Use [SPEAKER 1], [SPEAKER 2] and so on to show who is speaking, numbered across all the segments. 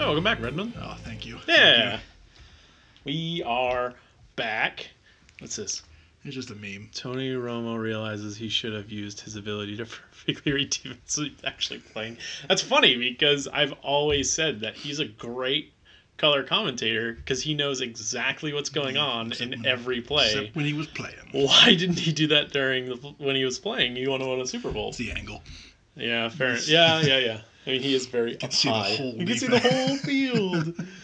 [SPEAKER 1] Oh, welcome back, Redmond.
[SPEAKER 2] Oh, thank you. Thank
[SPEAKER 1] Yeah.
[SPEAKER 2] you.
[SPEAKER 1] We are back. What's this?
[SPEAKER 2] It's just a meme.
[SPEAKER 1] Tony Romo realizes he should have used his ability to perfectly read defense when he's actually playing. That's funny because I've always said that he's a great color commentator because he knows exactly what's going
[SPEAKER 2] Mm-hmm.
[SPEAKER 1] on in every play.
[SPEAKER 2] Except when he was playing.
[SPEAKER 1] Why didn't he do that during the, when he was playing? He want to win a Super Bowl.
[SPEAKER 2] It's the angle.
[SPEAKER 1] Yeah, fair. Yeah, yeah, yeah. I mean, he is very up
[SPEAKER 2] see the
[SPEAKER 1] high.
[SPEAKER 2] whole
[SPEAKER 1] you can see the
[SPEAKER 2] defense.
[SPEAKER 1] whole field.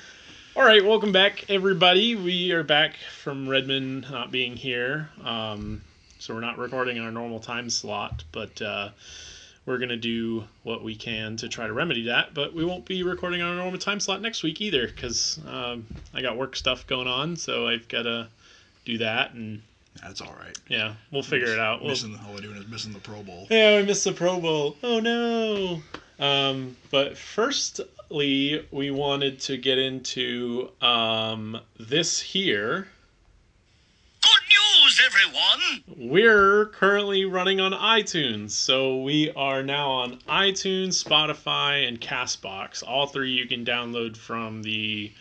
[SPEAKER 1] All right, welcome back, everybody. We are back from Redmond not being here, um, so we're not recording in our normal time slot, but uh, we're gonna do what we can to try to remedy that. But we won't be recording on our normal time slot next week either, because um, I got work stuff going on, so I've gotta do that, and
[SPEAKER 2] That's all right.
[SPEAKER 1] yeah, we're figure it out. We'll-
[SPEAKER 2] Missing all we're doing is missing the Pro Bowl.
[SPEAKER 1] yeah, we missed the Pro Bowl. Oh no. Um, but firstly, we wanted to get into um, this here.
[SPEAKER 3] Good news, everyone!
[SPEAKER 1] We're currently running on iTunes, so we are now on iTunes, Spotify, and Castbox. All three you can download from the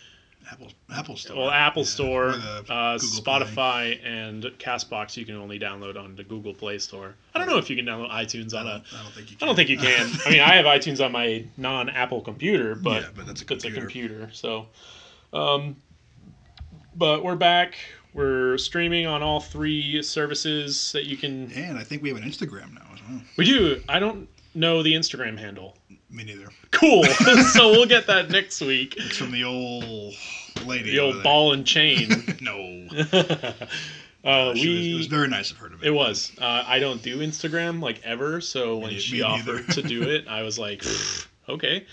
[SPEAKER 2] Apple, Apple Store.
[SPEAKER 1] well Apple
[SPEAKER 2] Yeah,
[SPEAKER 1] Store,
[SPEAKER 2] or the
[SPEAKER 1] uh,
[SPEAKER 2] Google
[SPEAKER 1] Spotify,
[SPEAKER 2] Play.
[SPEAKER 1] and Castbox. You can only download on the Google Play Store. I don't know if you can download iTunes
[SPEAKER 2] I
[SPEAKER 1] on a
[SPEAKER 2] don't, I don't think you
[SPEAKER 1] uh, I
[SPEAKER 2] can.
[SPEAKER 1] don't think you can. I mean, I have iTunes on my non-Apple computer, but,
[SPEAKER 2] yeah, but that's a
[SPEAKER 1] it's a
[SPEAKER 2] computer.
[SPEAKER 1] computer. So, um, but we're back. We're streaming on all three services that you can.
[SPEAKER 2] And I think we have an Instagram now as well.
[SPEAKER 1] We do. I don't know the Instagram handle.
[SPEAKER 2] Me neither.
[SPEAKER 1] Cool. so we'll get that next week.
[SPEAKER 2] It's from the old lady.
[SPEAKER 1] The
[SPEAKER 2] over
[SPEAKER 1] old
[SPEAKER 2] there.
[SPEAKER 1] ball and chain.
[SPEAKER 2] no.
[SPEAKER 1] uh,
[SPEAKER 2] She was, it was
[SPEAKER 1] we.
[SPEAKER 2] very nice of her to make.
[SPEAKER 1] It was. Uh, I don't do Instagram like ever. So when
[SPEAKER 2] ne-
[SPEAKER 1] she
[SPEAKER 2] me
[SPEAKER 1] offered
[SPEAKER 2] neither.
[SPEAKER 1] to do it, I was like, okay.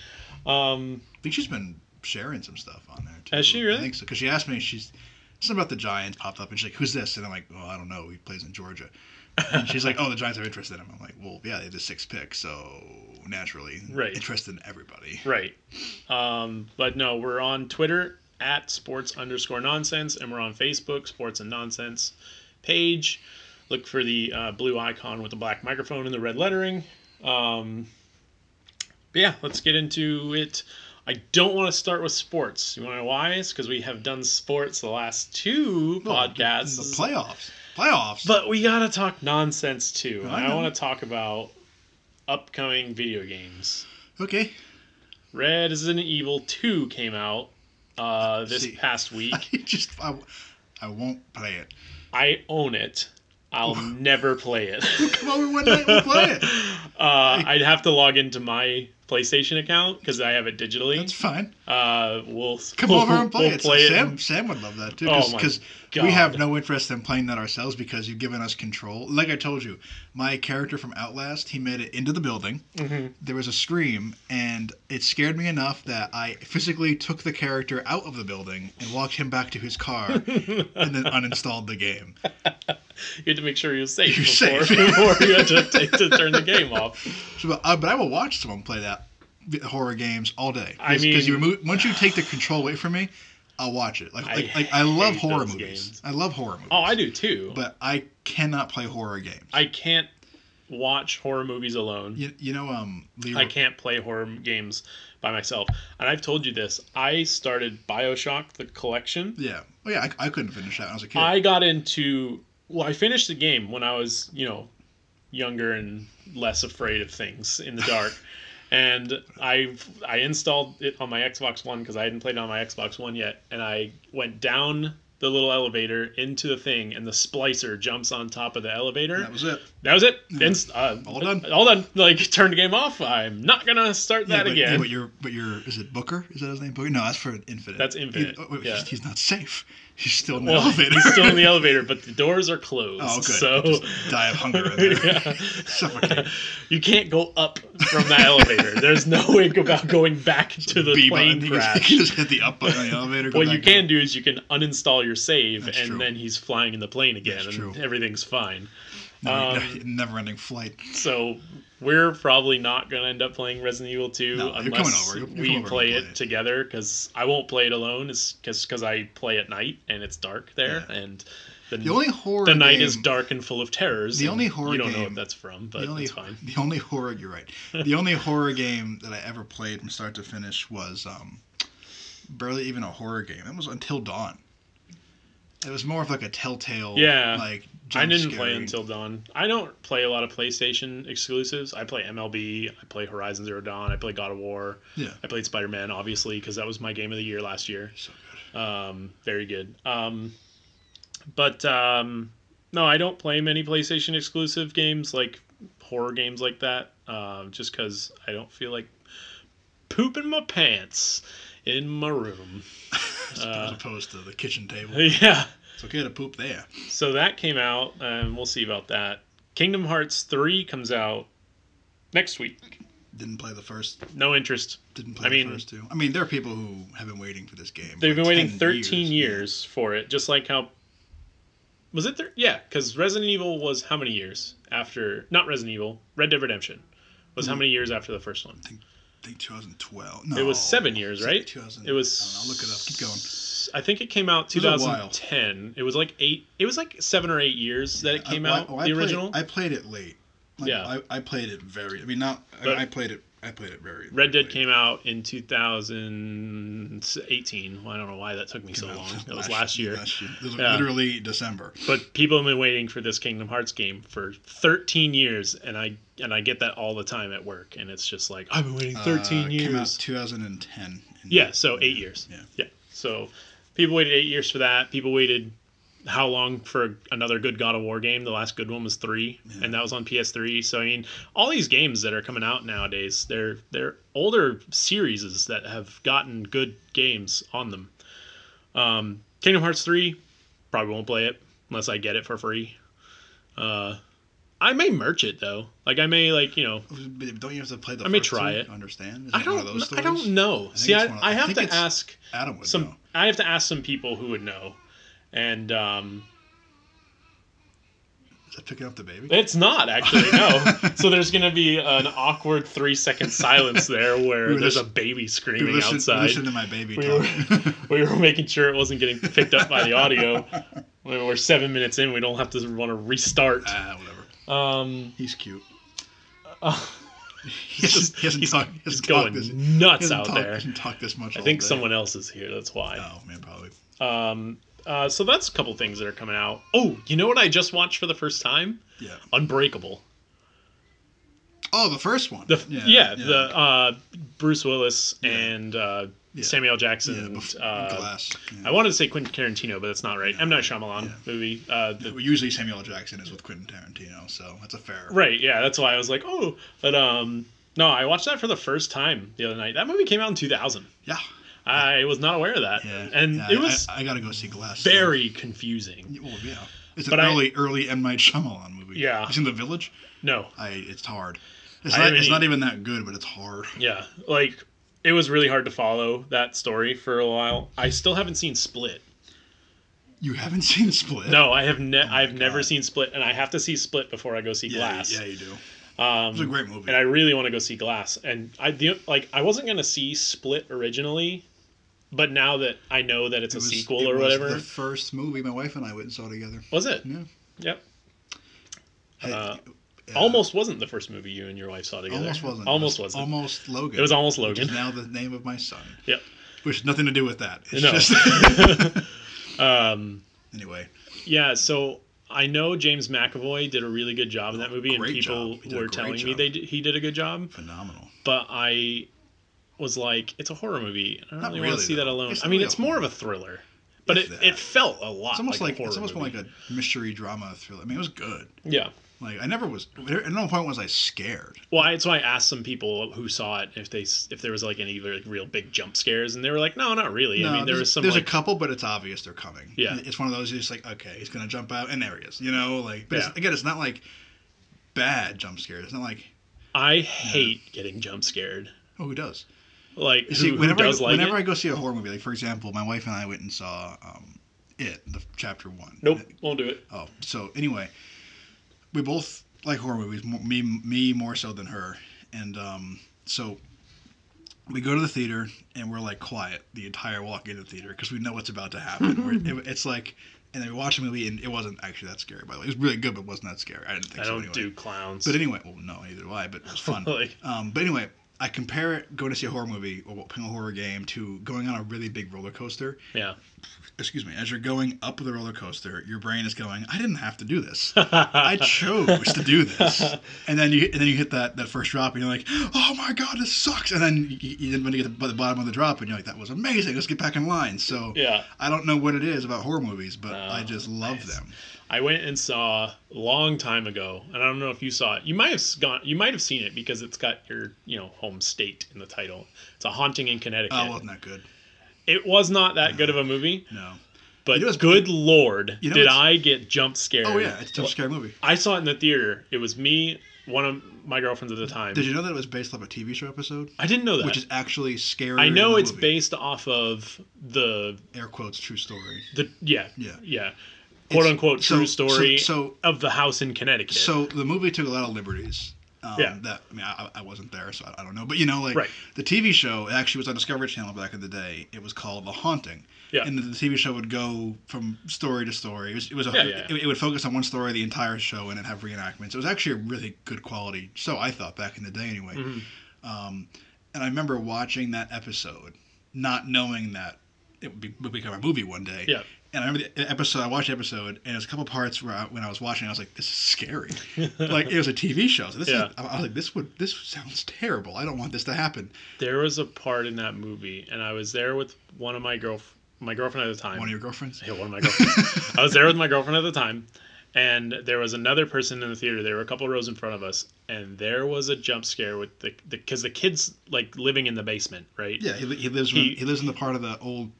[SPEAKER 1] Um,
[SPEAKER 2] I think she's been sharing some stuff on there too.
[SPEAKER 1] Has she really?
[SPEAKER 2] I think so. Because she asked me, she's something about the Giants popped up, and she's like, "Who's this?" And I'm like, "Well, I don't know. He plays in Georgia." And she's like, "Oh, the Giants have interest in him." I'm like, "Well, yeah, they had the sixth pick, so naturally,
[SPEAKER 1] Right.
[SPEAKER 2] interest in everybody."
[SPEAKER 1] Right. Um, but no, we're on Twitter at sports underscore nonsense, and we're on Facebook, sports and nonsense page. Look for the uh, blue icon with the black microphone and the red lettering. Um, but yeah, let's get into it. I don't want to start with sports. You want to know why? It's because we have done sports the last two podcasts.
[SPEAKER 2] In the playoffs, playoffs.
[SPEAKER 1] But we gotta talk nonsense too. And
[SPEAKER 2] I
[SPEAKER 1] I
[SPEAKER 2] know.
[SPEAKER 1] want to talk about upcoming video games.
[SPEAKER 2] okay,
[SPEAKER 1] Red Resident Evil 2 came out uh, this
[SPEAKER 2] See.
[SPEAKER 1] past
[SPEAKER 2] I
[SPEAKER 1] week.
[SPEAKER 2] just I, I won't play it.
[SPEAKER 1] I own it. I'll never play it.
[SPEAKER 2] Come over one night, we'll play it.
[SPEAKER 1] Uh, I'd have to log into my PlayStation account because I have it
[SPEAKER 2] That's
[SPEAKER 1] digitally.
[SPEAKER 2] fine.
[SPEAKER 1] Uh, we'll
[SPEAKER 2] Come
[SPEAKER 1] we'll-
[SPEAKER 2] over and play
[SPEAKER 1] we'll
[SPEAKER 2] it. So
[SPEAKER 1] play
[SPEAKER 2] Sam,
[SPEAKER 1] and-
[SPEAKER 2] Sam would love that too,
[SPEAKER 1] Oh my
[SPEAKER 2] because we have
[SPEAKER 1] God.
[SPEAKER 2] no interest in playing that ourselves because you've given us control. Like I told you, my character from Outlast, he made it into the building.
[SPEAKER 1] Mhm.
[SPEAKER 2] There was a scream, and it scared me enough that I physically took the character out of the building and walked him back to his car, and then uninstalled the game.
[SPEAKER 1] You had to make sure you were safe
[SPEAKER 2] You're
[SPEAKER 1] before,
[SPEAKER 2] safe.
[SPEAKER 1] before you had to, take, to turn the game off.
[SPEAKER 2] So, but, uh, but I will watch someone play that the horror games all day.
[SPEAKER 1] I
[SPEAKER 2] because you
[SPEAKER 1] mean-
[SPEAKER 2] remove once you take the control away from me, I'll watch it. Like
[SPEAKER 1] I
[SPEAKER 2] like, like I love
[SPEAKER 1] hate
[SPEAKER 2] horror
[SPEAKER 1] those
[SPEAKER 2] movies.
[SPEAKER 1] games.
[SPEAKER 2] I love horror movies.
[SPEAKER 1] Oh, I do too.
[SPEAKER 2] but I cannot play horror games.
[SPEAKER 1] I can't watch horror movies alone.
[SPEAKER 2] you, you know um Leroy,
[SPEAKER 1] I can't play horror games by myself. And I've told you this. I started BioShock the collection.
[SPEAKER 2] yeah oh yeah I, I couldn't finish that when I was a kid.
[SPEAKER 1] I got into well, I finished the game when I was, you know, younger and less afraid of things in the dark. and I I installed it on my Xbox One cuz I hadn't played it on my Xbox One yet and I went down the little elevator into the thing and the splicer jumps on top of the elevator.
[SPEAKER 2] that was it.
[SPEAKER 1] That was it.
[SPEAKER 2] Yeah.
[SPEAKER 1] Inst- uh,
[SPEAKER 2] All done.
[SPEAKER 1] All done. Like turn the game off. I'm not gonna start
[SPEAKER 2] yeah,
[SPEAKER 1] that
[SPEAKER 2] but,
[SPEAKER 1] again.
[SPEAKER 2] Yeah, but your but your is it Booker? Is that his name? Booker? No, that's for Infinite.
[SPEAKER 1] That's
[SPEAKER 2] He-
[SPEAKER 1] Infinite,
[SPEAKER 2] oh, wait,
[SPEAKER 1] yeah.
[SPEAKER 2] he's, he's not safe. He's still in the
[SPEAKER 1] Well,
[SPEAKER 2] elevator.
[SPEAKER 1] he's still in the elevator, but the doors are closed.
[SPEAKER 2] oh, good.
[SPEAKER 1] So
[SPEAKER 2] Just die of hunger in there.
[SPEAKER 1] Yeah.
[SPEAKER 2] Suffocate.
[SPEAKER 1] you can't go up from that elevator. There's no way about going back to the
[SPEAKER 2] B
[SPEAKER 1] plane
[SPEAKER 2] button. He just,
[SPEAKER 1] crash.
[SPEAKER 2] he just hit the up button on the elevator. go
[SPEAKER 1] What you
[SPEAKER 2] back up.
[SPEAKER 1] can do is you can uninstall your save,
[SPEAKER 2] That's
[SPEAKER 1] and
[SPEAKER 2] true.
[SPEAKER 1] then he's flying in the plane again,
[SPEAKER 2] That's
[SPEAKER 1] and
[SPEAKER 2] true.
[SPEAKER 1] everything's fine.
[SPEAKER 2] No,
[SPEAKER 1] Um,
[SPEAKER 2] never ending flight.
[SPEAKER 1] So we're probably not going to end up playing Resident Evil 2
[SPEAKER 2] No, you're
[SPEAKER 1] unless
[SPEAKER 2] coming over. You're- you're
[SPEAKER 1] we
[SPEAKER 2] coming over,
[SPEAKER 1] play
[SPEAKER 2] we'll
[SPEAKER 1] it
[SPEAKER 2] play it.
[SPEAKER 1] together because I won't play it alone is because I play at night and it's dark there
[SPEAKER 2] Yeah.
[SPEAKER 1] and the,
[SPEAKER 2] The only horror
[SPEAKER 1] the night
[SPEAKER 2] game,
[SPEAKER 1] is dark and full of terrors.
[SPEAKER 2] The
[SPEAKER 1] and
[SPEAKER 2] only horror
[SPEAKER 1] You don't know
[SPEAKER 2] game-
[SPEAKER 1] what that's from, but
[SPEAKER 2] The only,
[SPEAKER 1] it's fine.
[SPEAKER 2] the only horror you're right. The only horror game that I ever played from start to finish was um, barely even a horror game. That was Until Dawn. It was more of like a Telltale.
[SPEAKER 1] Yeah.
[SPEAKER 2] Like
[SPEAKER 1] I
[SPEAKER 2] jump
[SPEAKER 1] didn't play
[SPEAKER 2] scary.
[SPEAKER 1] Until Dawn. I don't play a lot of PlayStation exclusives. I play MLB. I play Horizon Zero Dawn. I play God of War.
[SPEAKER 2] Yeah.
[SPEAKER 1] I played Spider Man, obviously, because that was my game of the year last year.
[SPEAKER 2] So good.
[SPEAKER 1] Um, very good. Um, but um, no, I don't play many PlayStation exclusive games like horror games like that, um, just because I don't feel like pooping my pants in my room. uh,
[SPEAKER 2] As opposed to the kitchen table.
[SPEAKER 1] yeah.
[SPEAKER 2] It's okay to poop there.
[SPEAKER 1] So that came out, and we'll see about that. Kingdom Hearts 3 comes out next week.
[SPEAKER 2] Didn't play the first.
[SPEAKER 1] No interest.
[SPEAKER 2] Didn't
[SPEAKER 1] I
[SPEAKER 2] play the
[SPEAKER 1] mean-
[SPEAKER 2] first two. I mean, there are people who have been waiting for this game.
[SPEAKER 1] They've
[SPEAKER 2] for
[SPEAKER 1] been waiting
[SPEAKER 2] 10
[SPEAKER 1] 13 years,
[SPEAKER 2] years.
[SPEAKER 1] for it, just like how. Was it there? Yeah, because Resident Evil was how many years after. Not Resident Evil, Red Dead Redemption was
[SPEAKER 2] Hmm.
[SPEAKER 1] how many years after the first one?
[SPEAKER 2] I think 2012. No,
[SPEAKER 1] It was seven years,
[SPEAKER 2] it's like
[SPEAKER 1] right?
[SPEAKER 2] 2000.
[SPEAKER 1] It was.
[SPEAKER 2] I don't know, I'll look it up. Keep going.
[SPEAKER 1] I think it came out
[SPEAKER 2] It was a while.
[SPEAKER 1] 2010. It was like eight. It was like seven or eight years that it came
[SPEAKER 2] I, well,
[SPEAKER 1] out.
[SPEAKER 2] I, well, I
[SPEAKER 1] the
[SPEAKER 2] played-
[SPEAKER 1] original
[SPEAKER 2] I played it late. Like,
[SPEAKER 1] Yeah.
[SPEAKER 2] I, I played it very. I mean, not.
[SPEAKER 1] But-
[SPEAKER 2] I, I played it. I played it very.
[SPEAKER 1] Red
[SPEAKER 2] very
[SPEAKER 1] Dead
[SPEAKER 2] late.
[SPEAKER 1] came out in 2018. Well, I don't know why that took me so
[SPEAKER 2] Came out
[SPEAKER 1] long. That was last year.
[SPEAKER 2] Last year. It was
[SPEAKER 1] Yeah.
[SPEAKER 2] Literally December.
[SPEAKER 1] But people have been waiting for this Kingdom Hearts game for 13 years, and I and I get that all the time at work, and it's just like I've been waiting 13
[SPEAKER 2] uh,
[SPEAKER 1] years.
[SPEAKER 2] Came out 2010. And-
[SPEAKER 1] yeah, so eight years.
[SPEAKER 2] Yeah.
[SPEAKER 1] yeah. So people waited eight years for that. People waited how long for another good God of War game? The last good one was three, and that was on PS3. So I mean, all these games that are coming out nowadays, they're they're older series that have gotten good games on them. Um, Kingdom Hearts three, probably won't play it unless I get it for free. Uh, I may merch it though. Like I may like you know
[SPEAKER 2] But don't you have to play the
[SPEAKER 1] I
[SPEAKER 2] first
[SPEAKER 1] may try
[SPEAKER 2] two
[SPEAKER 1] it.
[SPEAKER 2] to understand? Is
[SPEAKER 1] I
[SPEAKER 2] it one
[SPEAKER 1] don't
[SPEAKER 2] of those
[SPEAKER 1] kn- I
[SPEAKER 2] stories?
[SPEAKER 1] don't know.
[SPEAKER 2] think
[SPEAKER 1] See,
[SPEAKER 2] it's
[SPEAKER 1] I,
[SPEAKER 2] one of-
[SPEAKER 1] I
[SPEAKER 2] I
[SPEAKER 1] have
[SPEAKER 2] think
[SPEAKER 1] to
[SPEAKER 2] it's-
[SPEAKER 1] ask
[SPEAKER 2] Adam would
[SPEAKER 1] some
[SPEAKER 2] know.
[SPEAKER 1] I have to ask some people who would know. And um,
[SPEAKER 2] Is that picking up the baby?
[SPEAKER 1] it's not actually no. so there's gonna be an awkward three second silence there where
[SPEAKER 2] were
[SPEAKER 1] there's a
[SPEAKER 2] listen-
[SPEAKER 1] baby
[SPEAKER 2] We
[SPEAKER 1] screaming
[SPEAKER 2] listen,
[SPEAKER 1] outside.
[SPEAKER 2] listen to my baby
[SPEAKER 1] We
[SPEAKER 2] talk.
[SPEAKER 1] We were making sure it wasn't getting picked up by the audio. When we're seven minutes in, we don't have to want to restart.
[SPEAKER 2] ah, whatever.
[SPEAKER 1] Um,
[SPEAKER 2] He's cute.
[SPEAKER 1] uh,
[SPEAKER 2] He hasn't, he hasn't talked. He
[SPEAKER 1] he's
[SPEAKER 2] hasn't
[SPEAKER 1] going
[SPEAKER 2] talked this. he
[SPEAKER 1] nuts
[SPEAKER 2] hasn't
[SPEAKER 1] out
[SPEAKER 2] talked-
[SPEAKER 1] there.
[SPEAKER 2] Hasn't talked this much.
[SPEAKER 1] I think someone else is here. That's why.
[SPEAKER 2] Oh man, probably.
[SPEAKER 1] Um, uh, so that's a couple things that are coming out. Oh, you know what I just watched for the first time?
[SPEAKER 2] Yeah.
[SPEAKER 1] Unbreakable.
[SPEAKER 2] Oh, the first one.
[SPEAKER 1] The yeah, the uh, Bruce Willis and uh,
[SPEAKER 2] Yeah.
[SPEAKER 1] Samuel L.
[SPEAKER 2] yeah,
[SPEAKER 1] Jackson.
[SPEAKER 2] bef-
[SPEAKER 1] uh,
[SPEAKER 2] glass. Yeah.
[SPEAKER 1] I wanted to say Quentin Tarantino, but that's not right. M Night Shyamalan
[SPEAKER 2] Yeah.
[SPEAKER 1] movie. Uh, the,
[SPEAKER 2] Well, Usually Samuel L. Jackson is with Quentin Tarantino, so that's a fair.
[SPEAKER 1] Right, yeah, that's why I was like, oh, but um, no, I watched that for the first time the other night. That movie came out in 2000.
[SPEAKER 2] Yeah.
[SPEAKER 1] I was not aware of that,
[SPEAKER 2] Yeah.
[SPEAKER 1] and
[SPEAKER 2] Yeah,
[SPEAKER 1] it
[SPEAKER 2] I-
[SPEAKER 1] was
[SPEAKER 2] I, I gotta go see Glass. so-
[SPEAKER 1] very confusing.
[SPEAKER 2] Well, yeah. It's
[SPEAKER 1] But
[SPEAKER 2] an
[SPEAKER 1] I-
[SPEAKER 2] early, early M Night Shyamalan movie.
[SPEAKER 1] Yeah.
[SPEAKER 2] It's in the village.
[SPEAKER 1] No,
[SPEAKER 2] I. It's hard. It's
[SPEAKER 1] I
[SPEAKER 2] not.
[SPEAKER 1] haven't
[SPEAKER 2] It's
[SPEAKER 1] e-
[SPEAKER 2] not even that good, but it's hard.
[SPEAKER 1] Yeah, like it was really hard to follow that story for a while. I still haven't seen Split.
[SPEAKER 2] You haven't seen Split.
[SPEAKER 1] No, I have ne- I've never
[SPEAKER 2] Oh God.
[SPEAKER 1] seen Split, and I have to see Split before I go see
[SPEAKER 2] Yeah,
[SPEAKER 1] Glass.
[SPEAKER 2] Yeah, you do.
[SPEAKER 1] Um,
[SPEAKER 2] It's a great movie.
[SPEAKER 1] and I really want to go see Glass. And I the, like I wasn't gonna see Split originally, but now that I know that it's a
[SPEAKER 2] It was-
[SPEAKER 1] sequel
[SPEAKER 2] it
[SPEAKER 1] or
[SPEAKER 2] was
[SPEAKER 1] whatever,
[SPEAKER 2] The first movie my wife and I went and saw together.
[SPEAKER 1] was it?
[SPEAKER 2] Yeah.
[SPEAKER 1] Yep.
[SPEAKER 2] Hey,
[SPEAKER 1] Uh,
[SPEAKER 2] yeah.
[SPEAKER 1] Almost wasn't the first movie you and your wife saw together.
[SPEAKER 2] Almost wasn't.
[SPEAKER 1] Almost
[SPEAKER 2] It was
[SPEAKER 1] wasn't.
[SPEAKER 2] Almost Logan.
[SPEAKER 1] It was almost
[SPEAKER 2] Which is
[SPEAKER 1] Logan.
[SPEAKER 2] now the name of my son.
[SPEAKER 1] Yep.
[SPEAKER 2] Which has nothing to do with that. It's
[SPEAKER 1] No.
[SPEAKER 2] just
[SPEAKER 1] Um,
[SPEAKER 2] anyway.
[SPEAKER 1] Yeah, so I know James McAvoy did a really good job in that movie, and
[SPEAKER 2] Oh, Great
[SPEAKER 1] people
[SPEAKER 2] job. He did a
[SPEAKER 1] were
[SPEAKER 2] great
[SPEAKER 1] telling me
[SPEAKER 2] job.
[SPEAKER 1] they did, he did a good job.
[SPEAKER 2] Phenomenal.
[SPEAKER 1] But I was like, it's a horror movie. and I don't
[SPEAKER 2] Not
[SPEAKER 1] really, want to
[SPEAKER 2] really,
[SPEAKER 1] see that
[SPEAKER 2] though.
[SPEAKER 1] alone.
[SPEAKER 2] It's
[SPEAKER 1] I mean,
[SPEAKER 2] not
[SPEAKER 1] it's
[SPEAKER 2] really a
[SPEAKER 1] more of a thriller, but
[SPEAKER 2] It's
[SPEAKER 1] it,
[SPEAKER 2] that.
[SPEAKER 1] it felt a lot.
[SPEAKER 2] It's almost like,
[SPEAKER 1] a horror
[SPEAKER 2] it's almost more
[SPEAKER 1] movie.
[SPEAKER 2] like a mystery drama thriller. I mean, it was good.
[SPEAKER 1] yeah.
[SPEAKER 2] Like I never was. At no point was I scared.
[SPEAKER 1] Well, I, so I asked some people who saw it if they s- if there was like any like, real big jump scares, and they were like, no, not really. I mean, there
[SPEAKER 2] there's,
[SPEAKER 1] was some
[SPEAKER 2] There's
[SPEAKER 1] like,
[SPEAKER 2] a couple, but it's obvious they're coming.
[SPEAKER 1] Yeah.
[SPEAKER 2] It's one of those. You're just like, okay, he's gonna jump out, and there he is. You know, like. But it's,
[SPEAKER 1] Yeah.
[SPEAKER 2] again, it's not like bad jump scares. It's not like
[SPEAKER 1] I hate getting jump scared.
[SPEAKER 2] oh, who does?
[SPEAKER 1] Like
[SPEAKER 2] See,
[SPEAKER 1] who, who
[SPEAKER 2] whenever,
[SPEAKER 1] does
[SPEAKER 2] I,
[SPEAKER 1] like
[SPEAKER 2] whenever
[SPEAKER 1] it?
[SPEAKER 2] I go see a horror movie, like for example, my wife and I went and saw um, it, the chapter one.
[SPEAKER 1] nope, won't do it.
[SPEAKER 2] Oh, so anyway, we both like horror movies. m- Me, me more so than her. And um, so we go to the theater and we're like quiet the entire walk into the theater because we know what's about to happen. we're, it, it's like, and then we watch a movie and it wasn't actually that scary. By the way, it was really good, but it wasn't that scary. I didn't think
[SPEAKER 1] I
[SPEAKER 2] so.
[SPEAKER 1] don't
[SPEAKER 2] anyway.
[SPEAKER 1] do clowns.
[SPEAKER 2] But anyway, well, no, neither do I. But it was fun.
[SPEAKER 1] Like-
[SPEAKER 2] um, but anyway, I compare it going to see a horror movie or playing a horror game to going on a really big roller coaster.
[SPEAKER 1] Yeah.
[SPEAKER 2] Excuse me. As you're going up the roller coaster, your brain is going, "I didn't have to do this. I chose to do this." And then you and then you hit that, that first drop, and you're like, "Oh my god, this sucks!" And then you, you, then when you get to the bottom of the drop, and you're like, "That was amazing. Let's get back in line." So
[SPEAKER 1] Yeah.
[SPEAKER 2] I don't know what it is about horror movies, but I
[SPEAKER 1] Oh,
[SPEAKER 2] just love
[SPEAKER 1] nice.
[SPEAKER 2] them.
[SPEAKER 1] I went and saw a long time ago, and I don't know if you saw it. You might have s- gone. You might have seen it because it's got your you know home state in the title. It's a haunting in Connecticut.
[SPEAKER 2] Oh, wasn't that good?
[SPEAKER 1] it was not that good of a movie,
[SPEAKER 2] No.
[SPEAKER 1] but
[SPEAKER 2] You know what's-
[SPEAKER 1] good lord,
[SPEAKER 2] You know
[SPEAKER 1] did
[SPEAKER 2] what's-
[SPEAKER 1] I get jump scared?
[SPEAKER 2] Oh yeah, it's a tough, scary movie.
[SPEAKER 1] I saw it in the theater. It was me, one of my girlfriends at the time.
[SPEAKER 2] Did you know that it was based off a TV show episode,
[SPEAKER 1] I didn't know that.
[SPEAKER 2] which is actually scary?
[SPEAKER 1] I know it's
[SPEAKER 2] based.
[SPEAKER 1] based off of the
[SPEAKER 2] air quotes true story.
[SPEAKER 1] the yeah
[SPEAKER 2] Yeah.
[SPEAKER 1] yeah quote unquote
[SPEAKER 2] so-
[SPEAKER 1] true
[SPEAKER 2] so-
[SPEAKER 1] story
[SPEAKER 2] so-
[SPEAKER 1] of the house in Connecticut.
[SPEAKER 2] So the movie took a lot of liberties. Um,
[SPEAKER 1] Yeah.
[SPEAKER 2] That I mean, I, I wasn't there, so I, I don't know. But you know, like
[SPEAKER 1] Right.
[SPEAKER 2] the TV show it actually was on Discovery Channel back in the day. It was called The Haunting.
[SPEAKER 1] Yeah.
[SPEAKER 2] And the, the TV show would go from story to story. It was, it was a,
[SPEAKER 1] Yeah, yeah, yeah.
[SPEAKER 2] It, it would focus on one story the entire show and then have reenactments. It was actually a really good quality show, I thought, back in the day anyway.
[SPEAKER 1] Mhm.
[SPEAKER 2] Um, and I remember watching that episode, not knowing that it would, be, would become a movie one day.
[SPEAKER 1] Yeah.
[SPEAKER 2] And I remember the episode. I watched the episode, and there's a couple parts where I, when I was watching, I was like, "This is scary." like it was a TV show. So this
[SPEAKER 1] Yeah.
[SPEAKER 2] is, I was like, "This would this sounds terrible. I don't want this to happen."
[SPEAKER 1] There was a part in that movie, and I was there with one of my girl, my girlfriend at the time.
[SPEAKER 2] One of your girlfriends?
[SPEAKER 1] yeah, one of my girlfriends. I was there with my girlfriend at the time, and there was another person in the theater. They were a couple rows in front of us, and there was a jump scare with the because the, kids like living in the basement, right?
[SPEAKER 2] Yeah, he, li- he lives.
[SPEAKER 1] He-
[SPEAKER 2] He, he lives in the part of the old,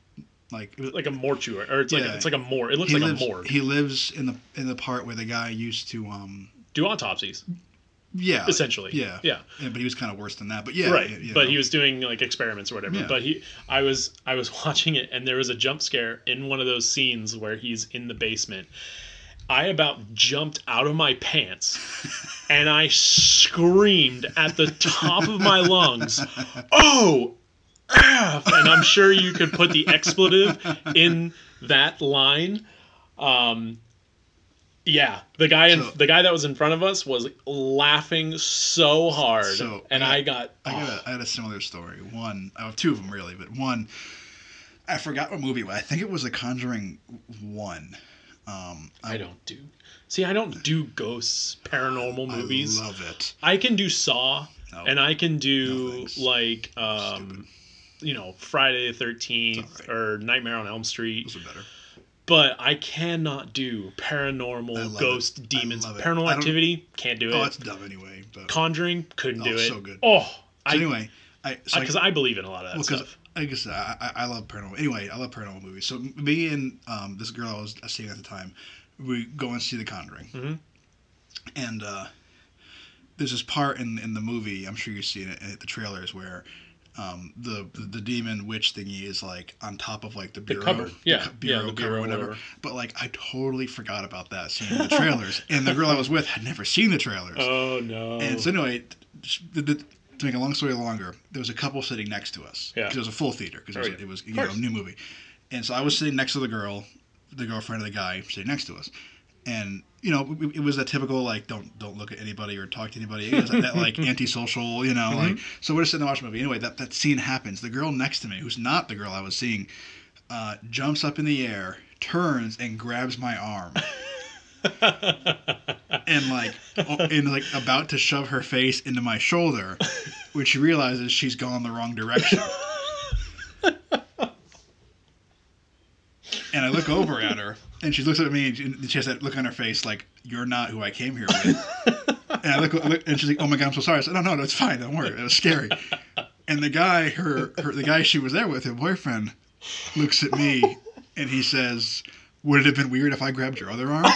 [SPEAKER 2] like,
[SPEAKER 1] Like a mortuary, or it's like
[SPEAKER 2] Yeah.
[SPEAKER 1] it's like a morgue. It looks
[SPEAKER 2] he
[SPEAKER 1] like
[SPEAKER 2] lives.
[SPEAKER 1] a morgue.
[SPEAKER 2] He lives in the in the part where the guy used to. um
[SPEAKER 1] Do autopsies
[SPEAKER 2] Yeah.
[SPEAKER 1] essentially.
[SPEAKER 2] Uh, Yeah.
[SPEAKER 1] yeah.
[SPEAKER 2] Yeah, but he was kind of worse than that. But yeah.
[SPEAKER 1] right
[SPEAKER 2] yeah, you
[SPEAKER 1] but
[SPEAKER 2] know.
[SPEAKER 1] he was doing like experiments or whatever
[SPEAKER 2] Yeah.
[SPEAKER 1] but he i was i was watching it and there was a jump scare in one of those scenes where he's in the basement i about jumped out of my pants and i screamed at the top of my lungs oh F!" and i'm sure you could put the expletive in that line um yeah, the guy in,
[SPEAKER 2] So-
[SPEAKER 1] the guy that was in front of us was laughing so hard,
[SPEAKER 2] So,
[SPEAKER 1] and
[SPEAKER 2] I-
[SPEAKER 1] I got
[SPEAKER 2] I got a, I had a similar story. One, I have two of them really, but one, I forgot what movie. it was. I think it was The Conjuring One. Um,
[SPEAKER 1] oh, I don't do. See, I don't do ghosts, paranormal movies.
[SPEAKER 2] I
[SPEAKER 1] I,
[SPEAKER 2] love it.
[SPEAKER 1] can do Saw,
[SPEAKER 2] No.
[SPEAKER 1] and I can
[SPEAKER 2] No,
[SPEAKER 1] do
[SPEAKER 2] thanks.
[SPEAKER 1] like, um, you know, Friday the
[SPEAKER 2] It's
[SPEAKER 1] Thirteenth
[SPEAKER 2] all right.
[SPEAKER 1] or Nightmare on Elm Street.
[SPEAKER 2] Those are better.
[SPEAKER 1] But I cannot do
[SPEAKER 2] I
[SPEAKER 1] paranormal,
[SPEAKER 2] love
[SPEAKER 1] ghost,
[SPEAKER 2] it. I
[SPEAKER 1] demons,
[SPEAKER 2] love it.
[SPEAKER 1] paranormal
[SPEAKER 2] I don't-
[SPEAKER 1] activity. Can't do
[SPEAKER 2] Oh,
[SPEAKER 1] it.
[SPEAKER 2] it's dumb anyway. But so
[SPEAKER 1] Conjuring couldn't
[SPEAKER 2] Oh,
[SPEAKER 1] do it.
[SPEAKER 2] so good.
[SPEAKER 1] Oh, I
[SPEAKER 2] anyway, I so I-
[SPEAKER 1] because I, believe in a lot of that
[SPEAKER 2] Well, 'cause
[SPEAKER 1] stuff.
[SPEAKER 2] I guess I, I I love paranormal. Anyway, I love paranormal movies. So me and um, this girl I was seeing at the time, we go and see The Conjuring,
[SPEAKER 1] Mhm.
[SPEAKER 2] and uh, there's this part in in the movie. I'm sure you've seen it at the trailers where. Um, the, the demon witch thingy is like on top of like the bureau,
[SPEAKER 1] cupboard. Yeah.
[SPEAKER 2] cu-
[SPEAKER 1] Yeah,
[SPEAKER 2] bureau,
[SPEAKER 1] the
[SPEAKER 2] cover,
[SPEAKER 1] bureau,
[SPEAKER 2] whatever.
[SPEAKER 1] whatever.
[SPEAKER 2] But like, I totally forgot about that scene in the trailers, and the girl I was with had never seen the trailers.
[SPEAKER 1] Oh no.
[SPEAKER 2] And so anyway, t- sh- the, the, to make a long story longer, there was a couple sitting next to us.
[SPEAKER 1] Yeah.
[SPEAKER 2] 'Cause It was a full theater because it,
[SPEAKER 1] Oh,
[SPEAKER 2] was
[SPEAKER 1] yeah.
[SPEAKER 2] it was
[SPEAKER 1] Of
[SPEAKER 2] you know a
[SPEAKER 1] course.
[SPEAKER 2] new movie, and so I was sitting next to the girl, the girlfriend of the guy sitting next to us, and you know we- we- it was that typical like don't don't look at anybody or talk to anybody. It was that, that, like antisocial, you know.
[SPEAKER 1] Mm-hmm.
[SPEAKER 2] Like so we're just sitting there watching a movie. Anyway, that that scene happens. The girl next to me, who's not the girl I was seeing, uh, jumps up in the air, turns and grabs my arm and like o- and like about to shove her face into my shoulder when she realizes she's gone the wrong direction and i look over at her and she looks at me and she- and she has that look on her face like you're not who i came here with and i look, I look- and she's like oh my god i'm so sorry i said no no no it's fine don't worry it was scary and the guy her, her the guy she was there with her boyfriend looks at me and he says would it have been weird if i grabbed your other arm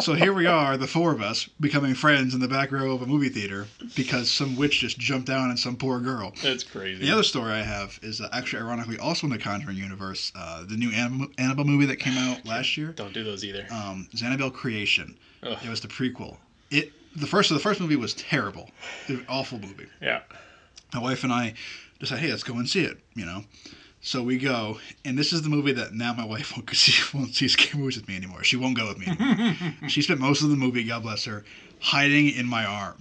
[SPEAKER 2] so here we are, the four of us, becoming friends in the back row of a movie theater because some witch just jumped down on some poor girl.
[SPEAKER 1] That's crazy.
[SPEAKER 2] The other story I have is uh, actually, ironically, also in the Conjuring universe, uh, the new Anib- Annabelle movie that came out last year,
[SPEAKER 1] Don't do those either.
[SPEAKER 2] um, is Annabelle Creation.
[SPEAKER 1] Ugh.
[SPEAKER 2] It was the prequel. It the first so the first movie was terrible, It was an awful movie
[SPEAKER 1] Yeah.
[SPEAKER 2] my wife and I just said, hey, let's go and see it, you know. So we go, and this is the movie that now my wife won't, cause she won't see scary movies with me anymore. She won't go with me anymore. she spent most of the movie, God bless her, hiding in my arm.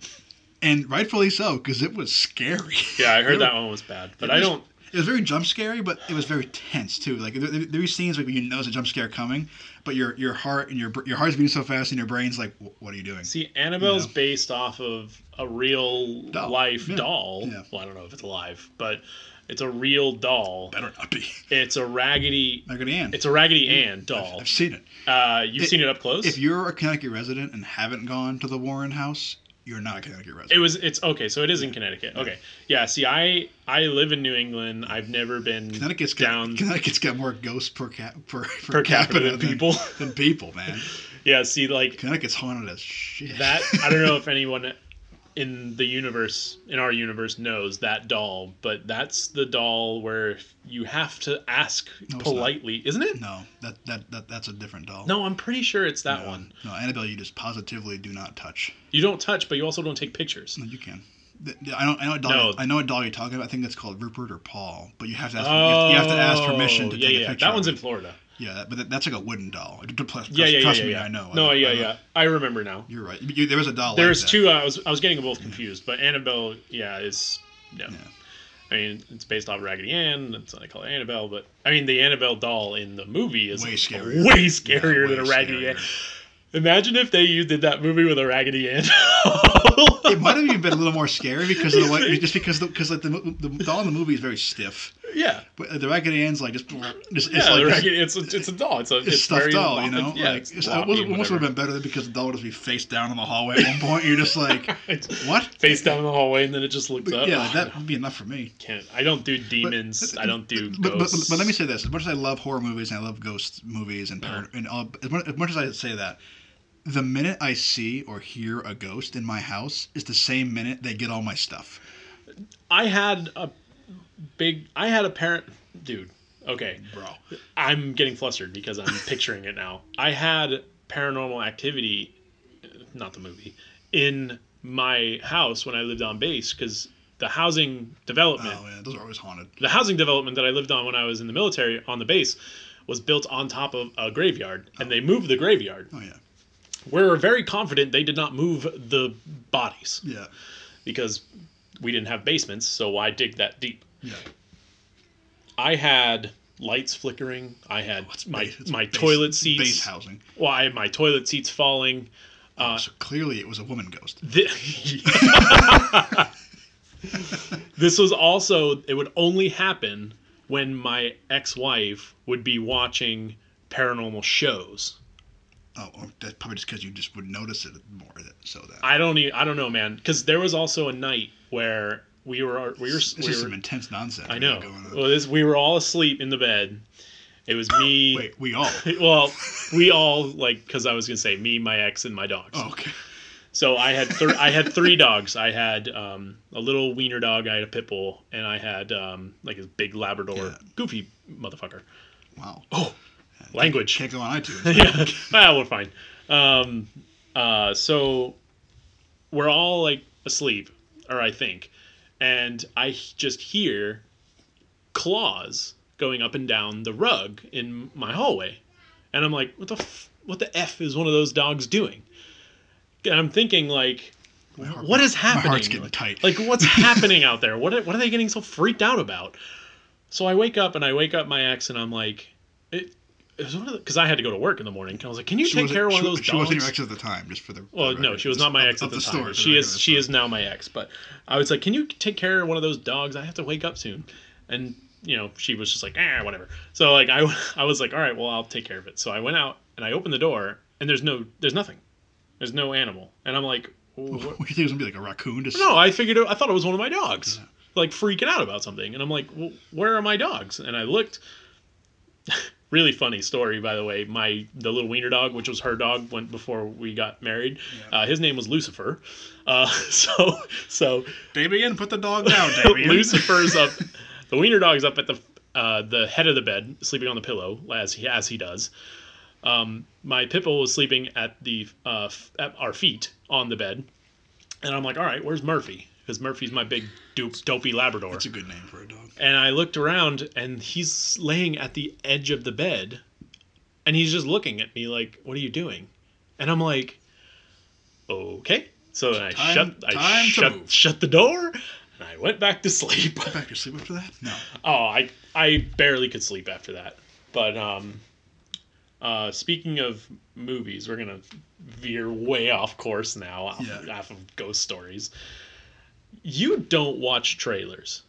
[SPEAKER 2] and rightfully so because it was scary.
[SPEAKER 1] Yeah, I
[SPEAKER 2] It
[SPEAKER 1] heard that one was bad, but I
[SPEAKER 2] was-
[SPEAKER 1] don't.
[SPEAKER 2] It was very jump scary, but it was very tense too. Like there, there, there were scenes like when you know there's a jump scare coming, but your your heart and your br- your heart's beating so fast and your brain's like, "Wh- what are you doing?
[SPEAKER 1] See, Annabelle's
[SPEAKER 2] Yeah.
[SPEAKER 1] based off of a real
[SPEAKER 2] Doll.
[SPEAKER 1] life
[SPEAKER 2] Yeah.
[SPEAKER 1] doll.
[SPEAKER 2] Yeah.
[SPEAKER 1] Well, I don't know if it's alive, but it's a real doll.
[SPEAKER 2] Better not be.
[SPEAKER 1] It's a raggedy.
[SPEAKER 2] Not gonna end.
[SPEAKER 1] It's a Raggedy Ann doll.
[SPEAKER 2] Mm. I've seen it.
[SPEAKER 1] Uh, you've
[SPEAKER 2] If-
[SPEAKER 1] seen it up close.
[SPEAKER 2] If you're a Connecticut resident and haven't gone to the Warren House, you're not a Connecticut
[SPEAKER 1] It
[SPEAKER 2] resident.
[SPEAKER 1] was. It's okay. So it is in Connecticut. Okay. Yeah. See, I I live in New England. I've never been
[SPEAKER 2] Connecticut's got,
[SPEAKER 1] down
[SPEAKER 2] Connecticut's got more ghosts per cap per, per,
[SPEAKER 1] per capita than people.
[SPEAKER 2] than people, man.
[SPEAKER 1] yeah. See, like
[SPEAKER 2] Connecticut's haunted as shit.
[SPEAKER 1] that. I don't know if anyone in the universe, in our universe, knows that doll, but that's the doll where you have to ask
[SPEAKER 2] not.
[SPEAKER 1] politely, isn't it?
[SPEAKER 2] no, that, that that that's a different doll.
[SPEAKER 1] No, I'm pretty sure it's that
[SPEAKER 2] No,
[SPEAKER 1] one.
[SPEAKER 2] No, Annabelle, you just positively do not touch.
[SPEAKER 1] You don't touch, but you also don't take pictures.
[SPEAKER 2] No, you can. Th- th- I don't. I know. A dog,
[SPEAKER 1] No.
[SPEAKER 2] I know a dog you're talking about. I think that's called Rupert or Paul. But you have to ask. you, have, you have to ask permission to
[SPEAKER 1] Oh, yeah,
[SPEAKER 2] take
[SPEAKER 1] yeah.
[SPEAKER 2] a picture.
[SPEAKER 1] That one's
[SPEAKER 2] of
[SPEAKER 1] in
[SPEAKER 2] it.
[SPEAKER 1] Florida.
[SPEAKER 2] Yeah, that- but that, that's like a wooden doll. D- d- Plus,
[SPEAKER 1] Yeah,
[SPEAKER 2] trust,
[SPEAKER 1] yeah, yeah,
[SPEAKER 2] trust
[SPEAKER 1] yeah,
[SPEAKER 2] me,
[SPEAKER 1] yeah.
[SPEAKER 2] I know.
[SPEAKER 1] No,
[SPEAKER 2] I,
[SPEAKER 1] yeah,
[SPEAKER 2] I know.
[SPEAKER 1] yeah. I remember now.
[SPEAKER 2] You're right. You, there was a doll.
[SPEAKER 1] There's
[SPEAKER 2] like that.
[SPEAKER 1] two. I was I was getting them both confused, but Annabelle, yeah, is no.
[SPEAKER 2] Yeah.
[SPEAKER 1] I mean, it's based off Raggedy Ann. That's what they call it Annabelle. But I mean, the Annabelle doll in the movie is
[SPEAKER 2] Way
[SPEAKER 1] way
[SPEAKER 2] scarier.
[SPEAKER 1] scarier,
[SPEAKER 2] Yeah, way
[SPEAKER 1] than a Raggedy Ann.
[SPEAKER 2] scarier.
[SPEAKER 1] Imagine if they you did that movie with a Raggedy Ann.
[SPEAKER 2] It might have even been a little more scary because of the way, just because the, cause like the, mo- the doll in the movie is very stiff,
[SPEAKER 1] yeah,
[SPEAKER 2] but the raggedy Ann's like just, just
[SPEAKER 1] yeah.
[SPEAKER 2] it's like
[SPEAKER 1] the
[SPEAKER 2] this-
[SPEAKER 1] Raggedy, it's a, it's a doll. It's a
[SPEAKER 2] it's
[SPEAKER 1] it's
[SPEAKER 2] stuffed
[SPEAKER 1] very
[SPEAKER 2] doll,
[SPEAKER 1] lo-
[SPEAKER 2] you know.
[SPEAKER 1] Yeah,
[SPEAKER 2] like
[SPEAKER 1] it's
[SPEAKER 2] it's, it
[SPEAKER 1] floppy
[SPEAKER 2] almost,
[SPEAKER 1] and
[SPEAKER 2] almost would
[SPEAKER 1] whatever.
[SPEAKER 2] have been better because the doll would just be face down in the hallway at one point. You're just like,
[SPEAKER 1] It's
[SPEAKER 2] what?
[SPEAKER 1] face down in the hallway, and then it just looks up.
[SPEAKER 2] yeah, like, that would be enough for me.
[SPEAKER 1] can't. I don't do
[SPEAKER 2] But-
[SPEAKER 1] demons.
[SPEAKER 2] but-
[SPEAKER 1] I don't do
[SPEAKER 2] But, but, but,
[SPEAKER 1] ghosts.
[SPEAKER 2] but let me say this: as much as I love horror movies and I love ghost movies and, par- and all, as, much, as much as I say that, the minute I see or hear a ghost in my house is the same minute they get all my stuff.
[SPEAKER 1] I had a big. I had a parent, dude. Okay,
[SPEAKER 2] Bro,
[SPEAKER 1] I'm getting flustered because I'm picturing it now. I had paranormal activity, not the movie, in my house when I lived on base because the housing development,
[SPEAKER 2] oh yeah, those are always haunted.
[SPEAKER 1] the housing development that I lived on when I was in the military on the base, was built on top of a graveyard, and they moved the graveyard.
[SPEAKER 2] Oh yeah,
[SPEAKER 1] We're very confident they did not move the bodies
[SPEAKER 2] yeah,
[SPEAKER 1] because we didn't have basements, so why dig that deep?
[SPEAKER 2] yeah.
[SPEAKER 1] I had lights flickering. I had
[SPEAKER 2] It's
[SPEAKER 1] my
[SPEAKER 2] base- it's
[SPEAKER 1] my
[SPEAKER 2] base-
[SPEAKER 1] toilet
[SPEAKER 2] it's
[SPEAKER 1] seats.
[SPEAKER 2] base housing.
[SPEAKER 1] Well, I had my toilet seats falling. Uh,
[SPEAKER 2] so clearly, it was a woman ghost.
[SPEAKER 1] Thi- this was also it would only happen when my ex-wife would be watching paranormal shows.
[SPEAKER 2] Oh, or that's probably just because you just would notice it more. That, so that
[SPEAKER 1] I don't e- I don't know, man, because there was also a night where we were we were
[SPEAKER 2] this
[SPEAKER 1] we
[SPEAKER 2] is
[SPEAKER 1] were-
[SPEAKER 2] some intense nonsense.
[SPEAKER 1] I
[SPEAKER 2] we
[SPEAKER 1] know.
[SPEAKER 2] got Going on.
[SPEAKER 1] Well, this we were all asleep in the bed. It was me.
[SPEAKER 2] Wait, we all.
[SPEAKER 1] Well, we all like because I was gonna say me, my ex, and my dogs.
[SPEAKER 2] Oh, okay.
[SPEAKER 1] So I had thir- I had three dogs. I had um, a little wiener dog, I had a pit bull, and I had um, like a big Labrador,
[SPEAKER 2] Yeah.
[SPEAKER 1] goofy motherfucker.
[SPEAKER 2] Wow.
[SPEAKER 1] Oh, language.
[SPEAKER 2] Can't go on iTunes.
[SPEAKER 1] yeah, well, we're fine. Um, uh, so we're all like asleep, or I think, and I h- just hear claws going up and down the rug in my hallway, and I'm like, what the f- what the f is one of those dogs doing? And I'm thinking like,
[SPEAKER 2] My heart-
[SPEAKER 1] what is
[SPEAKER 2] My
[SPEAKER 1] happening?
[SPEAKER 2] heart's getting tight.
[SPEAKER 1] Like, what's happening out there? What are, what are they getting so freaked out about? So I wake up and I wake up my ex and I'm like, it, it was one of because I had to go to work in the morning. And I was like, can you take
[SPEAKER 2] wasn't-
[SPEAKER 1] care of one
[SPEAKER 2] she-
[SPEAKER 1] of those
[SPEAKER 2] She
[SPEAKER 1] dogs?
[SPEAKER 2] wasn't your ex at the time, just for the.
[SPEAKER 1] well,
[SPEAKER 2] the
[SPEAKER 1] no,
[SPEAKER 2] record.
[SPEAKER 1] she was not my
[SPEAKER 2] Of-
[SPEAKER 1] ex
[SPEAKER 2] of
[SPEAKER 1] at the,
[SPEAKER 2] the
[SPEAKER 1] time.
[SPEAKER 2] story, for the
[SPEAKER 1] she
[SPEAKER 2] record,
[SPEAKER 1] is
[SPEAKER 2] that's
[SPEAKER 1] she
[SPEAKER 2] fine.
[SPEAKER 1] is now my ex. But I was like, can you take care of one of those dogs? I have to wake up soon. And you know, she was just like, ah, whatever. So like I I was like, all right, well I'll take care of it. So I went out and I opened the door and there's no there's nothing, there's no animal. And I'm like,
[SPEAKER 2] What
[SPEAKER 1] "Wha-
[SPEAKER 2] do you think it was gonna be like a raccoon? Just
[SPEAKER 1] no, I figured it, I thought it was one of my dogs, like freaking out about something, and I'm like, well, "Where are my dogs?" And I looked. really funny story, by the way. My the little wiener dog, which was her dog, went before we got married. Uh, his name was Lucifer. Uh, so so
[SPEAKER 2] Damien, put the dog down, Damien.
[SPEAKER 1] Lucifer's up. The wiener dog's up at the uh, the head of the bed, sleeping on the pillow as he as he does. Um, my pitbull was sleeping at the uh, f- at our feet on the bed, and I'm like, all right, where's Murphy? Because Murphy's my big dupe, dopey Labrador.
[SPEAKER 2] That's a good name for a dog.
[SPEAKER 1] and I looked around, and he's laying at the edge of the bed, and he's just looking at me like, what are you doing? And I'm like, okay. So then I
[SPEAKER 2] Time-
[SPEAKER 1] shut I
[SPEAKER 2] time to
[SPEAKER 1] shut
[SPEAKER 2] move.
[SPEAKER 1] shut the door and I went back to sleep.
[SPEAKER 2] Back to sleep after that? No.
[SPEAKER 1] oh, I I barely could sleep after that. But um uh speaking of movies, we're going to veer way off course now off,
[SPEAKER 2] Yeah.
[SPEAKER 1] off of ghost stories. You don't watch trailers.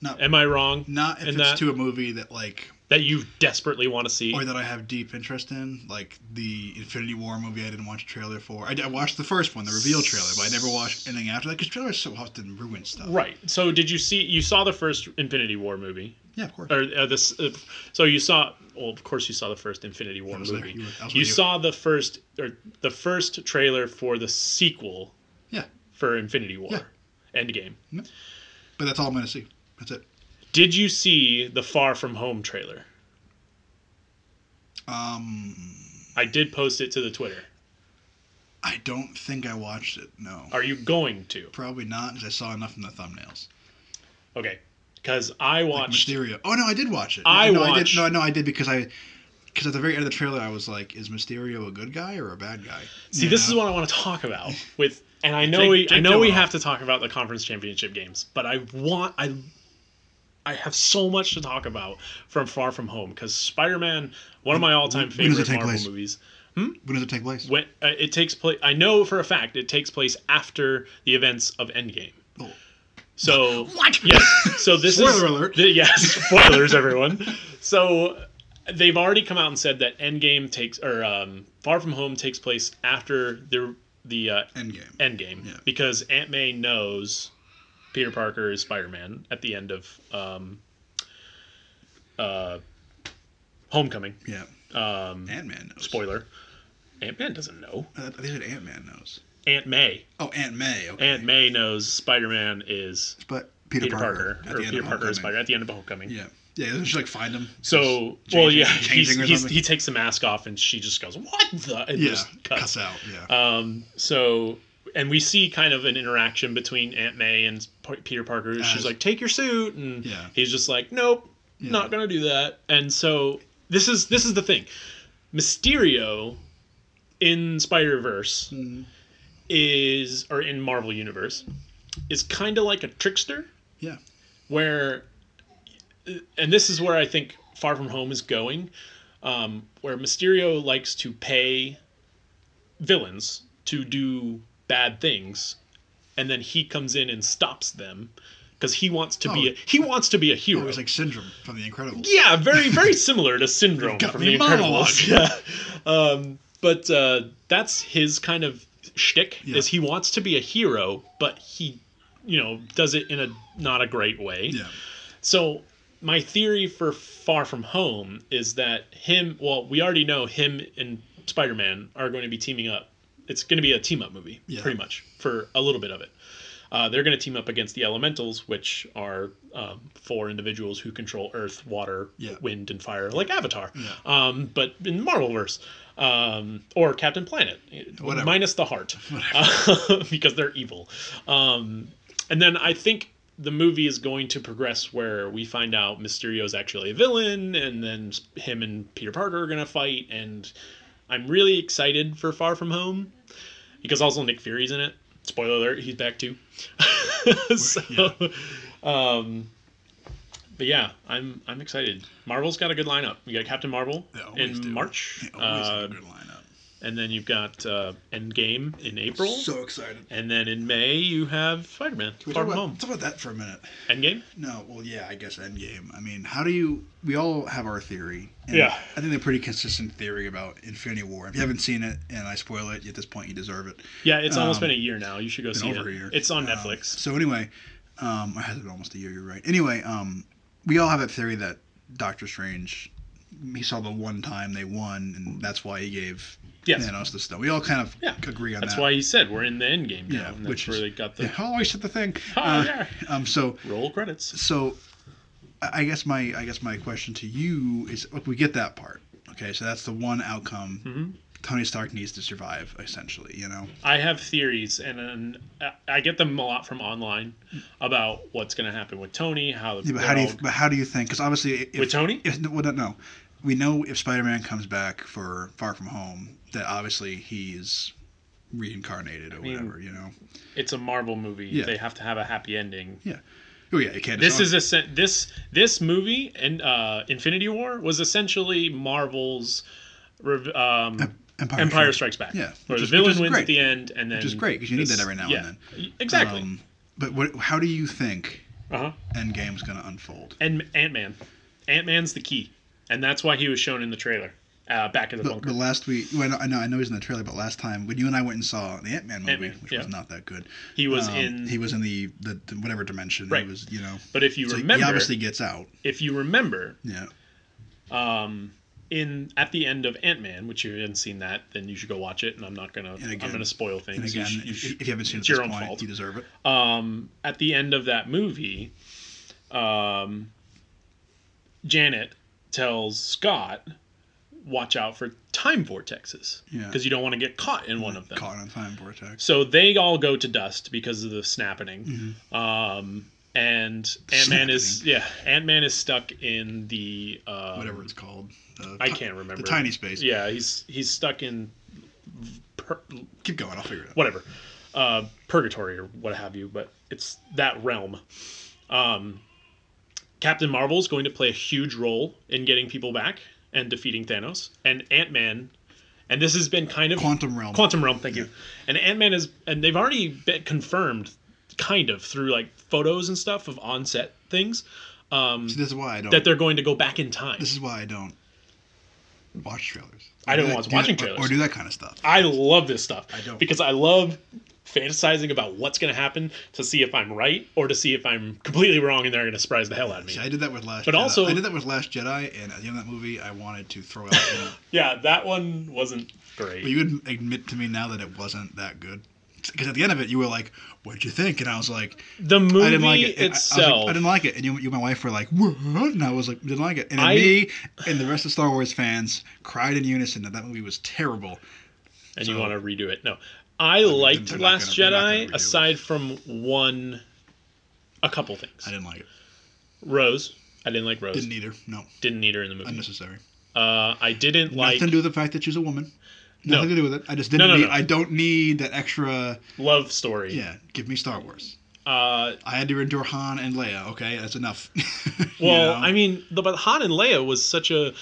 [SPEAKER 2] No.
[SPEAKER 1] Am I wrong?
[SPEAKER 2] Not
[SPEAKER 1] And
[SPEAKER 2] if it's
[SPEAKER 1] that-
[SPEAKER 2] to a movie that like
[SPEAKER 1] That you desperately want to see.
[SPEAKER 2] or that I have deep interest in, like the Infinity War movie. I didn't watch a trailer for. I, I watched the first one, the reveal trailer, but I never watched anything after that because trailers so often ruin stuff.
[SPEAKER 1] Right. So did you see you saw the first Infinity War movie?
[SPEAKER 2] Yeah, of course.
[SPEAKER 1] or uh, this uh, so you saw well of course you saw the first infinity war
[SPEAKER 2] I was
[SPEAKER 1] movie
[SPEAKER 2] there. You
[SPEAKER 1] you,
[SPEAKER 2] were- I was with you.
[SPEAKER 1] saw the first or the first trailer for the sequel
[SPEAKER 2] Yeah,
[SPEAKER 1] for infinity war
[SPEAKER 2] Yeah.
[SPEAKER 1] endgame
[SPEAKER 2] but that's all I'm gonna see. That's it.
[SPEAKER 1] did you see the far from home trailer
[SPEAKER 2] Um,
[SPEAKER 1] i did post it to the twitter
[SPEAKER 2] I don't think I watched it. No,
[SPEAKER 1] are you going to
[SPEAKER 2] probably not because I saw enough in the thumbnails.
[SPEAKER 1] okay because i
[SPEAKER 2] Like
[SPEAKER 1] watched
[SPEAKER 2] Mysterio. Oh no, I did watch it.
[SPEAKER 1] I
[SPEAKER 2] no, I
[SPEAKER 1] watched-
[SPEAKER 2] did. No, no, I did because I. Because at the very end of the trailer, I was like, "Is Mysterio a good guy or a bad guy?"
[SPEAKER 1] see
[SPEAKER 2] You
[SPEAKER 1] this is
[SPEAKER 2] know?
[SPEAKER 1] what i want to talk about with and i know
[SPEAKER 2] Jake-
[SPEAKER 1] we i
[SPEAKER 2] Jake
[SPEAKER 1] know we
[SPEAKER 2] Gyllenhaal.
[SPEAKER 1] have to talk about the conference championship games but i want i I have so much to talk about from Far From Home because Spider-Man, one of my all-time
[SPEAKER 2] when does it
[SPEAKER 1] favorite
[SPEAKER 2] take
[SPEAKER 1] Marvel
[SPEAKER 2] place?
[SPEAKER 1] movies,
[SPEAKER 2] When does it take place?
[SPEAKER 1] when uh, it takes place i know for a fact it takes place after the events of endgame
[SPEAKER 2] Oh.
[SPEAKER 1] so what yes so this is
[SPEAKER 2] Spoiler alert.
[SPEAKER 1] th- yes spoilers everyone so they've already come out and said that endgame takes or um, far from home takes place after the the uh,
[SPEAKER 2] Endgame.
[SPEAKER 1] endgame
[SPEAKER 2] Yeah.
[SPEAKER 1] because aunt may knows peter parker is spider-man at the end of um, uh, homecoming
[SPEAKER 2] yeah.
[SPEAKER 1] um,
[SPEAKER 2] Ant Man knows.
[SPEAKER 1] spoiler ant-man doesn't know
[SPEAKER 2] Uh, they said Ant Man knows.
[SPEAKER 1] Aunt May.
[SPEAKER 2] Oh, Aunt May. Okay.
[SPEAKER 1] Aunt May knows Spider Man is
[SPEAKER 2] But Peter,
[SPEAKER 1] Peter Parker,
[SPEAKER 2] Parker. at
[SPEAKER 1] or
[SPEAKER 2] the end
[SPEAKER 1] Peter
[SPEAKER 2] of
[SPEAKER 1] Parker is Spider
[SPEAKER 2] Homecoming.
[SPEAKER 1] at the end of Homecoming.
[SPEAKER 2] Yeah. Yeah, doesn't she like find him?
[SPEAKER 1] So,
[SPEAKER 2] Just
[SPEAKER 1] well,
[SPEAKER 2] changing-
[SPEAKER 1] yeah, he's,
[SPEAKER 2] changing or
[SPEAKER 1] he's,
[SPEAKER 2] something?
[SPEAKER 1] he takes the mask off and she just goes, "What the?" and
[SPEAKER 2] yeah,
[SPEAKER 1] just
[SPEAKER 2] cuts.
[SPEAKER 1] cuts.
[SPEAKER 2] out. Yeah.
[SPEAKER 1] Um, so, and we see kind of an interaction between Aunt May and P- Peter Parker. She's
[SPEAKER 2] As-
[SPEAKER 1] like, "Take your suit," and
[SPEAKER 2] Yeah.
[SPEAKER 1] he's just like, "Nope,
[SPEAKER 2] Yeah.
[SPEAKER 1] not gonna do that." And so this is this is the thing, Mysterio in Spider Verse
[SPEAKER 2] Mm,
[SPEAKER 1] is or in Marvel Universe is kind of like a trickster
[SPEAKER 2] yeah.
[SPEAKER 1] where and this is where I think Far From Home is going um, where Mysterio likes to pay villains to do bad things and then he comes in and stops them because he wants to be a,
[SPEAKER 2] Oh.
[SPEAKER 1] he wants to be a
[SPEAKER 2] Oh,
[SPEAKER 1] hero.
[SPEAKER 2] it's like Syndrome from The Incredibles.
[SPEAKER 1] Yeah, very very similar to Syndrome
[SPEAKER 2] got
[SPEAKER 1] from
[SPEAKER 2] me
[SPEAKER 1] The
[SPEAKER 2] monologue.
[SPEAKER 1] Incredibles. Yeah, um, but uh, that's his kind of shtick
[SPEAKER 2] Yeah.
[SPEAKER 1] is he wants to be a hero, but he, you know, does it in a not a great way.
[SPEAKER 2] Yeah.
[SPEAKER 1] So my theory for Far From Home is that him. Well, we already know him and Spider Man are going to be teaming up. It's going to be a team up movie,
[SPEAKER 2] Yeah.
[SPEAKER 1] pretty much for a little bit of it. Uh, they're going to team up against the Elementals, which are um, four individuals who control Earth, water,
[SPEAKER 2] Yeah.
[SPEAKER 1] wind, and fire, like Avatar.
[SPEAKER 2] Yeah.
[SPEAKER 1] Um, but in Marvelverse, um, or Captain Planet,
[SPEAKER 2] Whatever.
[SPEAKER 1] minus the heart, Uh, because they're evil. Um, and then I think the movie is going to progress where we find out Mysterio is actually a villain, and then him and Peter Parker are going to fight. And I'm really excited for Far From Home because also Nick Fury's in it. Spoiler alert, he's back too. so, um, but yeah, I'm I'm excited. Marvel's got a good lineup. You got Captain Marvel
[SPEAKER 2] They always
[SPEAKER 1] in
[SPEAKER 2] do.
[SPEAKER 1] March,
[SPEAKER 2] They always have
[SPEAKER 1] uh,
[SPEAKER 2] a good lineup.
[SPEAKER 1] and then you've got uh, Endgame in April,
[SPEAKER 2] So excited.
[SPEAKER 1] and then in May you have Spider-Man
[SPEAKER 2] Can we
[SPEAKER 1] Far
[SPEAKER 2] talk
[SPEAKER 1] From
[SPEAKER 2] about,
[SPEAKER 1] Home.
[SPEAKER 2] talk about that for a minute?
[SPEAKER 1] Endgame.
[SPEAKER 2] No, well, yeah, I guess Endgame. I mean, how do you? We all have our theory. And
[SPEAKER 1] Yeah.
[SPEAKER 2] I think they're pretty consistent theory about Infinity War. If you haven't seen it, and I spoil it, at this point you deserve it.
[SPEAKER 1] Yeah, it's almost
[SPEAKER 2] Um,
[SPEAKER 1] been a year now. You should go see
[SPEAKER 2] been over
[SPEAKER 1] it.
[SPEAKER 2] a year.
[SPEAKER 1] It's on
[SPEAKER 2] Um,
[SPEAKER 1] Netflix.
[SPEAKER 2] so anyway, um, I had it almost a year. You're right. Anyway, um, we all have that theory that Doctor Strange, he saw the one time they won, and that's why he gave
[SPEAKER 1] Yes.
[SPEAKER 2] Thanos the stone. We all kind of
[SPEAKER 1] Yeah.
[SPEAKER 2] agree on
[SPEAKER 1] That's
[SPEAKER 2] that.
[SPEAKER 1] why he said we're in the Endgame now.
[SPEAKER 2] Yeah,
[SPEAKER 1] and that's
[SPEAKER 2] which
[SPEAKER 1] where
[SPEAKER 2] is-
[SPEAKER 1] they got the
[SPEAKER 2] Yeah, I always said the thing.
[SPEAKER 1] Oh,
[SPEAKER 2] Uh,
[SPEAKER 1] yeah.
[SPEAKER 2] Um. So
[SPEAKER 1] roll credits.
[SPEAKER 2] so I I guess my I guess my question to you is look we get that part okay so that's the one outcome
[SPEAKER 1] Mhm.
[SPEAKER 2] Tony Stark needs to survive essentially you know
[SPEAKER 1] I have theories, and, and I- I get them a lot from online about what's going to happen with Tony. How,
[SPEAKER 2] yeah, but how do you but how do you think because obviously if,
[SPEAKER 1] With Tony?
[SPEAKER 2] if, well, no, no we know if Spider Man comes back for Far From Home that obviously he's reincarnated or
[SPEAKER 1] mean-
[SPEAKER 2] whatever, you know.
[SPEAKER 1] It's a Marvel movie.
[SPEAKER 2] Yeah.
[SPEAKER 1] They have to have a happy ending.
[SPEAKER 2] Oh yeah, you can't.
[SPEAKER 1] This is a sen- this this movie and uh, Infinity War was essentially Marvel's rev- um,
[SPEAKER 2] Empire,
[SPEAKER 1] Empire Strikes Back.
[SPEAKER 2] Yeah,
[SPEAKER 1] where the
[SPEAKER 2] which is- which
[SPEAKER 1] villain
[SPEAKER 2] is
[SPEAKER 1] wins
[SPEAKER 2] great.
[SPEAKER 1] at the end, and then
[SPEAKER 2] which is great because you need
[SPEAKER 1] this-
[SPEAKER 2] that every now
[SPEAKER 1] yeah,
[SPEAKER 2] and
[SPEAKER 1] y-
[SPEAKER 2] then.
[SPEAKER 1] Exactly.
[SPEAKER 2] Um, but what? How do you think
[SPEAKER 1] uh-huh.
[SPEAKER 2] Endgame's going to unfold?
[SPEAKER 1] And Ant Man, Ant Man's the key, and that's why he was shown in the trailer, uh, back in the
[SPEAKER 2] But,
[SPEAKER 1] bunker.
[SPEAKER 2] but last week, well, I know- I know, I know he's in the trailer, but last time when you and I went and saw the Ant Man movie,
[SPEAKER 1] Ant-Man,
[SPEAKER 2] which
[SPEAKER 1] yeah.
[SPEAKER 2] was not that good,
[SPEAKER 1] he was
[SPEAKER 2] um,
[SPEAKER 1] in.
[SPEAKER 2] he was in the, the, the whatever dimension.
[SPEAKER 1] Right.
[SPEAKER 2] He was, you know,
[SPEAKER 1] but if you
[SPEAKER 2] so he
[SPEAKER 1] remember,
[SPEAKER 2] obviously gets out.
[SPEAKER 1] if you remember,
[SPEAKER 2] Yeah,
[SPEAKER 1] um, in at the end of Ant Man, which you haven't seen that, then you should go watch it. And I'm not gonna,
[SPEAKER 2] And again-
[SPEAKER 1] I'm gonna spoil things.
[SPEAKER 2] and
[SPEAKER 1] You
[SPEAKER 2] again,
[SPEAKER 1] should- you
[SPEAKER 2] if,
[SPEAKER 1] should-
[SPEAKER 2] if you haven't seen it
[SPEAKER 1] it's
[SPEAKER 2] at this
[SPEAKER 1] your own
[SPEAKER 2] point,
[SPEAKER 1] fault.
[SPEAKER 2] you deserve it.
[SPEAKER 1] um, at the end of that movie, um, Janet tells Scott, "Watch out for time vortexes,
[SPEAKER 2] Yeah.
[SPEAKER 1] because you don't want to get caught in one of them."
[SPEAKER 2] Caught in a time vortex.
[SPEAKER 1] So they all go to dust because of the snapping.
[SPEAKER 2] Mm-hmm.
[SPEAKER 1] Um, and Ant Man is yeah, Ant Man is stuck in the uh,
[SPEAKER 2] Whatever it's called. The
[SPEAKER 1] I
[SPEAKER 2] ti-
[SPEAKER 1] can't remember
[SPEAKER 2] The tiny space.
[SPEAKER 1] Yeah, he's he's stuck in pur-
[SPEAKER 2] Keep going. I'll figure it out.
[SPEAKER 1] whatever, uh, purgatory or what have you, but it's that realm. Um, Captain Marvel is going to play a huge role in getting people back and defeating Thanos, and Ant Man, and this has been kind of
[SPEAKER 2] Quantum realm.
[SPEAKER 1] Quantum Realm, thank you. And Ant Man is, and they've already been confirmed, kind of through like photos and stuff of on-set things, um,
[SPEAKER 2] See, this is why I don't.
[SPEAKER 1] that they're going to go back in time.
[SPEAKER 2] this is why I don't watch trailers.
[SPEAKER 1] I don't
[SPEAKER 2] Do that-
[SPEAKER 1] watch
[SPEAKER 2] do that-
[SPEAKER 1] watching
[SPEAKER 2] or-
[SPEAKER 1] trailers.
[SPEAKER 2] or do that kind of stuff.
[SPEAKER 1] I love this stuff I
[SPEAKER 2] don't.
[SPEAKER 1] because I love fantasizing about what's going to happen to see if I'm right or to see if I'm completely wrong and they're going to surprise the hell out of me.
[SPEAKER 2] See, I did that with Last.
[SPEAKER 1] But
[SPEAKER 2] Jedi.
[SPEAKER 1] also-
[SPEAKER 2] I did that with Last Jedi, and at the end of that movie, I wanted to throw out. you know,
[SPEAKER 1] Yeah, that one wasn't great.
[SPEAKER 2] but you would admit to me now that it wasn't that good, because at the end of it, you were like, "What'd you think?" And I was like,
[SPEAKER 1] the movie
[SPEAKER 2] "I didn't like it." And I- I, was
[SPEAKER 1] itself.
[SPEAKER 2] like, I didn't like it, and you, you, and my wife were like, "What?" And I was like, "Didn't like it." And then
[SPEAKER 1] I-
[SPEAKER 2] me and the rest of Star Wars fans cried in unison that that movie was terrible.
[SPEAKER 1] and you
[SPEAKER 2] So-
[SPEAKER 1] want to redo it. No, I liked
[SPEAKER 2] they're not
[SPEAKER 1] Last
[SPEAKER 2] gonna- they're not gonna
[SPEAKER 1] Jedi
[SPEAKER 2] redo it.
[SPEAKER 1] aside from one, a couple things.
[SPEAKER 2] I didn't like it.
[SPEAKER 1] Rose, I didn't like Rose.
[SPEAKER 2] Didn't
[SPEAKER 1] Didn't,
[SPEAKER 2] either. No,
[SPEAKER 1] need her in the movie.
[SPEAKER 2] unnecessary.
[SPEAKER 1] Uh, I didn't like
[SPEAKER 2] Nothing to do with the fact that she's a woman.
[SPEAKER 1] No.
[SPEAKER 2] Nothing to do with it. I just
[SPEAKER 1] No,
[SPEAKER 2] didn't.
[SPEAKER 1] no,
[SPEAKER 2] need,
[SPEAKER 1] no.
[SPEAKER 2] I don't need that extra.
[SPEAKER 1] love story.
[SPEAKER 2] Yeah, give me Star Wars.
[SPEAKER 1] Uh,
[SPEAKER 2] I had to endure Han and Leia. Okay, that's enough. You
[SPEAKER 1] well,
[SPEAKER 2] know?
[SPEAKER 1] I mean, the, but Han and Leia was such a,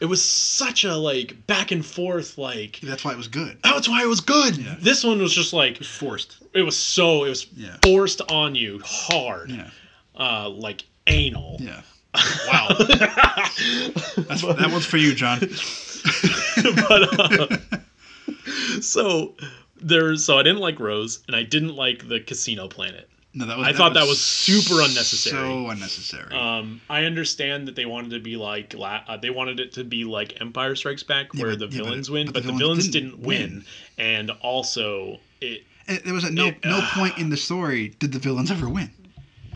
[SPEAKER 1] it was such a like back and forth like.
[SPEAKER 2] that's why it was good.
[SPEAKER 1] That's why it was good.
[SPEAKER 2] Yeah.
[SPEAKER 1] This one was just like
[SPEAKER 2] Forced.
[SPEAKER 1] it was so it was
[SPEAKER 2] Yeah.
[SPEAKER 1] forced on you hard,
[SPEAKER 2] Yeah,
[SPEAKER 1] uh, like anal.
[SPEAKER 2] yeah. Wow, that's,
[SPEAKER 1] But-
[SPEAKER 2] that one's for you, John.
[SPEAKER 1] but uh, so there so i didn't like rose and i didn't like the casino planet
[SPEAKER 2] No, that was.
[SPEAKER 1] I thought that was super unnecessary.
[SPEAKER 2] So unnecessary.
[SPEAKER 1] um i understand that they wanted to be like la- uh, they wanted it to be like empire strikes back
[SPEAKER 2] Yeah,
[SPEAKER 1] where
[SPEAKER 2] but-
[SPEAKER 1] the
[SPEAKER 2] yeah, but-
[SPEAKER 1] villains win
[SPEAKER 2] but
[SPEAKER 1] but,
[SPEAKER 2] the
[SPEAKER 1] the,
[SPEAKER 2] villains
[SPEAKER 1] villains,
[SPEAKER 2] didn't
[SPEAKER 1] didn't, win.
[SPEAKER 2] win.
[SPEAKER 1] and also it
[SPEAKER 2] And there was at no
[SPEAKER 1] it- uh,
[SPEAKER 2] no point in the story did the villains ever win.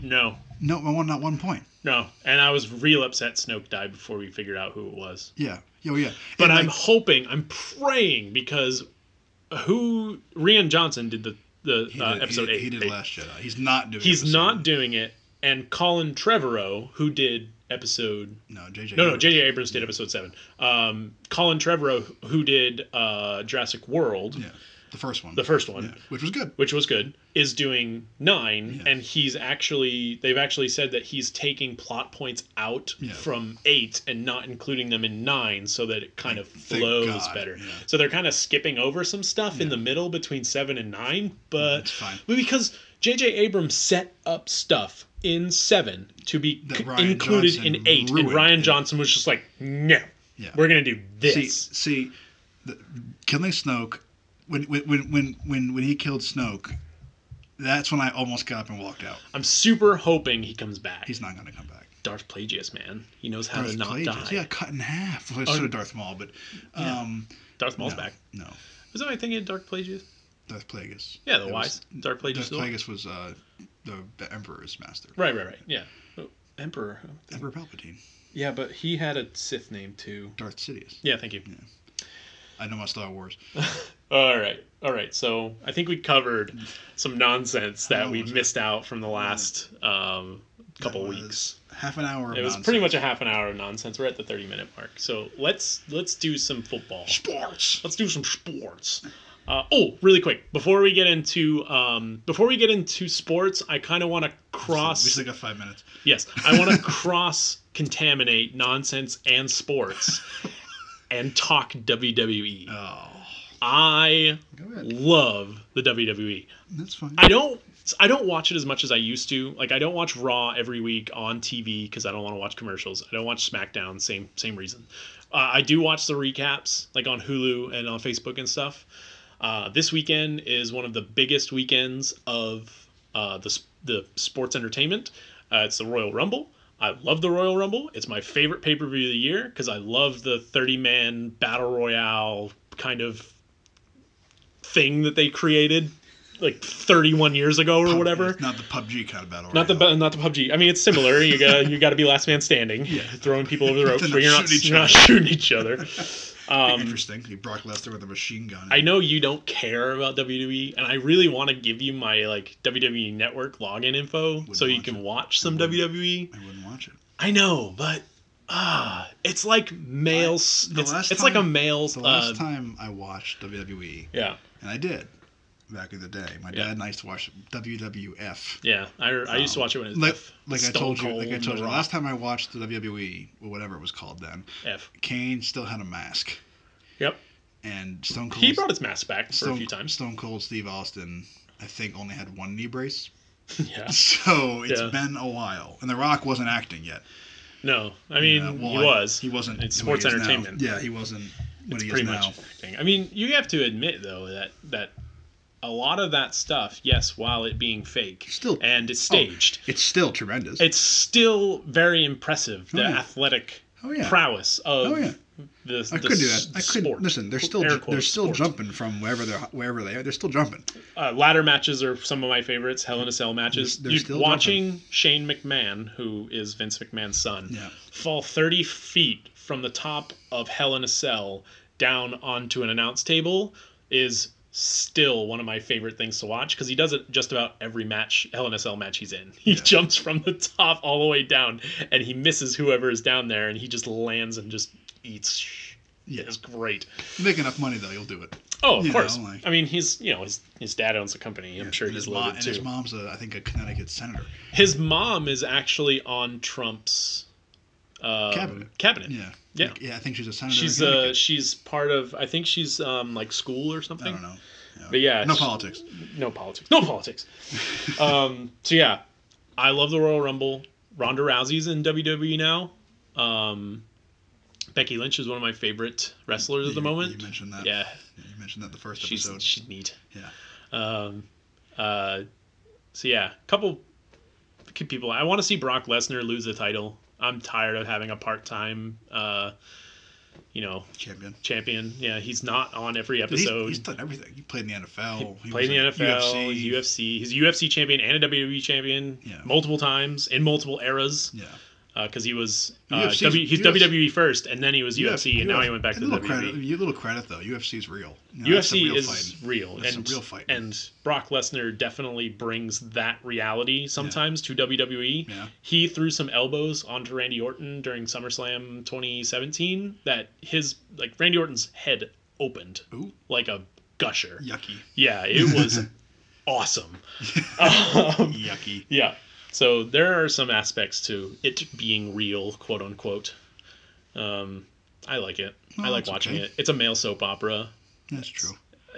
[SPEAKER 1] no
[SPEAKER 2] No, I won not one point.
[SPEAKER 1] no and i was real upset snoke died before we figured out who it was
[SPEAKER 2] Yeah. Oh yeah.
[SPEAKER 1] but
[SPEAKER 2] And,
[SPEAKER 1] i'm
[SPEAKER 2] like,
[SPEAKER 1] hoping i'm praying because who rian johnson did the the
[SPEAKER 2] he
[SPEAKER 1] uh,
[SPEAKER 2] did-
[SPEAKER 1] episode
[SPEAKER 2] he,
[SPEAKER 1] eight
[SPEAKER 2] He did
[SPEAKER 1] They-
[SPEAKER 2] Last Jedi. He's not doing.
[SPEAKER 1] He's
[SPEAKER 2] episode-
[SPEAKER 1] not doing it. And Colin Trevorrow, who did episode
[SPEAKER 2] No, JJ.
[SPEAKER 1] no no J.J. Abrams did episode seven. Um, Colin Trevorrow, who did uh, Jurassic World,
[SPEAKER 2] Yeah, the first one.
[SPEAKER 1] the first one,
[SPEAKER 2] Yeah, which was good.
[SPEAKER 1] which was good, is doing nine,
[SPEAKER 2] Yeah.
[SPEAKER 1] and he's actually they've actually said that he's taking plot points out
[SPEAKER 2] Yeah.
[SPEAKER 1] from eight and not including them in nine, so that it kind of
[SPEAKER 2] Thank
[SPEAKER 1] flows
[SPEAKER 2] God,
[SPEAKER 1] better.
[SPEAKER 2] yeah.
[SPEAKER 1] So they're kind of skipping over some stuff in the middle between seven and nine, but
[SPEAKER 2] It's fine.
[SPEAKER 1] well, because J.J. Abrams set up stuff in seven to be
[SPEAKER 2] That
[SPEAKER 1] c-
[SPEAKER 2] Rian
[SPEAKER 1] included
[SPEAKER 2] Johnson
[SPEAKER 1] in eight, and
[SPEAKER 2] ruined.
[SPEAKER 1] Ryan Johnson was just like, "No,
[SPEAKER 2] Yeah.
[SPEAKER 1] we're gonna do this."
[SPEAKER 2] See, see, the, killing Snoke when when when when when when he killed Snoke, that's when I almost got up and walked out.
[SPEAKER 1] I'm super hoping he comes back.
[SPEAKER 2] He's not going to come back.
[SPEAKER 1] Darth Plagueis, man. He knows how
[SPEAKER 2] Darth
[SPEAKER 1] to not
[SPEAKER 2] Plagueis-
[SPEAKER 1] die.
[SPEAKER 2] Yeah, cut in half. Well, so did Darth Maul, but um,
[SPEAKER 1] Darth Maul's
[SPEAKER 2] no,
[SPEAKER 1] back.
[SPEAKER 2] No,
[SPEAKER 1] Was that my thing in Dark Plagueis?
[SPEAKER 2] Darth Plagueis.
[SPEAKER 1] Yeah, the
[SPEAKER 2] That
[SPEAKER 1] wise
[SPEAKER 2] was-
[SPEAKER 1] Dark Plagueis.
[SPEAKER 2] Darth
[SPEAKER 1] the wise.
[SPEAKER 2] Plagueis was uh, the, the Emperor's master.
[SPEAKER 1] Right, right, right. Yeah, Oh, Emperor.
[SPEAKER 2] Emperor Palpatine,
[SPEAKER 1] Yeah, but he had a Sith name too.
[SPEAKER 2] Darth Sidious.
[SPEAKER 1] Yeah, thank you.
[SPEAKER 2] I know my Star Wars.
[SPEAKER 1] All right, all right. So I think we covered some nonsense that
[SPEAKER 2] long
[SPEAKER 1] we
[SPEAKER 2] was it?
[SPEAKER 1] missed out from the last um, couple
[SPEAKER 2] That was
[SPEAKER 1] weeks.
[SPEAKER 2] Half an hour. Of
[SPEAKER 1] It was pretty much
[SPEAKER 2] nonsense.
[SPEAKER 1] a half an hour of nonsense. We're at the thirty minute mark. So let's let's do some football.
[SPEAKER 2] sports.
[SPEAKER 1] Let's do some sports. Uh, oh, really quick before we get into um, before we get into sports, I kind of want to cross.
[SPEAKER 2] We still got five minutes.
[SPEAKER 1] Yes, I want to cross contaminate nonsense and sports, and talk WWE.
[SPEAKER 2] Oh,
[SPEAKER 1] I
[SPEAKER 2] go ahead.
[SPEAKER 1] love the E. WWE.
[SPEAKER 2] That's fine.
[SPEAKER 1] I don't I don't watch it as much as I used to. Like I don't watch Raw every week on TV because I don't want to watch commercials. I don't watch SmackDown. Same same reason. Uh, I do watch the recaps like on Hulu and on Facebook and stuff. Uh, this weekend is one of the biggest weekends of uh, the s- the sports entertainment. Uh, it's the Royal Rumble. I love the Royal Rumble. It's my favorite pay per view of the year because I love the thirty man battle royale kind of thing that they created like 31 years ago or whatever.
[SPEAKER 2] Not the PUBG kind of battle.
[SPEAKER 1] Not the
[SPEAKER 2] royale.
[SPEAKER 1] bu- not the PUBG. I mean, it's similar. You got to you got to be last man standing, yeah. throwing people over the ropes,
[SPEAKER 2] They're
[SPEAKER 1] but you're
[SPEAKER 2] not
[SPEAKER 1] not
[SPEAKER 2] shooting each
[SPEAKER 1] you're not
[SPEAKER 2] other.
[SPEAKER 1] shooting each other. Um,
[SPEAKER 2] Interesting. You Brock Lesnar with a machine gun.
[SPEAKER 1] I know you don't care about WWE, and I really want to give you my like WWE Network login info so you
[SPEAKER 2] watch
[SPEAKER 1] can
[SPEAKER 2] it.
[SPEAKER 1] watch some
[SPEAKER 2] Wouldn't.
[SPEAKER 1] WWE.
[SPEAKER 2] I wouldn't watch it.
[SPEAKER 1] I know, but ah, it's like male.
[SPEAKER 2] I-
[SPEAKER 1] s
[SPEAKER 2] the
[SPEAKER 1] it's
[SPEAKER 2] last
[SPEAKER 1] it's like a
[SPEAKER 2] time-
[SPEAKER 1] male.
[SPEAKER 2] The
[SPEAKER 1] Uh,
[SPEAKER 2] last time I watched E WWE,
[SPEAKER 1] yeah,
[SPEAKER 2] and I did back in the day. My
[SPEAKER 1] Yeah.
[SPEAKER 2] dad and I used to watch WWF.
[SPEAKER 1] yeah. I, I used to
[SPEAKER 2] Um,
[SPEAKER 1] watch it when it was
[SPEAKER 2] Like,
[SPEAKER 1] F-
[SPEAKER 2] like I
[SPEAKER 1] Stone
[SPEAKER 2] told you, like I
[SPEAKER 1] Cold
[SPEAKER 2] told you,
[SPEAKER 1] Rock.
[SPEAKER 2] last time I watched the WWE or whatever it was called then,
[SPEAKER 1] F.
[SPEAKER 2] Kane still had a mask,
[SPEAKER 1] Yep.
[SPEAKER 2] and Stone Cold.
[SPEAKER 1] He brought his mask back for
[SPEAKER 2] Stone,
[SPEAKER 1] a few times.
[SPEAKER 2] Stone Cold Steve Austin, I think, only had one knee brace.
[SPEAKER 1] yeah.
[SPEAKER 2] So it's
[SPEAKER 1] Yeah.
[SPEAKER 2] been a while, and The Rock wasn't acting yet.
[SPEAKER 1] No, I mean
[SPEAKER 2] Yeah, well,
[SPEAKER 1] he
[SPEAKER 2] I-
[SPEAKER 1] was.
[SPEAKER 2] He wasn't.
[SPEAKER 1] It's
[SPEAKER 2] what he
[SPEAKER 1] sports
[SPEAKER 2] is now.
[SPEAKER 1] entertainment.
[SPEAKER 2] Yeah, he wasn't. What
[SPEAKER 1] It's
[SPEAKER 2] he
[SPEAKER 1] pretty
[SPEAKER 2] is
[SPEAKER 1] much
[SPEAKER 2] now.
[SPEAKER 1] acting. I mean, you have to admit though that that a lot of that stuff, yes, while it being fake,
[SPEAKER 2] Still-
[SPEAKER 1] and it's staged,
[SPEAKER 2] It's still tremendous.
[SPEAKER 1] it's still very impressive the
[SPEAKER 2] Oh, yeah.
[SPEAKER 1] athletic
[SPEAKER 2] oh yeah.
[SPEAKER 1] prowess of
[SPEAKER 2] Oh yeah.
[SPEAKER 1] the,
[SPEAKER 2] I
[SPEAKER 1] the
[SPEAKER 2] could do that.
[SPEAKER 1] s-
[SPEAKER 2] I could
[SPEAKER 1] sport.
[SPEAKER 2] listen. They're still
[SPEAKER 1] Air
[SPEAKER 2] ju-
[SPEAKER 1] quotes,
[SPEAKER 2] they're still
[SPEAKER 1] sport.
[SPEAKER 2] jumping from wherever they're wherever they are. They're still jumping.
[SPEAKER 1] Uh, ladder matches are some of my favorites. Hell in a Cell matches.
[SPEAKER 2] They're- they're
[SPEAKER 1] you
[SPEAKER 2] still
[SPEAKER 1] watching Shane McMahon, who is Vince McMahon's son,
[SPEAKER 2] Yeah.
[SPEAKER 1] fall 30 feet from the top of Hell in a Cell down onto an announce table is still one of my favorite things to watch because he does it just about every match Hell in a Cell match he's in. He jumps from the top all the way down and he misses whoever is down there and he just lands and just eats. sh-
[SPEAKER 2] Yeah.
[SPEAKER 1] It's great.
[SPEAKER 2] You make enough money though, you'll do it.
[SPEAKER 1] Oh, of
[SPEAKER 2] You know,
[SPEAKER 1] course.
[SPEAKER 2] like-
[SPEAKER 1] I mean, he's you know his his dad owns a company. I'm sure
[SPEAKER 2] and
[SPEAKER 1] he's
[SPEAKER 2] his mom,
[SPEAKER 1] loaded
[SPEAKER 2] and
[SPEAKER 1] too.
[SPEAKER 2] his mom's a, I think a Connecticut senator.
[SPEAKER 1] His mom is actually on Trump's um,
[SPEAKER 2] Cabinet.
[SPEAKER 1] Cabinet.
[SPEAKER 2] Yeah.
[SPEAKER 1] Yeah.
[SPEAKER 2] Like, yeah. I think she's a senator. in
[SPEAKER 1] She's uh
[SPEAKER 2] Connecticut.
[SPEAKER 1] she's part of I think she's um like school or something.
[SPEAKER 2] I don't know.
[SPEAKER 1] But yeah,
[SPEAKER 2] No
[SPEAKER 1] she-
[SPEAKER 2] politics.
[SPEAKER 1] no politics. No politics. um so yeah, I love the Royal Rumble. Ronda Rousey's in WWE now. Um Becky Lynch is one of my favorite wrestlers at the
[SPEAKER 2] You-
[SPEAKER 1] moment.
[SPEAKER 2] You mentioned that.
[SPEAKER 1] yeah,
[SPEAKER 2] You mentioned that the first
[SPEAKER 1] she's
[SPEAKER 2] episode.
[SPEAKER 1] she's neat.
[SPEAKER 2] Yeah.
[SPEAKER 1] Um, uh, so yeah, couple c- people. I want to see Brock Lesnar lose the title. I'm tired of having a part-time, uh, you know,
[SPEAKER 2] Champion.
[SPEAKER 1] champion. Yeah, he's not on every
[SPEAKER 2] Dude, He's,
[SPEAKER 1] episode.
[SPEAKER 2] he's done everything. He played in the NFL. He
[SPEAKER 1] Played in the
[SPEAKER 2] was a
[SPEAKER 1] NFL, UFC. He's a UFC champion and a WWE champion
[SPEAKER 2] Yeah.
[SPEAKER 1] multiple times in multiple eras.
[SPEAKER 2] Yeah.
[SPEAKER 1] Because he was uh,
[SPEAKER 2] UFC's
[SPEAKER 1] w, he's
[SPEAKER 2] UFC.
[SPEAKER 1] WWE first, and then he was UFC, and now he went back to E.
[SPEAKER 2] a little
[SPEAKER 1] WWE.
[SPEAKER 2] Credit, you little credit though. UFC's real. You know, that's the
[SPEAKER 1] UFC
[SPEAKER 2] real
[SPEAKER 1] is
[SPEAKER 2] fight.
[SPEAKER 1] real,
[SPEAKER 2] That's
[SPEAKER 1] and
[SPEAKER 2] a real fight.
[SPEAKER 1] and Brock Lesnar definitely brings that reality sometimes to WWE.
[SPEAKER 2] Yeah.
[SPEAKER 1] He threw some elbows onto Randy Orton during SummerSlam 2017 that his like Randy Orton's head opened
[SPEAKER 2] Ooh,
[SPEAKER 1] like a gusher.
[SPEAKER 2] yucky,
[SPEAKER 1] Yeah, it was awesome. Um,
[SPEAKER 2] yucky.
[SPEAKER 1] yeah. So there are some aspects to it being real, quote unquote. Um, I like it.
[SPEAKER 2] No,
[SPEAKER 1] I like
[SPEAKER 2] that's
[SPEAKER 1] watching
[SPEAKER 2] okay.
[SPEAKER 1] it. It's a male soap opera
[SPEAKER 2] That's true.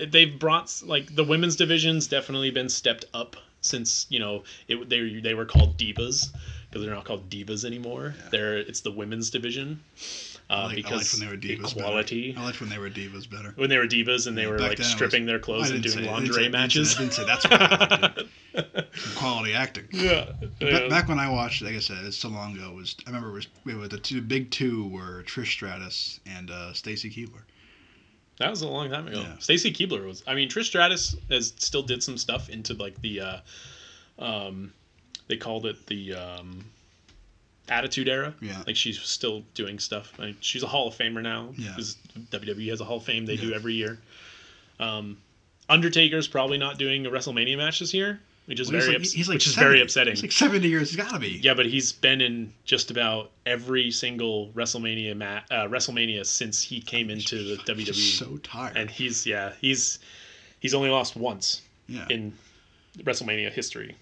[SPEAKER 1] they've brought like the women's division's definitely been stepped up since you know it, they they were called divas because they're not called divas anymore. They're it's the women's division uh,
[SPEAKER 2] I like, I liked
[SPEAKER 1] because
[SPEAKER 2] when they were divas
[SPEAKER 1] equality.
[SPEAKER 2] better. I liked when they were divas better.
[SPEAKER 1] When they were divas and they were
[SPEAKER 2] Back
[SPEAKER 1] like
[SPEAKER 2] then, I was-
[SPEAKER 1] stripping their
[SPEAKER 2] I
[SPEAKER 1] clothes and
[SPEAKER 2] didn't
[SPEAKER 1] doing
[SPEAKER 2] say- I didn't
[SPEAKER 1] lingerie
[SPEAKER 2] say-
[SPEAKER 1] matches.
[SPEAKER 2] I didn't say, I didn't say that's why I liked it. Some quality acting.
[SPEAKER 1] yeah,
[SPEAKER 2] Ba-
[SPEAKER 1] yeah.
[SPEAKER 2] Back when I watched, like I said, it's so long ago. It was I remember it was, it was the two big two were Trish Stratus and uh, Stacy Keebler.
[SPEAKER 1] that was a long time ago.
[SPEAKER 2] Yeah.
[SPEAKER 1] Stacy Keebler was. I mean, Trish Stratus has still did some stuff into like the, uh, um, they called it the um, Attitude Era.
[SPEAKER 2] Yeah.
[SPEAKER 1] Like she's still doing stuff. Like she's a Hall of Famer now.
[SPEAKER 2] Yeah.
[SPEAKER 1] Because WWE E has a Hall of Fame they do
[SPEAKER 2] Yeah.
[SPEAKER 1] every year. Um, Undertaker's probably not doing a WrestleMania match this year, which is
[SPEAKER 2] Well,
[SPEAKER 1] very
[SPEAKER 2] he's
[SPEAKER 1] ups-
[SPEAKER 2] like, he's like
[SPEAKER 1] which is
[SPEAKER 2] 70.
[SPEAKER 1] very upsetting.
[SPEAKER 2] He's like seventy years. He's gotta be.
[SPEAKER 1] Yeah, but he's been in just about every single WrestleMania ma- uh, WrestleMania since he came into the WWE
[SPEAKER 2] He's just so tired.
[SPEAKER 1] and he's yeah he's He's only lost once
[SPEAKER 2] Yeah.
[SPEAKER 1] in WrestleMania history.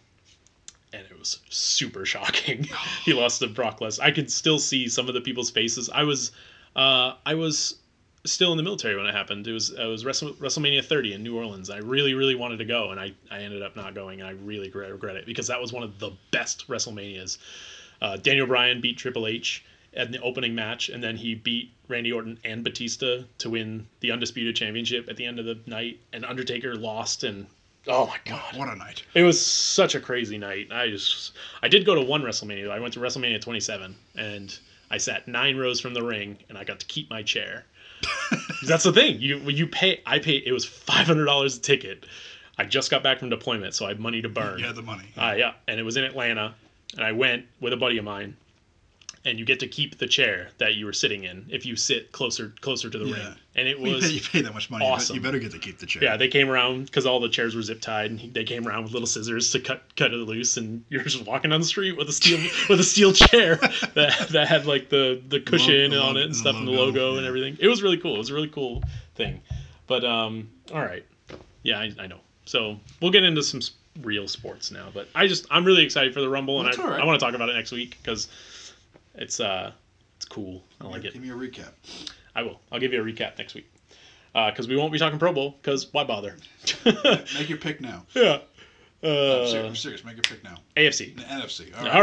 [SPEAKER 1] And it was super shocking. he lost to Brock Lesnar. I could still see some of the people's faces. I was, uh, I was still in the military when it happened. It was, it was Wrestle, WrestleMania 30 in New Orleans. I really, really wanted to go, and I, I ended up not going, and I really regret, regret it because that was one of the best WrestleManias. Uh, Daniel Bryan beat Triple H at the opening match, and then he beat Randy Orton and Batista to win the undisputed championship at the end of the night. And Undertaker lost, and oh my god,
[SPEAKER 2] What a night.
[SPEAKER 1] it was such a crazy night. I just, I did go to one WrestleMania. though. I went to WrestleMania 27, and I sat nine rows from the ring, and I got to keep my chair. That's the thing. You you pay. I paid. It was five hundred dollars a ticket. I just got back from deployment, so I had money to burn.
[SPEAKER 2] Yeah, the money.
[SPEAKER 1] Uh, yeah, and it was in Atlanta, and I went with a buddy of mine. And you get to keep the chair that you were sitting in if you sit closer closer to the
[SPEAKER 2] Yeah.
[SPEAKER 1] ring. And it
[SPEAKER 2] Well, you,
[SPEAKER 1] was
[SPEAKER 2] pay, you pay that much money, you bet-
[SPEAKER 1] awesome.
[SPEAKER 2] you better get to keep the chair.
[SPEAKER 1] yeah, they came around because all the chairs were zip tied, and they came around with little scissors to cut cut it loose, and you're just walking down the street with a steel with a steel chair that that had like the the cushion
[SPEAKER 2] the
[SPEAKER 1] on
[SPEAKER 2] lo-
[SPEAKER 1] it and
[SPEAKER 2] the
[SPEAKER 1] stuff, and the
[SPEAKER 2] logo,
[SPEAKER 1] logo and
[SPEAKER 2] yeah.
[SPEAKER 1] everything. It was really cool. It was a really cool thing. But um, all right, yeah, I, I know. So we'll get into some s- real sports now, but I just I'm really excited for the Rumble,
[SPEAKER 2] That's
[SPEAKER 1] and I,
[SPEAKER 2] all right.
[SPEAKER 1] I want to talk about it next week because it's uh it's cool. I like it.
[SPEAKER 2] Give me a recap.
[SPEAKER 1] I will. I'll give you a recap next week because we won't be talking Pro Bowl because why bother?
[SPEAKER 2] Make your pick now.
[SPEAKER 1] Yeah.
[SPEAKER 2] I'm, serious,
[SPEAKER 1] Uh,
[SPEAKER 2] I'm serious. Make your pick now.
[SPEAKER 1] AFC.
[SPEAKER 2] The NFC. All right.
[SPEAKER 1] All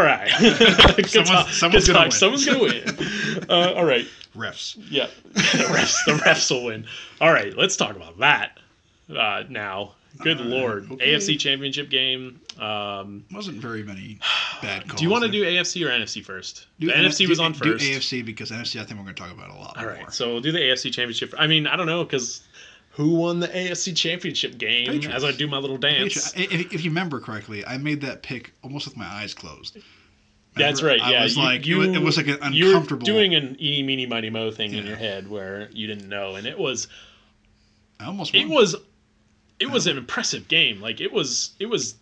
[SPEAKER 1] right. Good
[SPEAKER 2] Someone's-
[SPEAKER 1] talk.
[SPEAKER 2] someone's
[SPEAKER 1] Good
[SPEAKER 2] gonna
[SPEAKER 1] talk.
[SPEAKER 2] win.
[SPEAKER 1] Someone's gonna win. Uh, all right.
[SPEAKER 2] Refs.
[SPEAKER 1] Yeah. The refs. The refs will win. All right. Let's talk about that uh, now. Good
[SPEAKER 2] All right,
[SPEAKER 1] lord.
[SPEAKER 2] okay.
[SPEAKER 1] AFC Championship game. Um,
[SPEAKER 2] Wasn't very many bad calls.
[SPEAKER 1] do you want to
[SPEAKER 2] there.
[SPEAKER 1] do AFC or NFC first?
[SPEAKER 2] Do
[SPEAKER 1] the
[SPEAKER 2] N-
[SPEAKER 1] NFC
[SPEAKER 2] do-
[SPEAKER 1] was on
[SPEAKER 2] do
[SPEAKER 1] first.
[SPEAKER 2] AFC because NFC, I think we're going to talk about a lot
[SPEAKER 1] all
[SPEAKER 2] more.
[SPEAKER 1] right. So we'll do the AFC Championship. I mean, I don't know because who won the AFC Championship game? As
[SPEAKER 2] Patriots.
[SPEAKER 1] I do my little
[SPEAKER 2] Patriot-
[SPEAKER 1] dance.
[SPEAKER 2] i- if, if you remember correctly, I made that pick almost with my eyes closed.
[SPEAKER 1] That's
[SPEAKER 2] Remember?
[SPEAKER 1] right. Yeah,
[SPEAKER 2] I was
[SPEAKER 1] you-
[SPEAKER 2] like,
[SPEAKER 1] you-
[SPEAKER 2] it, was, it was like an
[SPEAKER 1] you were
[SPEAKER 2] uncomfortable.
[SPEAKER 1] doing an eeny meeny miny mo thing in
[SPEAKER 2] Yeah.
[SPEAKER 1] your head where you didn't know, and it was
[SPEAKER 2] I almost
[SPEAKER 1] it
[SPEAKER 2] won.
[SPEAKER 1] was it was an impressive game. Like it was it was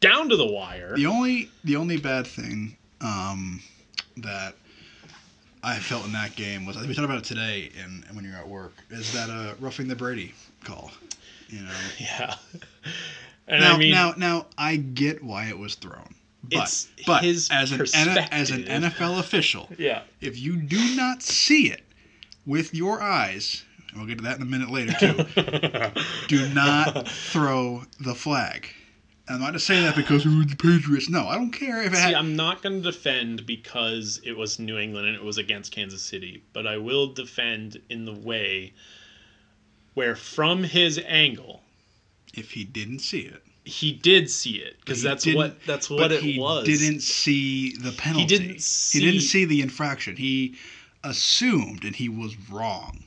[SPEAKER 1] down to the wire.
[SPEAKER 2] The only the only bad thing um, that I felt in that game was I think we talked about it today and when you're at work is that uh, roughing the Brady call. You know.
[SPEAKER 1] Yeah, and
[SPEAKER 2] Now,
[SPEAKER 1] I mean,
[SPEAKER 2] now, now I get why it was thrown. But,
[SPEAKER 1] It's
[SPEAKER 2] but
[SPEAKER 1] his
[SPEAKER 2] as an N- as an
[SPEAKER 1] perspective.
[SPEAKER 2] NFL official,
[SPEAKER 1] yeah,
[SPEAKER 2] if you do not see it with your eyes, and we'll get to that in a minute later too. do not throw the flag. And I'm not just saying that because ooh, the Patriots. No, I don't care if it
[SPEAKER 1] See,
[SPEAKER 2] had,
[SPEAKER 1] I'm not going to defend because it was New England and it was against Kansas City, but I will defend in the way where, from his angle,
[SPEAKER 2] if he didn't see it.
[SPEAKER 1] he did see it because
[SPEAKER 2] He
[SPEAKER 1] that's
[SPEAKER 2] didn't-
[SPEAKER 1] what that's
[SPEAKER 2] but
[SPEAKER 1] what it
[SPEAKER 2] he
[SPEAKER 1] was.
[SPEAKER 2] Didn't see the penalty.
[SPEAKER 1] didn't
[SPEAKER 2] He
[SPEAKER 1] see-
[SPEAKER 2] didn't see the infraction. He assumed, and he was wrong.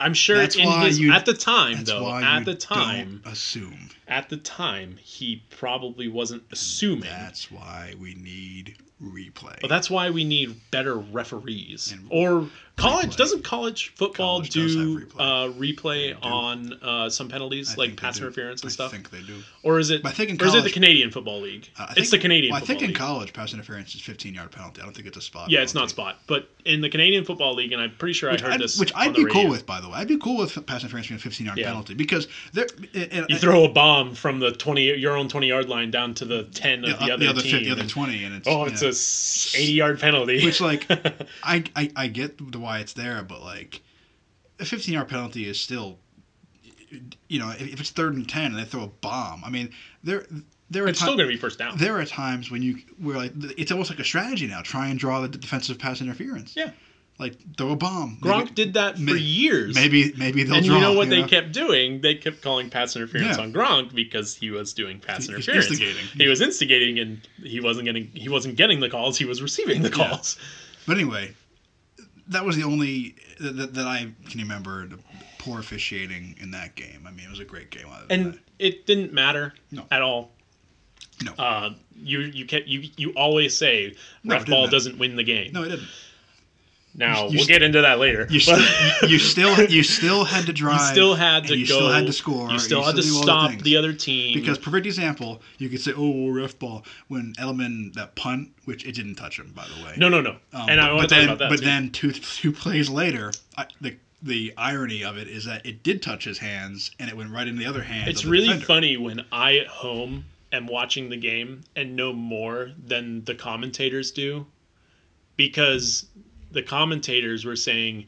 [SPEAKER 1] I'm sure
[SPEAKER 2] That's
[SPEAKER 1] in
[SPEAKER 2] why
[SPEAKER 1] his,
[SPEAKER 2] you-
[SPEAKER 1] at the time
[SPEAKER 2] That's
[SPEAKER 1] though.
[SPEAKER 2] why
[SPEAKER 1] At
[SPEAKER 2] you
[SPEAKER 1] the time,
[SPEAKER 2] don't assume.
[SPEAKER 1] at the time, he probably wasn't assuming.
[SPEAKER 2] That's why we need replay.
[SPEAKER 1] But that's why we need better referees
[SPEAKER 2] And
[SPEAKER 1] or college.
[SPEAKER 2] replay.
[SPEAKER 1] Doesn't college football
[SPEAKER 2] College does
[SPEAKER 1] do
[SPEAKER 2] have replay.
[SPEAKER 1] uh, replay
[SPEAKER 2] do.
[SPEAKER 1] on uh, some penalties
[SPEAKER 2] I
[SPEAKER 1] like
[SPEAKER 2] think they
[SPEAKER 1] pass
[SPEAKER 2] do.
[SPEAKER 1] interference and
[SPEAKER 2] I
[SPEAKER 1] stuff?
[SPEAKER 2] think they do.
[SPEAKER 1] Or is it?
[SPEAKER 2] I think in
[SPEAKER 1] or is it the
[SPEAKER 2] college-
[SPEAKER 1] Canadian Football League?
[SPEAKER 2] Uh, I
[SPEAKER 1] it's
[SPEAKER 2] think-
[SPEAKER 1] the Canadian.
[SPEAKER 2] Well, I
[SPEAKER 1] Football
[SPEAKER 2] think in
[SPEAKER 1] League.
[SPEAKER 2] college, pass interference is 15 yard penalty. I don't think it's a spot.
[SPEAKER 1] Yeah, it's not
[SPEAKER 2] penalty.
[SPEAKER 1] spot, but in the Canadian Football League, and I'm pretty sure
[SPEAKER 2] Which
[SPEAKER 1] I heard
[SPEAKER 2] I'd,
[SPEAKER 1] this.
[SPEAKER 2] which I'd
[SPEAKER 1] on
[SPEAKER 2] be
[SPEAKER 1] the
[SPEAKER 2] cool
[SPEAKER 1] radio.
[SPEAKER 2] with, by the way. I'd be cool with pass interference being a 15 yard
[SPEAKER 1] Yeah.
[SPEAKER 2] penalty because there. And, and,
[SPEAKER 1] You throw a bomb from the twenty, your own twenty yard line down to the ten of
[SPEAKER 2] yeah,
[SPEAKER 1] the other team.
[SPEAKER 2] fif- the other
[SPEAKER 1] and-
[SPEAKER 2] 20, and it's
[SPEAKER 1] Oh, it's
[SPEAKER 2] yeah.
[SPEAKER 1] a s- 80 yard penalty.
[SPEAKER 2] Which, like, I, I I get the why it's there, but like a 15 yard penalty is still, you know, if, if it's third and 10 and they throw a bomb, I mean, there there are
[SPEAKER 1] it's
[SPEAKER 2] ti-
[SPEAKER 1] still going to be first down.
[SPEAKER 2] there are times when you where like it's almost like a strategy now. Try and draw the defensive pass interference.
[SPEAKER 1] Yeah.
[SPEAKER 2] like throw a bomb.
[SPEAKER 1] Gronk
[SPEAKER 2] maybe,
[SPEAKER 1] did that for
[SPEAKER 2] may-
[SPEAKER 1] years.
[SPEAKER 2] Maybe maybe they'll
[SPEAKER 1] and
[SPEAKER 2] draw.
[SPEAKER 1] you know what they kept doing? They kept calling pass interference
[SPEAKER 2] Yeah.
[SPEAKER 1] on Gronk because he was doing pass
[SPEAKER 2] He was
[SPEAKER 1] interference.
[SPEAKER 2] instigating.
[SPEAKER 1] He was instigating, and he wasn't getting he wasn't getting the calls. He was receiving the
[SPEAKER 2] Yeah.
[SPEAKER 1] calls.
[SPEAKER 2] But anyway, that was the only that, that, that I can remember. The poor officiating in that game. I mean, it was a great game. other than
[SPEAKER 1] and
[SPEAKER 2] that.
[SPEAKER 1] it didn't matter
[SPEAKER 2] No.
[SPEAKER 1] at all.
[SPEAKER 2] No.
[SPEAKER 1] uh, you you kept you you always say
[SPEAKER 2] No, it
[SPEAKER 1] ref
[SPEAKER 2] didn't
[SPEAKER 1] ball
[SPEAKER 2] matter.
[SPEAKER 1] doesn't win the game.
[SPEAKER 2] no, it didn't.
[SPEAKER 1] now
[SPEAKER 2] you- you
[SPEAKER 1] we'll
[SPEAKER 2] st-
[SPEAKER 1] get into that later.
[SPEAKER 2] You still,
[SPEAKER 1] but-
[SPEAKER 2] you still you still had to drive.
[SPEAKER 1] you still had
[SPEAKER 2] and
[SPEAKER 1] to
[SPEAKER 2] you
[SPEAKER 1] go.
[SPEAKER 2] still had to score.
[SPEAKER 1] You still had to
[SPEAKER 2] do all
[SPEAKER 1] stop
[SPEAKER 2] things.
[SPEAKER 1] the other team
[SPEAKER 2] Because perfect example, you could say, "Oh, ref ball." When Edelman that punt, which it didn't touch him, by the way.
[SPEAKER 1] no no no.
[SPEAKER 2] Um,
[SPEAKER 1] and I
[SPEAKER 2] but-
[SPEAKER 1] want
[SPEAKER 2] but
[SPEAKER 1] to talk
[SPEAKER 2] then,
[SPEAKER 1] about that.
[SPEAKER 2] But
[SPEAKER 1] too.
[SPEAKER 2] then two two plays later, I, the the irony of it is that it did touch his hands and it went right in the other hand.
[SPEAKER 1] It's
[SPEAKER 2] of the
[SPEAKER 1] really
[SPEAKER 2] defender.
[SPEAKER 1] funny when I at home am watching the game and know more than the commentators do because the commentators were saying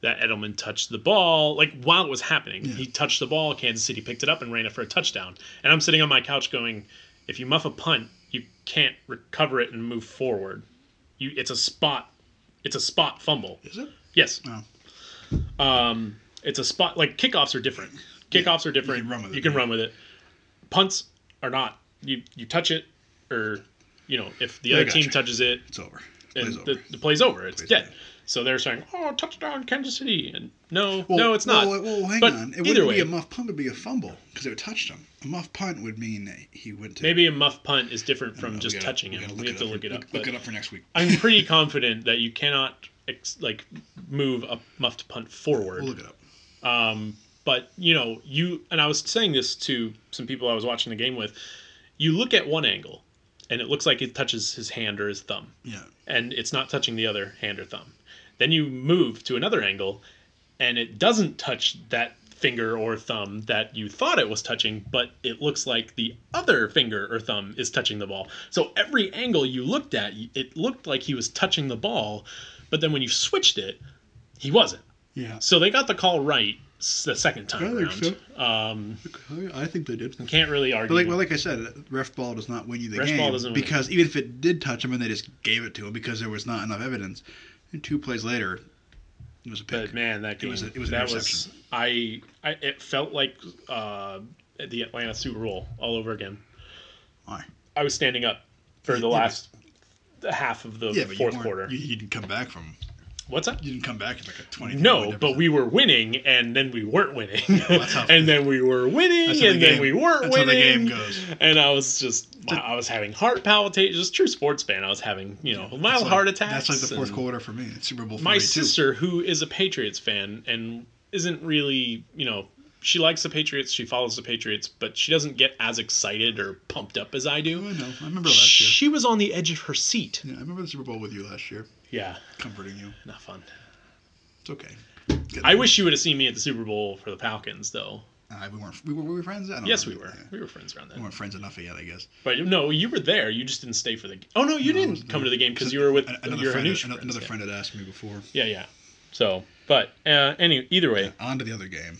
[SPEAKER 1] that Edelman touched the ball like while it was happening. He touched the ball, Kansas City picked it up and ran it for a touchdown. And I'm sitting on my couch going, if you muff a punt, you can't recover it and move forward. You it's a spot it's a spot fumble.
[SPEAKER 2] Is it?
[SPEAKER 1] Yes.
[SPEAKER 2] No.
[SPEAKER 1] Um, it's a spot like kickoffs are different. Kickoffs are different. You can run with it.
[SPEAKER 2] yeah.
[SPEAKER 1] Punts are not. You you touch it, or you know if the
[SPEAKER 2] I
[SPEAKER 1] other
[SPEAKER 2] gotcha.
[SPEAKER 1] team touches it,
[SPEAKER 2] It's over.
[SPEAKER 1] and
[SPEAKER 2] Play's over.
[SPEAKER 1] the, the play's over. It's
[SPEAKER 2] Play's
[SPEAKER 1] dead.
[SPEAKER 2] dead.
[SPEAKER 1] So they're saying, "Oh, touchdown, Kansas City!" And no,
[SPEAKER 2] Well,
[SPEAKER 1] no, it's not.
[SPEAKER 2] Well, well, hang
[SPEAKER 1] But
[SPEAKER 2] on. It
[SPEAKER 1] either
[SPEAKER 2] wouldn't
[SPEAKER 1] way,
[SPEAKER 2] be a muff punt. It would be a fumble because it touched him. A muff punt would mean that he went to.
[SPEAKER 1] maybe a muff punt is different
[SPEAKER 2] I don't
[SPEAKER 1] from
[SPEAKER 2] know,
[SPEAKER 1] just
[SPEAKER 2] we gotta-
[SPEAKER 1] touching
[SPEAKER 2] we
[SPEAKER 1] him.
[SPEAKER 2] gotta
[SPEAKER 1] We have to
[SPEAKER 2] for-
[SPEAKER 1] look it up.
[SPEAKER 2] Look,
[SPEAKER 1] but
[SPEAKER 2] look it up for next week.
[SPEAKER 1] I'm pretty confident that you cannot ex- like move a muffed punt forward.
[SPEAKER 2] We'll look it up.
[SPEAKER 1] Um, but you know, you and I was saying this to some people I was watching the game with. You look at one angle, and it looks like it touches his hand or his thumb,
[SPEAKER 2] Yeah.
[SPEAKER 1] and it's not touching the other hand or thumb. Then you move to another angle, and it doesn't touch that finger or thumb that you thought it was touching, but it looks like the other finger or thumb is touching the ball. So every angle you looked at, it looked like he was touching the ball, but then when you switched it, he wasn't.
[SPEAKER 2] Yeah.
[SPEAKER 1] So they got the call right s- the second time
[SPEAKER 2] I
[SPEAKER 1] around.
[SPEAKER 2] think
[SPEAKER 1] Um,
[SPEAKER 2] I think they did.
[SPEAKER 1] can't really argue.
[SPEAKER 2] But like, well, like I said, ref ball does not win you the
[SPEAKER 1] Ref ball
[SPEAKER 2] game
[SPEAKER 1] doesn't win.
[SPEAKER 2] because even if it did touch him and they just gave it to him because there was not enough evidence, and two plays later, it was a pick.
[SPEAKER 1] but man, that game
[SPEAKER 2] was a- it was an
[SPEAKER 1] that was I, I it felt like uh, the Atlanta Super Bowl all over again.
[SPEAKER 2] Why?
[SPEAKER 1] I was standing up for the
[SPEAKER 2] Yeah, but-
[SPEAKER 1] last half of the
[SPEAKER 2] Yeah, but
[SPEAKER 1] fourth
[SPEAKER 2] you,
[SPEAKER 1] quarter.
[SPEAKER 2] weren't- you, you didn't come back from.
[SPEAKER 1] What's that?
[SPEAKER 2] You didn't come back at like a twenty.
[SPEAKER 1] No, but we were winning, and then we weren't winning,
[SPEAKER 2] that's how-
[SPEAKER 1] and then we were winning,
[SPEAKER 2] That's
[SPEAKER 1] and
[SPEAKER 2] how the
[SPEAKER 1] then
[SPEAKER 2] game-
[SPEAKER 1] we weren't
[SPEAKER 2] that's how the
[SPEAKER 1] winning.
[SPEAKER 2] game goes.
[SPEAKER 1] And I was just, I was having heart palpitations. Just true sports fan, I was having, you know, mild heart
[SPEAKER 2] attack.
[SPEAKER 1] attacks.
[SPEAKER 2] That's like the fourth
[SPEAKER 1] and-
[SPEAKER 2] quarter for me. It's Super Bowl.
[SPEAKER 1] my
[SPEAKER 2] 42.
[SPEAKER 1] sister who is a patriots fan and isn't really you know she likes the patriots she follows the patriots but she doesn't get as excited or pumped up as i
[SPEAKER 2] Oh,
[SPEAKER 1] do
[SPEAKER 2] I know. I remember last year.
[SPEAKER 1] she was on the edge of her seat
[SPEAKER 2] Yeah, I remember the Super Bowl with you last year,
[SPEAKER 1] yeah
[SPEAKER 2] comforting you.
[SPEAKER 1] not fun
[SPEAKER 2] It's okay.
[SPEAKER 1] i wish you would have seen me at the super bowl for the falcons though
[SPEAKER 2] Uh, we weren't. We were, were we friends? I don't
[SPEAKER 1] yes
[SPEAKER 2] know.
[SPEAKER 1] we were
[SPEAKER 2] Yeah.
[SPEAKER 1] we were friends around
[SPEAKER 2] We
[SPEAKER 1] then
[SPEAKER 2] weren't friends enough yet, I guess.
[SPEAKER 1] but no you were there you just didn't stay for the g- oh no you
[SPEAKER 2] No, I
[SPEAKER 1] didn't
[SPEAKER 2] wasn't
[SPEAKER 1] come to
[SPEAKER 2] there.
[SPEAKER 1] the game because
[SPEAKER 2] Just
[SPEAKER 1] you were with
[SPEAKER 2] an-
[SPEAKER 1] your
[SPEAKER 2] another
[SPEAKER 1] friend,
[SPEAKER 2] friend.
[SPEAKER 1] Hanush
[SPEAKER 2] Another,
[SPEAKER 1] friends,
[SPEAKER 2] another
[SPEAKER 1] yeah.
[SPEAKER 2] friend had asked me before.
[SPEAKER 1] yeah yeah so but uh any either way
[SPEAKER 2] On to the other game.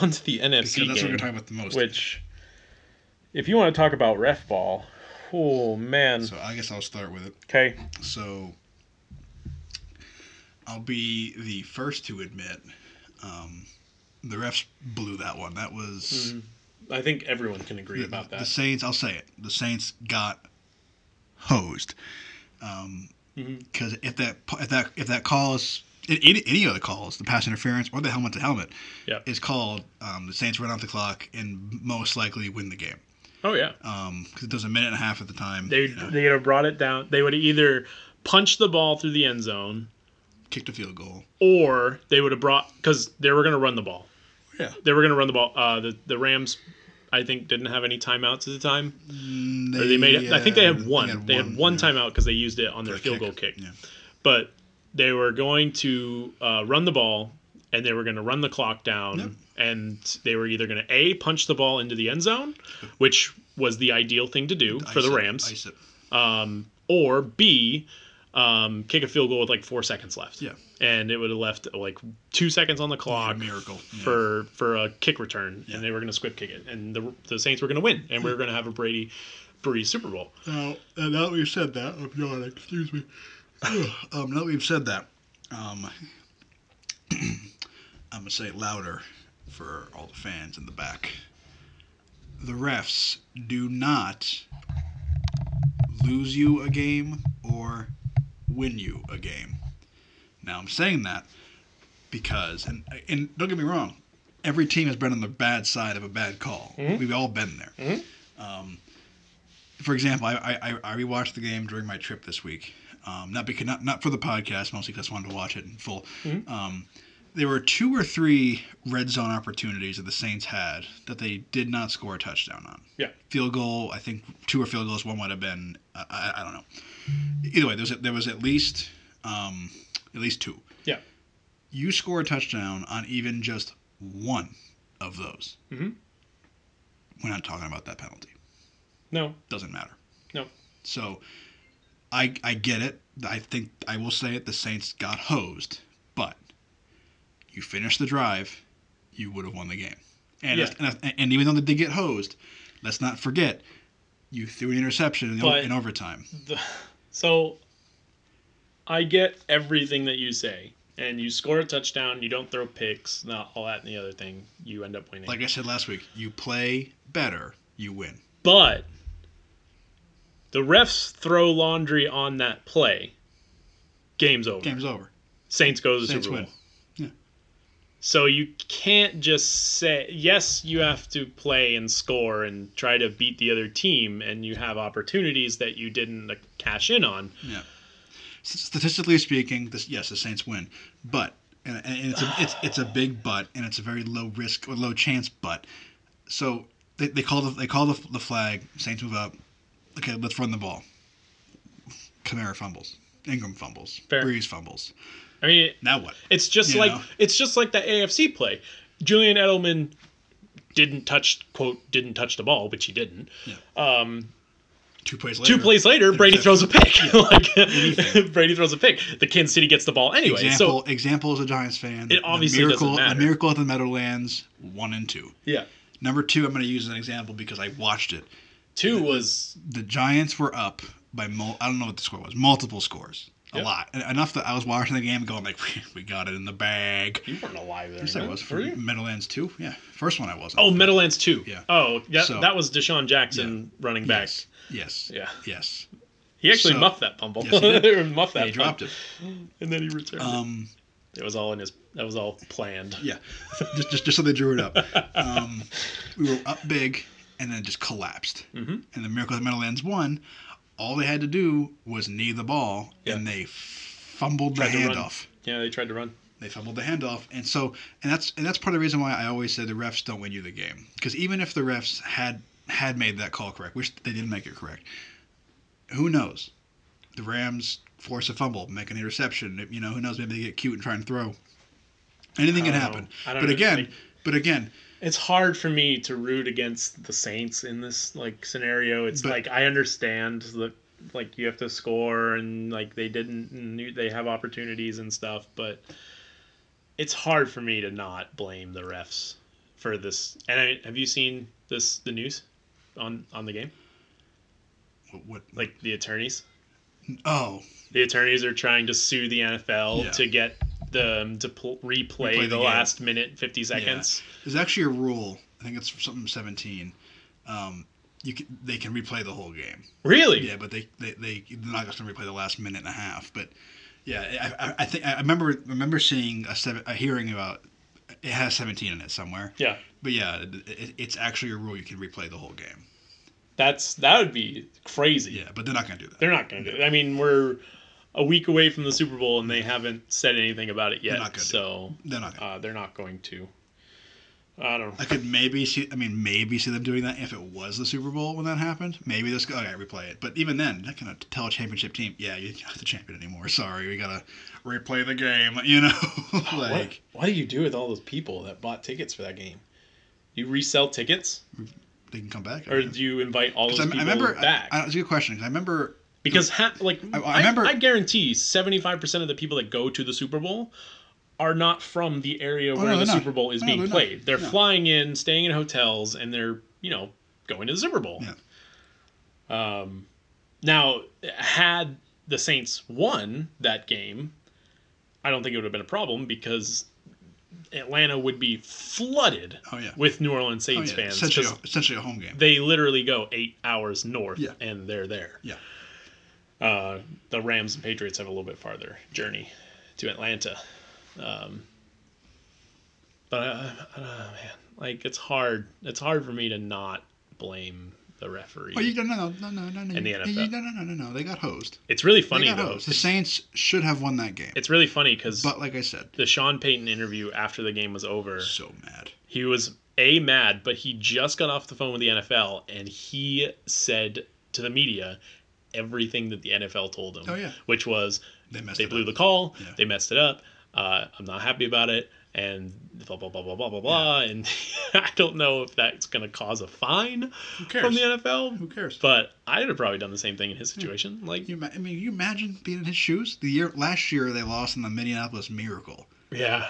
[SPEAKER 1] on to the nfc
[SPEAKER 2] Because that's what
[SPEAKER 1] game.
[SPEAKER 2] we're talking about the most.
[SPEAKER 1] which if you want to talk about ref ball oh man
[SPEAKER 2] so I guess I'll start with it.
[SPEAKER 1] okay
[SPEAKER 2] So I'll be the first to admit um, the refs blew that one. That was
[SPEAKER 1] Hmm, Mm-hmm. i think everyone can agree
[SPEAKER 2] the,
[SPEAKER 1] about
[SPEAKER 2] the
[SPEAKER 1] that
[SPEAKER 2] Saints. I'll say it. The Saints got hosed. Um,
[SPEAKER 1] Mhm.
[SPEAKER 2] because if that if that if that call is any, any of the calls, the pass interference or the helmet to helmet,
[SPEAKER 1] Yeah.
[SPEAKER 2] is called, um, the Saints run out the clock and most likely win the game.
[SPEAKER 1] oh yeah
[SPEAKER 2] because it does a minute and a half at the time.
[SPEAKER 1] they
[SPEAKER 2] you know,
[SPEAKER 1] they would have brought it down they would have either punched the ball through the end zone
[SPEAKER 2] kicked a field goal.
[SPEAKER 1] or they would have brought because they were going to run the ball
[SPEAKER 2] Yeah.
[SPEAKER 1] they were going to run the ball uh the, the rams i think didn't have any timeouts at the time
[SPEAKER 2] They,
[SPEAKER 1] or they made it i think they
[SPEAKER 2] uh,
[SPEAKER 1] had one they had one,
[SPEAKER 2] yeah,
[SPEAKER 1] timeout because they used it on
[SPEAKER 2] for
[SPEAKER 1] their
[SPEAKER 2] a
[SPEAKER 1] field goal kick
[SPEAKER 2] Yeah.
[SPEAKER 1] but they were going to uh, run the ball and they were going to run the clock down
[SPEAKER 2] Yep.
[SPEAKER 1] and they were either going to a punch the ball into the end zone which was the ideal thing to do for
[SPEAKER 2] Ice
[SPEAKER 1] the
[SPEAKER 2] it,
[SPEAKER 1] rams
[SPEAKER 2] ice it.
[SPEAKER 1] um, or b um, kick a field goal with like four seconds left
[SPEAKER 2] Yeah.
[SPEAKER 1] and it would have left like two seconds on the clock
[SPEAKER 2] miracle, yeah.
[SPEAKER 1] for for a kick return
[SPEAKER 2] Yeah.
[SPEAKER 1] and they were going to squib kick it and the, the saints were going to win and we were going to have a brady Breeze Super Bowl.
[SPEAKER 2] Now, uh, now that we've said that, I'm yawning. Excuse me. um, now that we've said that, um, I'm gonna say it louder for all the fans in the back. The refs do not lose you a game or win you a game. Now I'm saying that because, and and don't get me wrong, every team has been on the bad side of a bad call. We've all been there. Um, for example, I, I, I rewatched the game during my trip this week. Um, not because not, not for the podcast, mostly because I wanted to watch it in full.
[SPEAKER 1] Mm-hmm.
[SPEAKER 2] Um, there were two or three red zone opportunities that the Saints had that they did not score a touchdown on.
[SPEAKER 1] Yeah.
[SPEAKER 2] Field goal, I think two or field goals. One might have been, I, I, I don't know. Either way, there was, there was at least um, at least two.
[SPEAKER 1] Yeah.
[SPEAKER 2] you score a touchdown on even just one of those,
[SPEAKER 1] Mhm.
[SPEAKER 2] we're not talking about that penalty.
[SPEAKER 1] No,
[SPEAKER 2] Doesn't matter.
[SPEAKER 1] No.
[SPEAKER 2] So, I I get it. I think I will say it. The Saints got hosed, but you finish the drive, you would have won the game. And
[SPEAKER 1] Yeah.
[SPEAKER 2] and, and even though they did get hosed, let's not forget you threw an interception in, the-
[SPEAKER 1] But-
[SPEAKER 2] in overtime.
[SPEAKER 1] the, so I get everything that you say, and you score a touchdown, you don't throw picks, not all that and the other thing. You end up winning.
[SPEAKER 2] Like I said last week, you play better, you win.
[SPEAKER 1] But the refs throw laundry on that play. Game's over.
[SPEAKER 2] Game's over.
[SPEAKER 1] Saints go to the
[SPEAKER 2] Saints
[SPEAKER 1] Super Bowl.
[SPEAKER 2] win.
[SPEAKER 1] So you can't just say yes. You have to play and score and try to beat the other team, and you have opportunities that you didn't uh, cash in on.
[SPEAKER 2] statistically speaking, this, yes, the Saints win, but and, and it's a it's, it's a big but, and it's a very low risk or low chance but. So they, they call the they call the, the flag. Saints move up. Okay, let's run the ball. Kamara fumbles. Ingram fumbles.
[SPEAKER 1] Fair.
[SPEAKER 2] Breeze fumbles.
[SPEAKER 1] I mean,
[SPEAKER 2] Now what?
[SPEAKER 1] It's just
[SPEAKER 2] You
[SPEAKER 1] like
[SPEAKER 2] know?
[SPEAKER 1] it's just like that AFC play. Julian Edelman didn't touch quote didn't touch the ball, which he didn't. Um,
[SPEAKER 2] Two plays later.
[SPEAKER 1] two plays later, Brady throws a pick.
[SPEAKER 2] Anything.
[SPEAKER 1] like Brady throws a pick. The Kansas City gets the ball anyway.
[SPEAKER 2] Example, example as a Giants fan.
[SPEAKER 1] It obviously
[SPEAKER 2] the
[SPEAKER 1] doesn't
[SPEAKER 2] miracle,
[SPEAKER 1] matter.
[SPEAKER 2] The miracle at the Meadowlands, one and two.
[SPEAKER 1] So yeah,
[SPEAKER 2] Number two, I'm going to use as an example because I watched it.
[SPEAKER 1] two was
[SPEAKER 2] the Giants were up by mul- I don't know what the score was, multiple scores, a
[SPEAKER 1] Yep.
[SPEAKER 2] lot, En- enough that I was watching the game going like, we, we got it in the bag.
[SPEAKER 1] you weren't alive there.
[SPEAKER 2] Yes, I
[SPEAKER 1] huh?
[SPEAKER 2] was for
[SPEAKER 1] Were you?
[SPEAKER 2] Meadowlands too. Yeah, first one I wasn't.
[SPEAKER 1] Oh, Meadowlands two.
[SPEAKER 2] Yeah.
[SPEAKER 1] Oh, yeah.
[SPEAKER 2] So-
[SPEAKER 1] that was Deshaun Jackson running back.
[SPEAKER 2] yes, yes,
[SPEAKER 1] Yeah.
[SPEAKER 2] yes.
[SPEAKER 1] He actually
[SPEAKER 2] So-
[SPEAKER 1] muffed that fumble.
[SPEAKER 2] Yes, he did.
[SPEAKER 1] Or muffed that.
[SPEAKER 2] he dropped
[SPEAKER 1] punt,
[SPEAKER 2] it.
[SPEAKER 1] and then he returned. it.
[SPEAKER 2] Um,
[SPEAKER 1] it was all in his. That was all planned.
[SPEAKER 2] yeah, just, just just so they drew it up. Um, we were up big, and then just collapsed.
[SPEAKER 1] Mhm.
[SPEAKER 2] And the miracle of Meadowlands won. All they had to do was knee the ball,
[SPEAKER 1] Yeah.
[SPEAKER 2] and they fumbled
[SPEAKER 1] Tried
[SPEAKER 2] the
[SPEAKER 1] to run.
[SPEAKER 2] handoff.
[SPEAKER 1] Yeah, they tried to run.
[SPEAKER 2] They fumbled the handoff, and so and that's and that's part of the reason why I always say the refs don't win you the game because even if the refs had had made that call correct, which they did make it correct, who knows? The Rams force a fumble, make an interception. You know, who knows? Maybe they get cute and try and throw. Anything
[SPEAKER 1] I
[SPEAKER 2] can
[SPEAKER 1] don't
[SPEAKER 2] happen.
[SPEAKER 1] know. I don't
[SPEAKER 2] But
[SPEAKER 1] know.
[SPEAKER 2] again,
[SPEAKER 1] Like-
[SPEAKER 2] but again,
[SPEAKER 1] It's hard for me to root against the Saints in this like scenario. It's
[SPEAKER 2] But-
[SPEAKER 1] like I understand that like you have to score and like they didn't and you- they have opportunities and stuff, but it's hard for me to not blame the refs for this. And I, have you seen this the news on on the game?
[SPEAKER 2] what? what
[SPEAKER 1] Like the attorneys,
[SPEAKER 2] oh,
[SPEAKER 1] the attorneys are trying to sue the NFL
[SPEAKER 2] Yeah.
[SPEAKER 1] to get them to pl- replay
[SPEAKER 2] Replay
[SPEAKER 1] the,
[SPEAKER 2] the game.
[SPEAKER 1] last minute fifty seconds.
[SPEAKER 2] there's actually a rule. I think it's something seventeen. Um, you can, they can replay the whole game.
[SPEAKER 1] Really?
[SPEAKER 2] Yeah, but they they they they're not just gonna replay the last minute and a half. But yeah, I, I, I think I remember remember seeing a, seven, a hearing about it has seventeen in it somewhere.
[SPEAKER 1] yeah.
[SPEAKER 2] But yeah, it, it, it's actually a rule you can replay the whole game.
[SPEAKER 1] That's that would be crazy.
[SPEAKER 2] Yeah, but they're not gonna do that.
[SPEAKER 1] They're not going to do it. I mean, we're a week away from the Super Bowl, and they haven't said anything about it yet.
[SPEAKER 2] not gonna do
[SPEAKER 1] so
[SPEAKER 2] They're not. Gonna.
[SPEAKER 1] uh, they're not going to. I don't.
[SPEAKER 2] I could maybe see. I mean, maybe see them doing that if it was the Super Bowl when that happened. Maybe this. Okay, replay it. But even then, not gonna tell a championship team. Yeah, you're not the champion anymore. Sorry, we gotta replay the game. You know, like
[SPEAKER 1] what do you do with all those people that bought tickets for that game? You resell tickets,
[SPEAKER 2] they can come back. I
[SPEAKER 1] or
[SPEAKER 2] guess.
[SPEAKER 1] do you invite all those
[SPEAKER 2] 'Cause I,
[SPEAKER 1] people
[SPEAKER 2] I remember.
[SPEAKER 1] back?
[SPEAKER 2] I, I, it's a good question 'cause I remember
[SPEAKER 1] because ha- like I,
[SPEAKER 2] I- I remember-
[SPEAKER 1] I, guarantee seventy five percent of the people that go to the Super Bowl are not from the area where
[SPEAKER 2] Oh, no,
[SPEAKER 1] the
[SPEAKER 2] they're not.
[SPEAKER 1] Super Bowl is
[SPEAKER 2] No,
[SPEAKER 1] being
[SPEAKER 2] they're not.
[SPEAKER 1] played. They're
[SPEAKER 2] No.
[SPEAKER 1] flying in, staying in hotels, and they're you know going to the Super Bowl. Um, now, had the Saints won that game, I don't think it would have been a problem because Atlanta would be flooded
[SPEAKER 2] Oh yeah.
[SPEAKER 1] with New Orleans
[SPEAKER 2] Oh,
[SPEAKER 1] Saints
[SPEAKER 2] yeah.
[SPEAKER 1] fans
[SPEAKER 2] Essentially,
[SPEAKER 1] because
[SPEAKER 2] a, essentially a home game.
[SPEAKER 1] they literally go eight hours north
[SPEAKER 2] Yeah.
[SPEAKER 1] and they're there.
[SPEAKER 2] Yeah.
[SPEAKER 1] Uh, the Rams and Patriots have a little bit farther journey to Atlanta. Um, but uh, uh, man, like it's hard. It's hard for me to not blame the referee.
[SPEAKER 2] Oh, you no no no no no no.
[SPEAKER 1] And the
[SPEAKER 2] you-
[SPEAKER 1] NFL.
[SPEAKER 2] you- No no no no no. They got hosed.
[SPEAKER 1] It's really
[SPEAKER 2] They
[SPEAKER 1] funny
[SPEAKER 2] got
[SPEAKER 1] though.
[SPEAKER 2] hosed. The Saints should have won that game.
[SPEAKER 1] It's really funny because
[SPEAKER 2] But like I said,
[SPEAKER 1] the Sean Payton interview after the game was over,
[SPEAKER 2] so mad.
[SPEAKER 1] he was a mad, but he just got off the phone with the NFL and he said to the media everything that the NFL told him.
[SPEAKER 2] Oh, yeah.
[SPEAKER 1] Which was
[SPEAKER 2] They messed.
[SPEAKER 1] they
[SPEAKER 2] it
[SPEAKER 1] blew
[SPEAKER 2] up.
[SPEAKER 1] the call,
[SPEAKER 2] Yeah.
[SPEAKER 1] they messed it up. Uh, I'm not happy about it, and blah blah blah blah blah blah blah. And I don't know if that's gonna cause a fine
[SPEAKER 2] Who cares?
[SPEAKER 1] from the NFL,
[SPEAKER 2] Who cares?
[SPEAKER 1] but I'd have probably done the same thing in his situation. Like,
[SPEAKER 2] You, ma- I mean, you imagine being in his shoes. The year last year they lost in the Minneapolis Miracle,
[SPEAKER 1] yeah,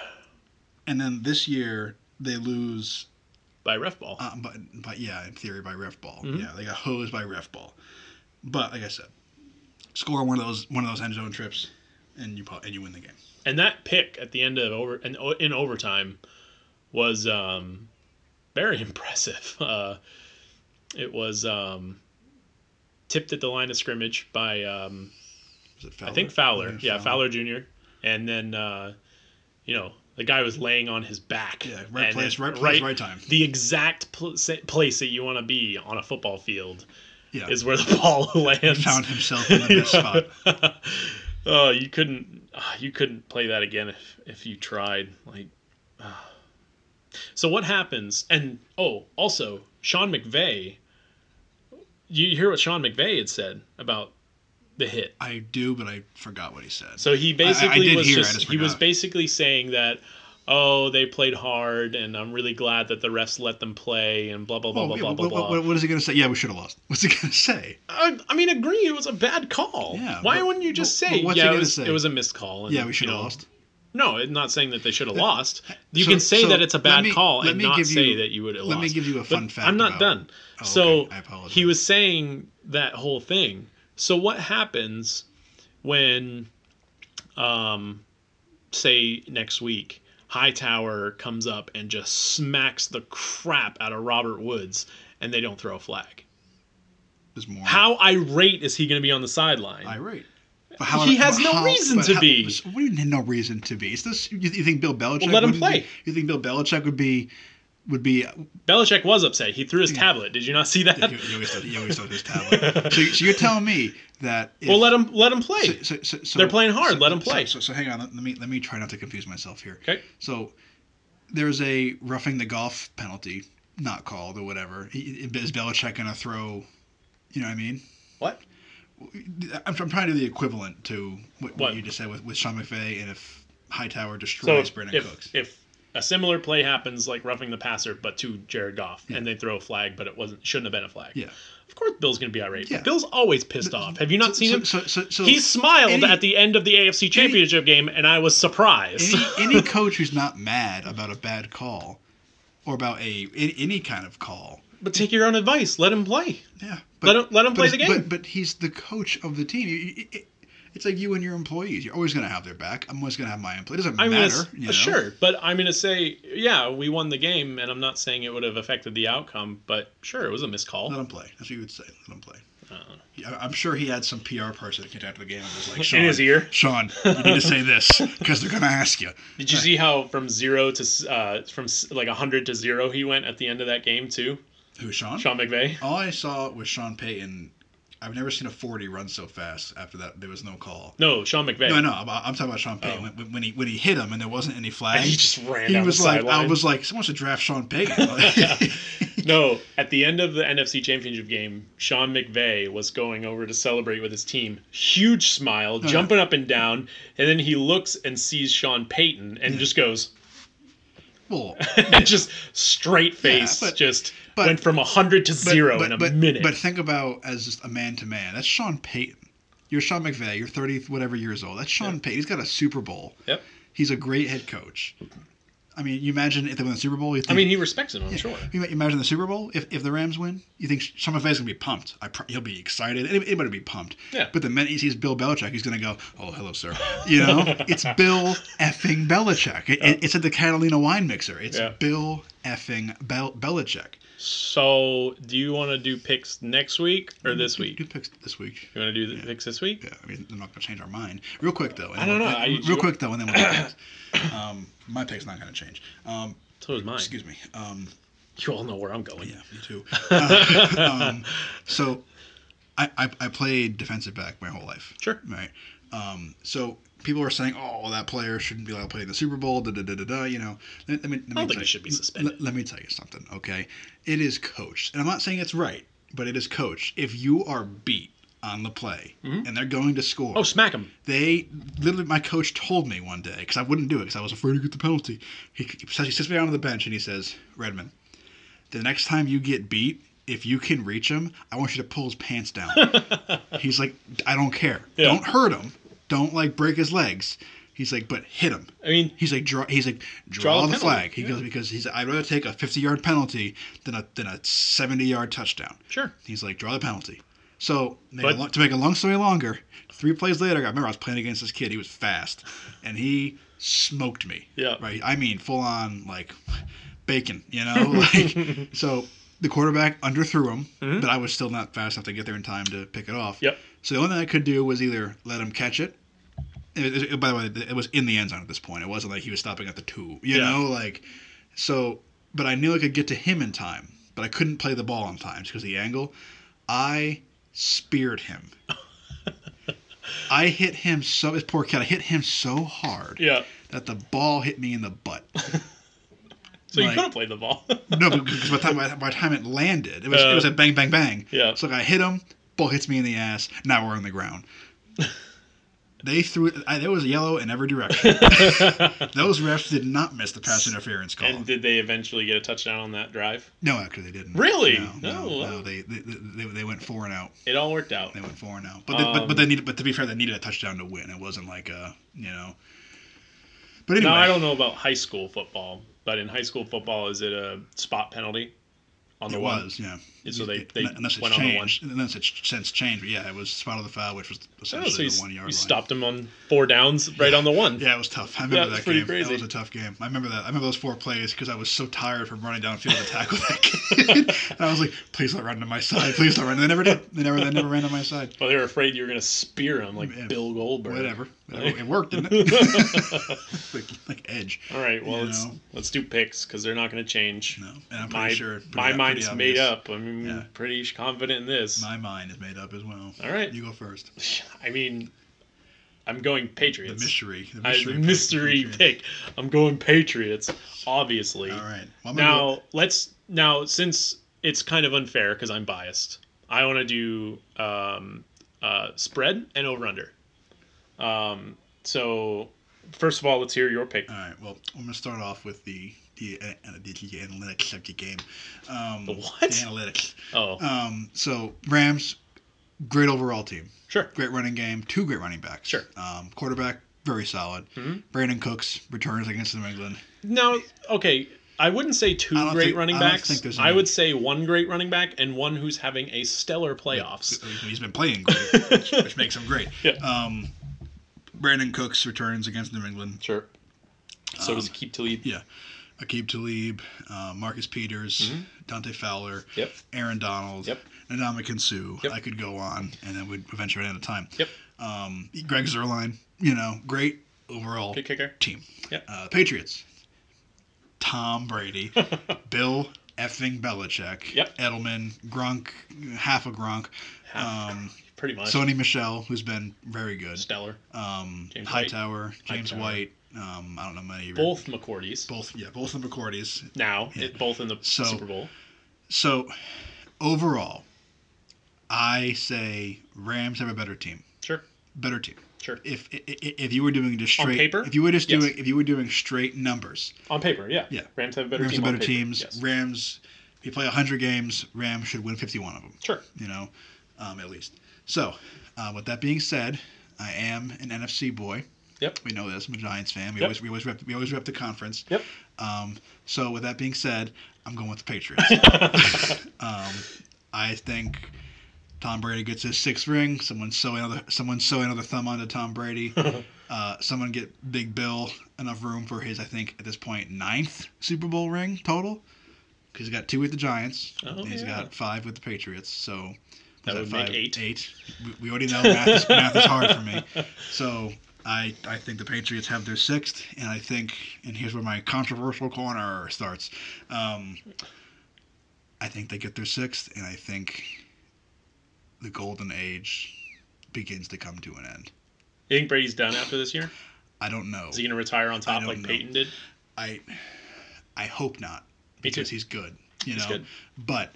[SPEAKER 2] and then this year they lose.
[SPEAKER 1] by ref ball.
[SPEAKER 2] Uh, but but yeah, in theory by ref ball.
[SPEAKER 1] Mhm.
[SPEAKER 2] Yeah, they got hosed by ref ball. But like I said, score one of those one of those end zone trips, and you pro- and you win the game.
[SPEAKER 1] And that pick at the end of over and o- in overtime was um, very impressive. Uh, it was um, tipped at the line of scrimmage by um,
[SPEAKER 2] Was it
[SPEAKER 1] I
[SPEAKER 2] Fowler?
[SPEAKER 1] think Fowler, yeah, Fowler. Jr. And then uh, you know the guy was laying on his back.
[SPEAKER 2] Yeah, right
[SPEAKER 1] and
[SPEAKER 2] place,
[SPEAKER 1] then
[SPEAKER 2] right place, right time.
[SPEAKER 1] The exact pl- sa- place that you want to be on a football field
[SPEAKER 2] Yeah,
[SPEAKER 1] is where the ball lands.
[SPEAKER 2] found himself in the best spot.
[SPEAKER 1] oh, you couldn't ah, you couldn't play that again if if you tried. Like, ah. so what happens? And oh, also Sean McVay. You hear what Sean McVay had said about the hit.
[SPEAKER 2] I do, but I forgot what he said.
[SPEAKER 1] So he basically
[SPEAKER 2] did
[SPEAKER 1] was
[SPEAKER 2] hear, I
[SPEAKER 1] just,
[SPEAKER 2] just
[SPEAKER 1] he was
[SPEAKER 2] forgot.
[SPEAKER 1] basically saying that. Oh, they played hard, and I'm really glad that the refs let them play, and blah blah blah
[SPEAKER 2] Well,
[SPEAKER 1] blah
[SPEAKER 2] Oh, yeah,
[SPEAKER 1] blah
[SPEAKER 2] what,
[SPEAKER 1] blah. blah.
[SPEAKER 2] what- what- what is he gonna say? Yeah, we should have lost. What's he gonna say?
[SPEAKER 1] I, I mean, agree. It was a bad call.
[SPEAKER 2] Yeah,
[SPEAKER 1] Why
[SPEAKER 2] but-
[SPEAKER 1] wouldn't you just
[SPEAKER 2] but-
[SPEAKER 1] say?
[SPEAKER 2] but what's he
[SPEAKER 1] yeah, it
[SPEAKER 2] gonna
[SPEAKER 1] was,
[SPEAKER 2] say?
[SPEAKER 1] it was a missed call. And,
[SPEAKER 2] Yeah, we should
[SPEAKER 1] you
[SPEAKER 2] have
[SPEAKER 1] know,
[SPEAKER 2] lost. Uh,
[SPEAKER 1] No, it- not saying that they should have lost. You
[SPEAKER 2] so-
[SPEAKER 1] can say
[SPEAKER 2] so
[SPEAKER 1] that it's a
[SPEAKER 2] let
[SPEAKER 1] bad
[SPEAKER 2] me-
[SPEAKER 1] call
[SPEAKER 2] let
[SPEAKER 1] and
[SPEAKER 2] me
[SPEAKER 1] not
[SPEAKER 2] give
[SPEAKER 1] say
[SPEAKER 2] you-
[SPEAKER 1] that you would have
[SPEAKER 2] let me
[SPEAKER 1] lost.
[SPEAKER 2] give you a
[SPEAKER 1] But
[SPEAKER 2] fun fact
[SPEAKER 1] I'm not
[SPEAKER 2] about-
[SPEAKER 1] done.
[SPEAKER 2] Oh,
[SPEAKER 1] so
[SPEAKER 2] okay. I apologize.
[SPEAKER 1] he was saying that whole thing. So what happens when, um, say next week, Hightower comes up and just smacks the crap out of Robert Woods, and they don't throw a flag?
[SPEAKER 2] There's more.
[SPEAKER 1] How irate is he going to be on the sideline?
[SPEAKER 2] irate. But
[SPEAKER 1] He has no reason
[SPEAKER 2] but
[SPEAKER 1] to be.
[SPEAKER 2] What do you mean no reason to be? Is this you, you think Bill Belichick?
[SPEAKER 1] let him
[SPEAKER 2] wouldn't
[SPEAKER 1] play.
[SPEAKER 2] Be, you think Bill Belichick would be would be?
[SPEAKER 1] Belichick was upset. He threw his tablet. Did you not see that?
[SPEAKER 2] He, he always throws, he always throws his tablet. so, so you're telling me that? If,
[SPEAKER 1] well, let him let him play.
[SPEAKER 2] So, so, so,
[SPEAKER 1] They're playing hard.
[SPEAKER 2] so-
[SPEAKER 1] Let 'em
[SPEAKER 2] so-
[SPEAKER 1] play.
[SPEAKER 2] So, so hang on. Let me let me try not to confuse myself here.
[SPEAKER 1] Okay.
[SPEAKER 2] So there's a roughing the golf penalty, not called or whatever. He- Is Belichick gonna throw? You know what I mean?
[SPEAKER 1] What?
[SPEAKER 2] I'm, I'm trying to do the equivalent to what, what
[SPEAKER 1] What?
[SPEAKER 2] you just said with, with Sean McVay and if Hightower
[SPEAKER 1] So
[SPEAKER 2] destroys
[SPEAKER 1] if,
[SPEAKER 2] Brandon Cooks.
[SPEAKER 1] if, if a similar play happens, like roughing the passer, but to Jared Goff, and they throw a flag, but it wasn't shouldn't have been a flag.
[SPEAKER 2] Yeah.
[SPEAKER 1] Of course, Bill's going to be irate.
[SPEAKER 2] Yeah.
[SPEAKER 1] Bill's always pissed off. Have you not seen
[SPEAKER 2] so,
[SPEAKER 1] him?
[SPEAKER 2] So, so, so
[SPEAKER 1] he smiled
[SPEAKER 2] any-
[SPEAKER 1] at the end of the AFC Championship game, and I was surprised.
[SPEAKER 2] any, any coach who's not mad about a bad call or about a any, any kind of call.
[SPEAKER 1] but take your own advice. Let him play.
[SPEAKER 2] Yeah.
[SPEAKER 1] him- let him play
[SPEAKER 2] it's-
[SPEAKER 1] the game.
[SPEAKER 2] But, but he's the coach of the team. You- you- it- it's like you and your employees. You're always going to have their back. I'm always going to have my employee. It doesn't
[SPEAKER 1] I'm gonna
[SPEAKER 2] matter.
[SPEAKER 1] s- uh,
[SPEAKER 2] you know?
[SPEAKER 1] sure, but I'm gonna say, yeah, we won the game, and I'm not saying it would have affected the outcome, but sure, it was a missed call.
[SPEAKER 2] Let him play. That's what you would say. Let him play.
[SPEAKER 1] Uh,
[SPEAKER 2] Yeah, I- I'm sure he had some PR person that came after the game and was like, Sean,
[SPEAKER 1] In his ear.
[SPEAKER 2] Sean, you need to say this because they're going to ask you.
[SPEAKER 1] Did you see how from zero to uh, from s- like hundred to zero he went at the end of that game too?
[SPEAKER 2] Who, Sean?
[SPEAKER 1] Sean McVay.
[SPEAKER 2] All I saw was Sean Payton. I've never seen a 40 run so fast after that. There was no call.
[SPEAKER 1] No, Sean McVay.
[SPEAKER 2] No, no, I'm, I'm talking about Sean Payton. When, when he when he hit him and there wasn't any flag,
[SPEAKER 1] Oh. And he just ran
[SPEAKER 2] He
[SPEAKER 1] down the
[SPEAKER 2] was like, I
[SPEAKER 1] sideline.
[SPEAKER 2] was like, someone should draft Sean Payton.
[SPEAKER 1] No, at the end of the NFC Championship game, Sean McVay was going over to celebrate with his team. Huge smile,
[SPEAKER 2] Uh-huh.
[SPEAKER 1] jumping up and down, and then he looks and sees Sean Payton and just goes,
[SPEAKER 2] well,
[SPEAKER 1] just straight face,
[SPEAKER 2] but-
[SPEAKER 1] just
[SPEAKER 2] but-
[SPEAKER 1] went from hundred to zero in a minute.
[SPEAKER 2] But think about as just a man to man. That's Sean Payton. You're Sean McVay. You're 30 whatever years old. That's Sean Payton. He's got a Super Bowl.
[SPEAKER 1] yep.
[SPEAKER 2] He's a great head coach. I mean, you imagine if they win the Super Bowl. You think,
[SPEAKER 1] I mean, he respects him, I'm sure.
[SPEAKER 2] You ma- imagine the Super Bowl if, if the Rams win. You think Sean McVay's gonna be pumped? I pr- he'll be excited. Any- Anybody would be pumped.
[SPEAKER 1] Yeah.
[SPEAKER 2] But the minute he sees Bill Belichick, he's gonna go, "Oh, hello, sir." You know, it's Bill effing Belichick. It, it- it's at the Catalina Wine Mixer. It's
[SPEAKER 1] Yeah.
[SPEAKER 2] Bill effing Bel- Belichick.
[SPEAKER 1] So, do you want to do picks next week or this week?
[SPEAKER 2] Do picks this week.
[SPEAKER 1] You want to do the picks this week?
[SPEAKER 2] Yeah, I mean, I'm not gonna change our mind. Real quick though. and
[SPEAKER 1] I don't
[SPEAKER 2] then-
[SPEAKER 1] know. I-
[SPEAKER 2] real quick though, and then we'll um, my pick's not gonna change. Um,
[SPEAKER 1] So is mine.
[SPEAKER 2] excuse me. Um,
[SPEAKER 1] You all know where I'm going.
[SPEAKER 2] Yeah, me too. Uh, um, so, I, I I played defensive back my whole life.
[SPEAKER 1] Sure.
[SPEAKER 2] Right. Um, so people are saying, oh, well, that player shouldn't be allowed to play in the Super Bowl. Da da da da da. You know. Let, let me. Let me
[SPEAKER 1] think
[SPEAKER 2] tell
[SPEAKER 1] he
[SPEAKER 2] you-
[SPEAKER 1] should be
[SPEAKER 2] l-
[SPEAKER 1] suspended.
[SPEAKER 2] Let, let me tell you something. Okay. It is coached, and I'm not saying it's right, but it is coached. If you are beat on the play, and they're going to score.
[SPEAKER 1] Mm-hmm. Oh, smack him.
[SPEAKER 2] They literally, my coach told me one day because I wouldn't do it because I was afraid to get the penalty. He, he says- he sits me down on the bench and he says, "Redmond, the next time you get beat, if you can reach him, I want you to pull his pants down." He's like, "I don't care.
[SPEAKER 1] Yeah.
[SPEAKER 2] Don't hurt him. Don't like break his legs." He's like, "But hit him."
[SPEAKER 1] I mean,
[SPEAKER 2] He's like, draw. He's like,
[SPEAKER 1] Draw
[SPEAKER 2] draw,
[SPEAKER 1] the
[SPEAKER 2] the,
[SPEAKER 1] penalty,
[SPEAKER 2] flag. He
[SPEAKER 1] yeah.
[SPEAKER 2] goes because he's. I'd rather take a 50-yard penalty than a than a 70-yard touchdown.
[SPEAKER 1] sure.
[SPEAKER 2] He's like, draw the penalty. So make a
[SPEAKER 1] But-
[SPEAKER 2] lo- to make a long story longer, three plays later, I remember I was playing against this kid. He was fast, and he smoked me.
[SPEAKER 1] Yeah.
[SPEAKER 2] Right. I mean, full on like bacon. You know, like so. The quarterback underthrew him, but I was still not fast enough to get there in time to pick it off.
[SPEAKER 1] Mm-hmm. Yep.
[SPEAKER 2] So the only thing I could do was either let him catch it. it- it- by the way, it was in the end zone at this point. It wasn't like he was stopping at the two. You
[SPEAKER 1] Yeah.
[SPEAKER 2] know, like so. But I knew I could get to him in time, but I couldn't play the ball on times because the angle. I speared him. I hit him so. This poor kid. I hit him so hard
[SPEAKER 1] Yeah.
[SPEAKER 2] that the ball hit me in the butt.
[SPEAKER 1] So you
[SPEAKER 2] Like-
[SPEAKER 1] could have played the ball.
[SPEAKER 2] No, because by the time, by the time it landed, it was,
[SPEAKER 1] Uh,
[SPEAKER 2] it was a bang, bang, bang.
[SPEAKER 1] yeah.
[SPEAKER 2] So like, I hit him, ball hits me in the ass, now we're on the ground. they threw it, I, there was yellow in every direction. Those refs did not miss the pass interference call.
[SPEAKER 1] and did they eventually get a touchdown on that drive?
[SPEAKER 2] no, actually, they didn't.
[SPEAKER 1] Really?
[SPEAKER 2] No, no,
[SPEAKER 1] Oh, wow.
[SPEAKER 2] no, they, they, they, they went four and out.
[SPEAKER 1] It all worked out.
[SPEAKER 2] They went four and out. But, they, but,
[SPEAKER 1] Um,
[SPEAKER 2] but, they needed, but to be fair, they needed a touchdown to win. It wasn't like a, you know. But anyway.
[SPEAKER 1] Now I don't know about high school football, but in high school football, is it a spot penalty on the
[SPEAKER 2] It
[SPEAKER 1] one?
[SPEAKER 2] was, yeah.
[SPEAKER 1] And so they-
[SPEAKER 2] It-
[SPEAKER 1] they
[SPEAKER 2] unless it's
[SPEAKER 1] went on the
[SPEAKER 2] changed, unless it's since changed. But yeah, it was spot of the foul, which was
[SPEAKER 1] Oh,
[SPEAKER 2] essentially
[SPEAKER 1] so you,
[SPEAKER 2] the
[SPEAKER 1] s-
[SPEAKER 2] one yard
[SPEAKER 1] you
[SPEAKER 2] line.
[SPEAKER 1] stopped him on four downs, right on the one.
[SPEAKER 2] Yeah, it was tough. I remember
[SPEAKER 1] that's
[SPEAKER 2] that
[SPEAKER 1] pretty
[SPEAKER 2] game.
[SPEAKER 1] crazy.
[SPEAKER 2] That was a tough game. I remember that. I remember those four plays because I was so tired from running downfield to tackle that kid. and I was like, "Please don't run to my side. Please don't run." They never did. They never. They never ran to my side.
[SPEAKER 1] But they were afraid you were going to spear him like
[SPEAKER 2] Yeah.
[SPEAKER 1] Bill Goldberg.
[SPEAKER 2] Whatever. Whatever. It worked, didn't it? like, like edge.
[SPEAKER 1] All right, well
[SPEAKER 2] You
[SPEAKER 1] let's
[SPEAKER 2] know.
[SPEAKER 1] let's do picks because they're not going to change.
[SPEAKER 2] No, and I'm pretty
[SPEAKER 1] my
[SPEAKER 2] sure. pretty-
[SPEAKER 1] my
[SPEAKER 2] pretty
[SPEAKER 1] mind's made
[SPEAKER 2] obvious.
[SPEAKER 1] up. I'm
[SPEAKER 2] Yeah.
[SPEAKER 1] pretty confident in this.
[SPEAKER 2] My mind is made up as well.
[SPEAKER 1] All right.
[SPEAKER 2] You go first.
[SPEAKER 1] I mean, I'm going
[SPEAKER 2] The
[SPEAKER 1] Patriots.
[SPEAKER 2] mystery. The
[SPEAKER 1] I-
[SPEAKER 2] mystery, pick.
[SPEAKER 1] mystery
[SPEAKER 2] Patriots.
[SPEAKER 1] pick. I'm going Patriots, obviously.
[SPEAKER 2] All right. Well, I'm gonna go-
[SPEAKER 1] Now let's now since it's kind of unfair because I'm biased. I want to do um, uh, spread and over under. Um, so first of all, let's hear your pick.
[SPEAKER 2] All right. Well, I'm going to start off with the the, uh, the analytics of the game. Um,
[SPEAKER 1] The what?
[SPEAKER 2] The analytics.
[SPEAKER 1] Oh,
[SPEAKER 2] Um, so Rams, great overall team,
[SPEAKER 1] sure.
[SPEAKER 2] great running game, two great running backs.
[SPEAKER 1] Sure. Mm-hmm.
[SPEAKER 2] Um, quarterback, very solid. Brandon Cooks returns against New England.
[SPEAKER 1] Now, okay, I wouldn't say two
[SPEAKER 2] I don't
[SPEAKER 1] great
[SPEAKER 2] think-
[SPEAKER 1] running
[SPEAKER 2] I don't
[SPEAKER 1] backs.
[SPEAKER 2] think there's
[SPEAKER 1] I
[SPEAKER 2] any-
[SPEAKER 1] would say one great running back and one who's having a stellar playoffs.
[SPEAKER 2] He's been playing great, which, which makes him great.
[SPEAKER 1] Yeah.
[SPEAKER 2] Um, Brandon Cooks returns against New England.
[SPEAKER 1] Sure. So does keep to lead.
[SPEAKER 2] Yeah. Akib Talib, uh, Marcus Peters, Dante Fowler,
[SPEAKER 1] Mm-hmm. Yep.
[SPEAKER 2] Aaron Donald,
[SPEAKER 1] Yep.
[SPEAKER 2] Ndamukong Suh.
[SPEAKER 1] Yep.
[SPEAKER 2] I could go on, and then we'd eventually run out of time.
[SPEAKER 1] Yep.
[SPEAKER 2] Um, Greg Zerline, you know, great overall
[SPEAKER 1] Good kicker.
[SPEAKER 2] team.
[SPEAKER 1] Yep.
[SPEAKER 2] Uh, Patriots. Tom Brady, Bill effing Belichick,
[SPEAKER 1] Yep.
[SPEAKER 2] Edelman, Gronk, half a Gronk,
[SPEAKER 1] Half
[SPEAKER 2] um,
[SPEAKER 1] Pretty much.
[SPEAKER 2] Sony Michelle, who's been very good,
[SPEAKER 1] stellar.
[SPEAKER 2] um,
[SPEAKER 1] James White.
[SPEAKER 2] Hightower, James
[SPEAKER 1] Hightower.
[SPEAKER 2] White. Um, I don't know many. of your-
[SPEAKER 1] Both McCourties.
[SPEAKER 2] Both, yeah, both of the McCourties.
[SPEAKER 1] Now,
[SPEAKER 2] Yeah.
[SPEAKER 1] it, both in the
[SPEAKER 2] So-
[SPEAKER 1] Super Bowl.
[SPEAKER 2] So, overall, I say Rams have a better team.
[SPEAKER 1] Sure.
[SPEAKER 2] Better team.
[SPEAKER 1] Sure.
[SPEAKER 2] If i- i- if you were doing just
[SPEAKER 1] On
[SPEAKER 2] straight
[SPEAKER 1] paper?
[SPEAKER 2] if you were just
[SPEAKER 1] Yes.
[SPEAKER 2] doing if you were doing straight numbers,
[SPEAKER 1] On paper, yeah.
[SPEAKER 2] Yeah.
[SPEAKER 1] Rams have a better
[SPEAKER 2] Rams
[SPEAKER 1] team.
[SPEAKER 2] are
[SPEAKER 1] on
[SPEAKER 2] better
[SPEAKER 1] paper,
[SPEAKER 2] teams.
[SPEAKER 1] yes.
[SPEAKER 2] Rams, if you play 100 games, Rams should win 51 of them,
[SPEAKER 1] Sure.
[SPEAKER 2] you know, um, at least. So, uh, with that being said, I am an NFC boy.
[SPEAKER 1] Yep.
[SPEAKER 2] We know this. I'm a Giants fan. We
[SPEAKER 1] Yep.
[SPEAKER 2] always we always rep, we always rep the conference.
[SPEAKER 1] Yep.
[SPEAKER 2] Um, so with that being said, I'm going with the Patriots. um, I think Tom Brady gets his sixth ring. Someone sew another someone sew another thumb onto Tom Brady. uh, someone get Big Bill enough room for his I think at this point ninth Super Bowl ring total. Because he's got two with the Giants.
[SPEAKER 1] Oh,
[SPEAKER 2] and he's
[SPEAKER 1] yeah.
[SPEAKER 2] got five with the Patriots. So
[SPEAKER 1] That
[SPEAKER 2] was
[SPEAKER 1] would make eight.
[SPEAKER 2] Eight. We, we already know math is, math is hard for me. So I, I think the Patriots have their sixth, and I think, and here's where my controversial corner starts. Um, I think they get their sixth, and I think the golden age begins to come to an end.
[SPEAKER 1] You think Brady's done after this year?
[SPEAKER 2] I don't know.
[SPEAKER 1] Is he going to retire on top
[SPEAKER 2] don't
[SPEAKER 1] like
[SPEAKER 2] know.
[SPEAKER 1] Peyton did?
[SPEAKER 2] I I hope not
[SPEAKER 1] Me too.
[SPEAKER 2] because he's good. You
[SPEAKER 1] He's
[SPEAKER 2] know,
[SPEAKER 1] good.
[SPEAKER 2] but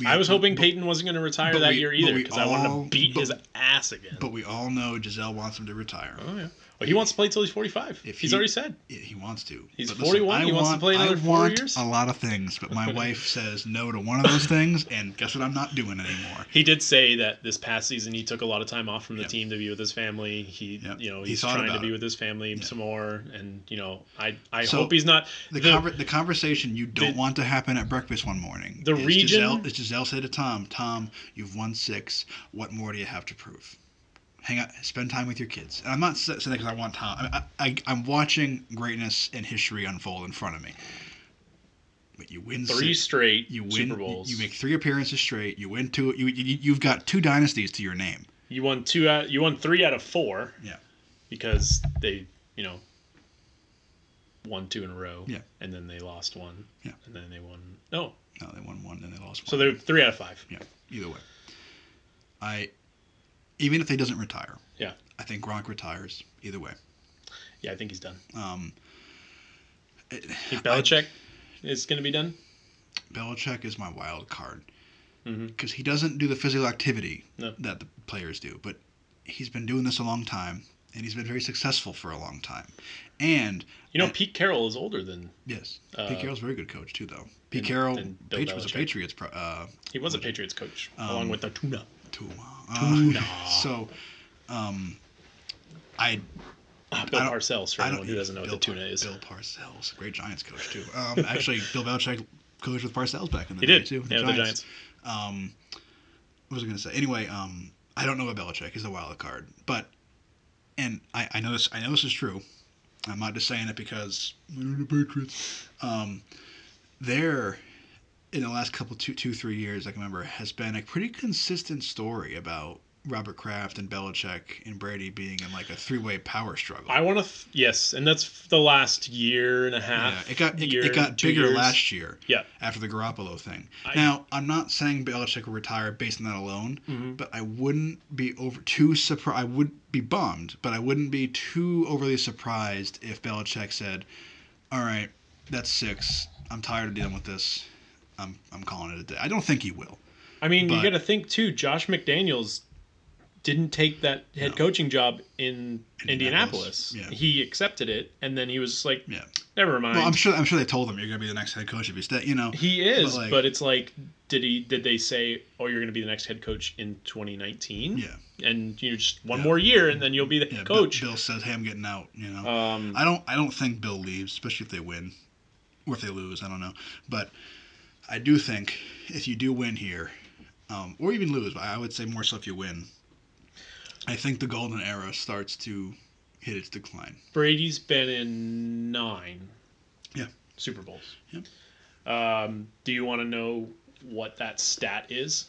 [SPEAKER 2] we-
[SPEAKER 1] I was hoping
[SPEAKER 2] but-
[SPEAKER 1] Peyton wasn't going to retire
[SPEAKER 2] but
[SPEAKER 1] that
[SPEAKER 2] we-
[SPEAKER 1] year
[SPEAKER 2] but
[SPEAKER 1] either
[SPEAKER 2] we
[SPEAKER 1] because I wanted
[SPEAKER 2] all-
[SPEAKER 1] to beat
[SPEAKER 2] but-
[SPEAKER 1] his ass again.
[SPEAKER 2] But we all know Giselle wants him to retire.
[SPEAKER 1] oh yeah. Well, he wants to play till he's 45.
[SPEAKER 2] If
[SPEAKER 1] he's
[SPEAKER 2] he-
[SPEAKER 1] already said.
[SPEAKER 2] Yeah, he wants to.
[SPEAKER 1] He's
[SPEAKER 2] But listen,
[SPEAKER 1] 41,
[SPEAKER 2] I
[SPEAKER 1] he wants to
[SPEAKER 2] want-
[SPEAKER 1] play another
[SPEAKER 2] I
[SPEAKER 1] four
[SPEAKER 2] want
[SPEAKER 1] years?
[SPEAKER 2] A lot of things, but my wife says no to one of those things, and guess what? I'm not doing anymore.
[SPEAKER 1] He did say that this past season he took a lot of time off from the
[SPEAKER 2] Yeah.
[SPEAKER 1] team to be with his family. He,
[SPEAKER 2] Yeah.
[SPEAKER 1] you know,
[SPEAKER 2] He
[SPEAKER 1] he's
[SPEAKER 2] thought
[SPEAKER 1] trying to
[SPEAKER 2] about
[SPEAKER 1] be
[SPEAKER 2] it.
[SPEAKER 1] with his family some more, and you know, I, I
[SPEAKER 2] So,
[SPEAKER 1] hope he's not.
[SPEAKER 2] The,
[SPEAKER 1] the-
[SPEAKER 2] conver- the conversation you don't
[SPEAKER 1] the-
[SPEAKER 2] want to happen at breakfast one morning.
[SPEAKER 1] The
[SPEAKER 2] is
[SPEAKER 1] region-
[SPEAKER 2] Giselle, is Giselle say to Tom, Tom, you've won six. What more do you have to prove? Hang out, spend time with your kids. And I'm not sa- saying that because I want Tom. I, I, I'm watching greatness and history unfold in front of me. But you win
[SPEAKER 1] three
[SPEAKER 2] six.
[SPEAKER 1] straight
[SPEAKER 2] you win.
[SPEAKER 1] Super
[SPEAKER 2] you-
[SPEAKER 1] Bowls.
[SPEAKER 2] You make three appearances straight. You win two. You, you you've got two dynasties to your name.
[SPEAKER 1] You won two out. You won three out of four.
[SPEAKER 2] Yeah.
[SPEAKER 1] Because they, you know, won two in a row.
[SPEAKER 2] Yeah.
[SPEAKER 1] And then they lost one.
[SPEAKER 2] Yeah.
[SPEAKER 1] And then they won. No.
[SPEAKER 2] No, they won one, then they lost one.
[SPEAKER 1] So they're three out of five.
[SPEAKER 2] yeah. Either way, I even if they doesn't retire,
[SPEAKER 1] Yeah.
[SPEAKER 2] I think Gronk retires. Either way,
[SPEAKER 1] Yeah, I think he's done.
[SPEAKER 2] um,
[SPEAKER 1] Think Belichick is going to be done.
[SPEAKER 2] Belichick is my wild card
[SPEAKER 1] Mhm.
[SPEAKER 2] because he doesn't do the physical activity
[SPEAKER 1] No.
[SPEAKER 2] that the players do, but he's been doing this a long time and he's been very successful for a long time. And
[SPEAKER 1] You know,
[SPEAKER 2] Uh,
[SPEAKER 1] Pete Carroll is older than
[SPEAKER 2] yes,
[SPEAKER 1] Uh,
[SPEAKER 2] Pete Carroll's a very good coach too, though. Pete
[SPEAKER 1] and-
[SPEAKER 2] Carroll
[SPEAKER 1] and Bill
[SPEAKER 2] Patri- was a
[SPEAKER 1] Belichick.
[SPEAKER 2] Patriots. Pro, uh,
[SPEAKER 1] he was a Patriots coach,
[SPEAKER 2] Um,
[SPEAKER 1] along with the tuna.
[SPEAKER 2] Tula.
[SPEAKER 1] Tula.
[SPEAKER 2] Uh, so, um, I
[SPEAKER 1] Ah, Bill
[SPEAKER 2] I don't-
[SPEAKER 1] Parcells, for
[SPEAKER 2] I
[SPEAKER 1] anyone who
[SPEAKER 2] don't
[SPEAKER 1] doesn't know
[SPEAKER 2] Bill
[SPEAKER 1] what the tuna
[SPEAKER 2] Par-
[SPEAKER 1] is.
[SPEAKER 2] Bill Parcells, great Giants coach too. Um, actually, Bill Belichick coached with Parcells back in the
[SPEAKER 1] He
[SPEAKER 2] day
[SPEAKER 1] did.
[SPEAKER 2] too.
[SPEAKER 1] Yeah, the Giants.
[SPEAKER 2] Um, what was I going to say? Anyway, um, I don't know about Belichick. He's a wild card, but and I, I know this. I know this is true. I'm not just saying it because we're the Patriots. Um, there, in the last couple two two three years, I can remember, has been a pretty consistent story about Robert Kraft and Belichick and Brady being in like a three way power struggle.
[SPEAKER 1] I want to. Th- yes, and that's f- the last year and a
[SPEAKER 2] yeah,
[SPEAKER 1] half.
[SPEAKER 2] it got it,
[SPEAKER 1] year,
[SPEAKER 2] it got
[SPEAKER 1] two
[SPEAKER 2] bigger
[SPEAKER 1] years.
[SPEAKER 2] last year
[SPEAKER 1] Yeah.
[SPEAKER 2] after the Garoppolo thing.
[SPEAKER 1] I-
[SPEAKER 2] now, I'm not saying Belichick will retire based on that alone,
[SPEAKER 1] Mhm.
[SPEAKER 2] but I wouldn't be over too surprised. I would be bummed, but I wouldn't be too overly surprised if Belichick said, "All right, that's six. I'm tired of dealing with this. I'm I'm calling it a day." I don't think he will.
[SPEAKER 1] I mean, you
[SPEAKER 2] But-
[SPEAKER 1] got to think too. Josh McDaniels didn't take that head
[SPEAKER 2] No.
[SPEAKER 1] coaching job in
[SPEAKER 2] Indianapolis.
[SPEAKER 1] Indianapolis.
[SPEAKER 2] Yeah.
[SPEAKER 1] He accepted it, and then he was just like,
[SPEAKER 2] Yeah.
[SPEAKER 1] "Never mind."
[SPEAKER 2] Well, I'm sure I'm sure they told him you're going to be the next head coach if you stay. You know.
[SPEAKER 1] he is, but,
[SPEAKER 2] but, like-
[SPEAKER 1] it's like, did he? Did they say, "Oh, you're going to be the next head coach in 2019"?
[SPEAKER 2] Yeah.
[SPEAKER 1] and you just one
[SPEAKER 2] Yeah.
[SPEAKER 1] more year, and then you'll be the
[SPEAKER 2] Yeah,
[SPEAKER 1] head
[SPEAKER 2] Bill-
[SPEAKER 1] coach.
[SPEAKER 2] Bill, says, "Hey, I'm getting out." You know.
[SPEAKER 1] um,
[SPEAKER 2] I don't I don't think Bill leaves, especially if they win or if they lose. I don't know, but I do think if you do win here, um, or even lose, but I would say more so if you win. I think the golden era starts to hit its decline.
[SPEAKER 1] Brady's been in nine.
[SPEAKER 2] Yeah.
[SPEAKER 1] Super Bowls.
[SPEAKER 2] Yep.
[SPEAKER 1] Um, do you want to know what that stat is?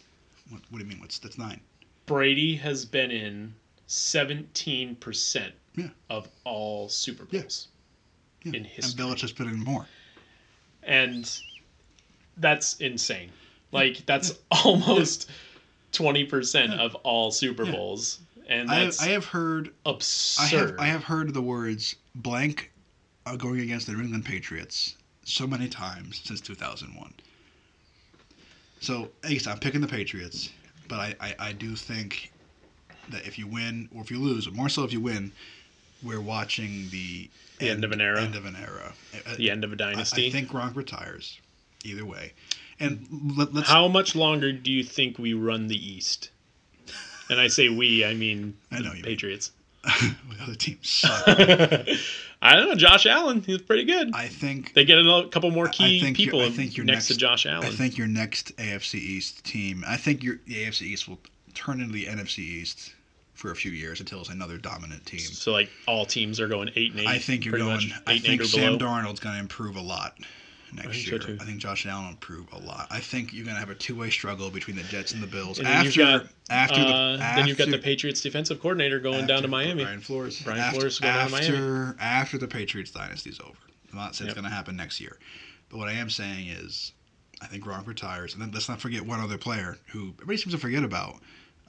[SPEAKER 2] What, what do you mean? What's that's nine?
[SPEAKER 1] Brady has been in 17%
[SPEAKER 2] Yeah.
[SPEAKER 1] of all Super
[SPEAKER 2] Yeah.
[SPEAKER 1] Bowls.
[SPEAKER 2] Yeah.
[SPEAKER 1] In history.
[SPEAKER 2] And Belichick's put in more.
[SPEAKER 1] And that's insane. Like, that's almost 20% of all Super
[SPEAKER 2] Yeah.
[SPEAKER 1] Bowls. And
[SPEAKER 2] I have,
[SPEAKER 1] that's
[SPEAKER 2] I have heard I have
[SPEAKER 1] absurd.
[SPEAKER 2] I have heard the words blank uh, going against the New England Patriots so many times since 2001. So, at least I'm picking the Patriots, but I, I, I do think that if you win or if you lose, but more so if you win, we're watching the
[SPEAKER 1] The end of an era.
[SPEAKER 2] End of an era. I- I-
[SPEAKER 1] the end of a
[SPEAKER 2] I, I
[SPEAKER 1] dynasty.
[SPEAKER 2] think Gronk retires. Either way, and let, let's.
[SPEAKER 1] How much longer do you think we run the East? And I say we, I mean
[SPEAKER 2] I know you. mean-
[SPEAKER 1] Patriots.
[SPEAKER 2] the other teams suck.
[SPEAKER 1] I don't know. Josh Allen, he's pretty good.
[SPEAKER 2] I think
[SPEAKER 1] They get a couple more
[SPEAKER 2] I
[SPEAKER 1] key
[SPEAKER 2] think you're-
[SPEAKER 1] people
[SPEAKER 2] I think you're
[SPEAKER 1] next, to
[SPEAKER 2] next-
[SPEAKER 1] Josh Allen.
[SPEAKER 2] I think your next AFC East team. I think your the AFC East will turn into the NFC East for a few years until it's another dominant team.
[SPEAKER 1] so like all teams are going eight and eight.
[SPEAKER 2] I think you're
[SPEAKER 1] pretty
[SPEAKER 2] going.
[SPEAKER 1] much,
[SPEAKER 2] I
[SPEAKER 1] eight and
[SPEAKER 2] think
[SPEAKER 1] eight or
[SPEAKER 2] Sam
[SPEAKER 1] below.
[SPEAKER 2] Darnold's going to improve a lot next
[SPEAKER 1] think so,
[SPEAKER 2] year.
[SPEAKER 1] too.
[SPEAKER 2] I think Josh Allen will improve a lot. I think you're going to have a two-way struggle between the Jets and the Bills
[SPEAKER 1] And then
[SPEAKER 2] after
[SPEAKER 1] you've got,
[SPEAKER 2] after the
[SPEAKER 1] uh, then you've got the
[SPEAKER 2] after-
[SPEAKER 1] Patriots defensive coordinator going down to
[SPEAKER 2] after
[SPEAKER 1] Miami.
[SPEAKER 2] Brian Flores.
[SPEAKER 1] Brian
[SPEAKER 2] after,
[SPEAKER 1] Flores going down to
[SPEAKER 2] after, After the Patriots dynasty's over. I'm not saying it's
[SPEAKER 1] Yep.
[SPEAKER 2] going to happen next year. But what I am saying is, I think Gronk retires. And then let's not forget one other player who everybody seems to forget about.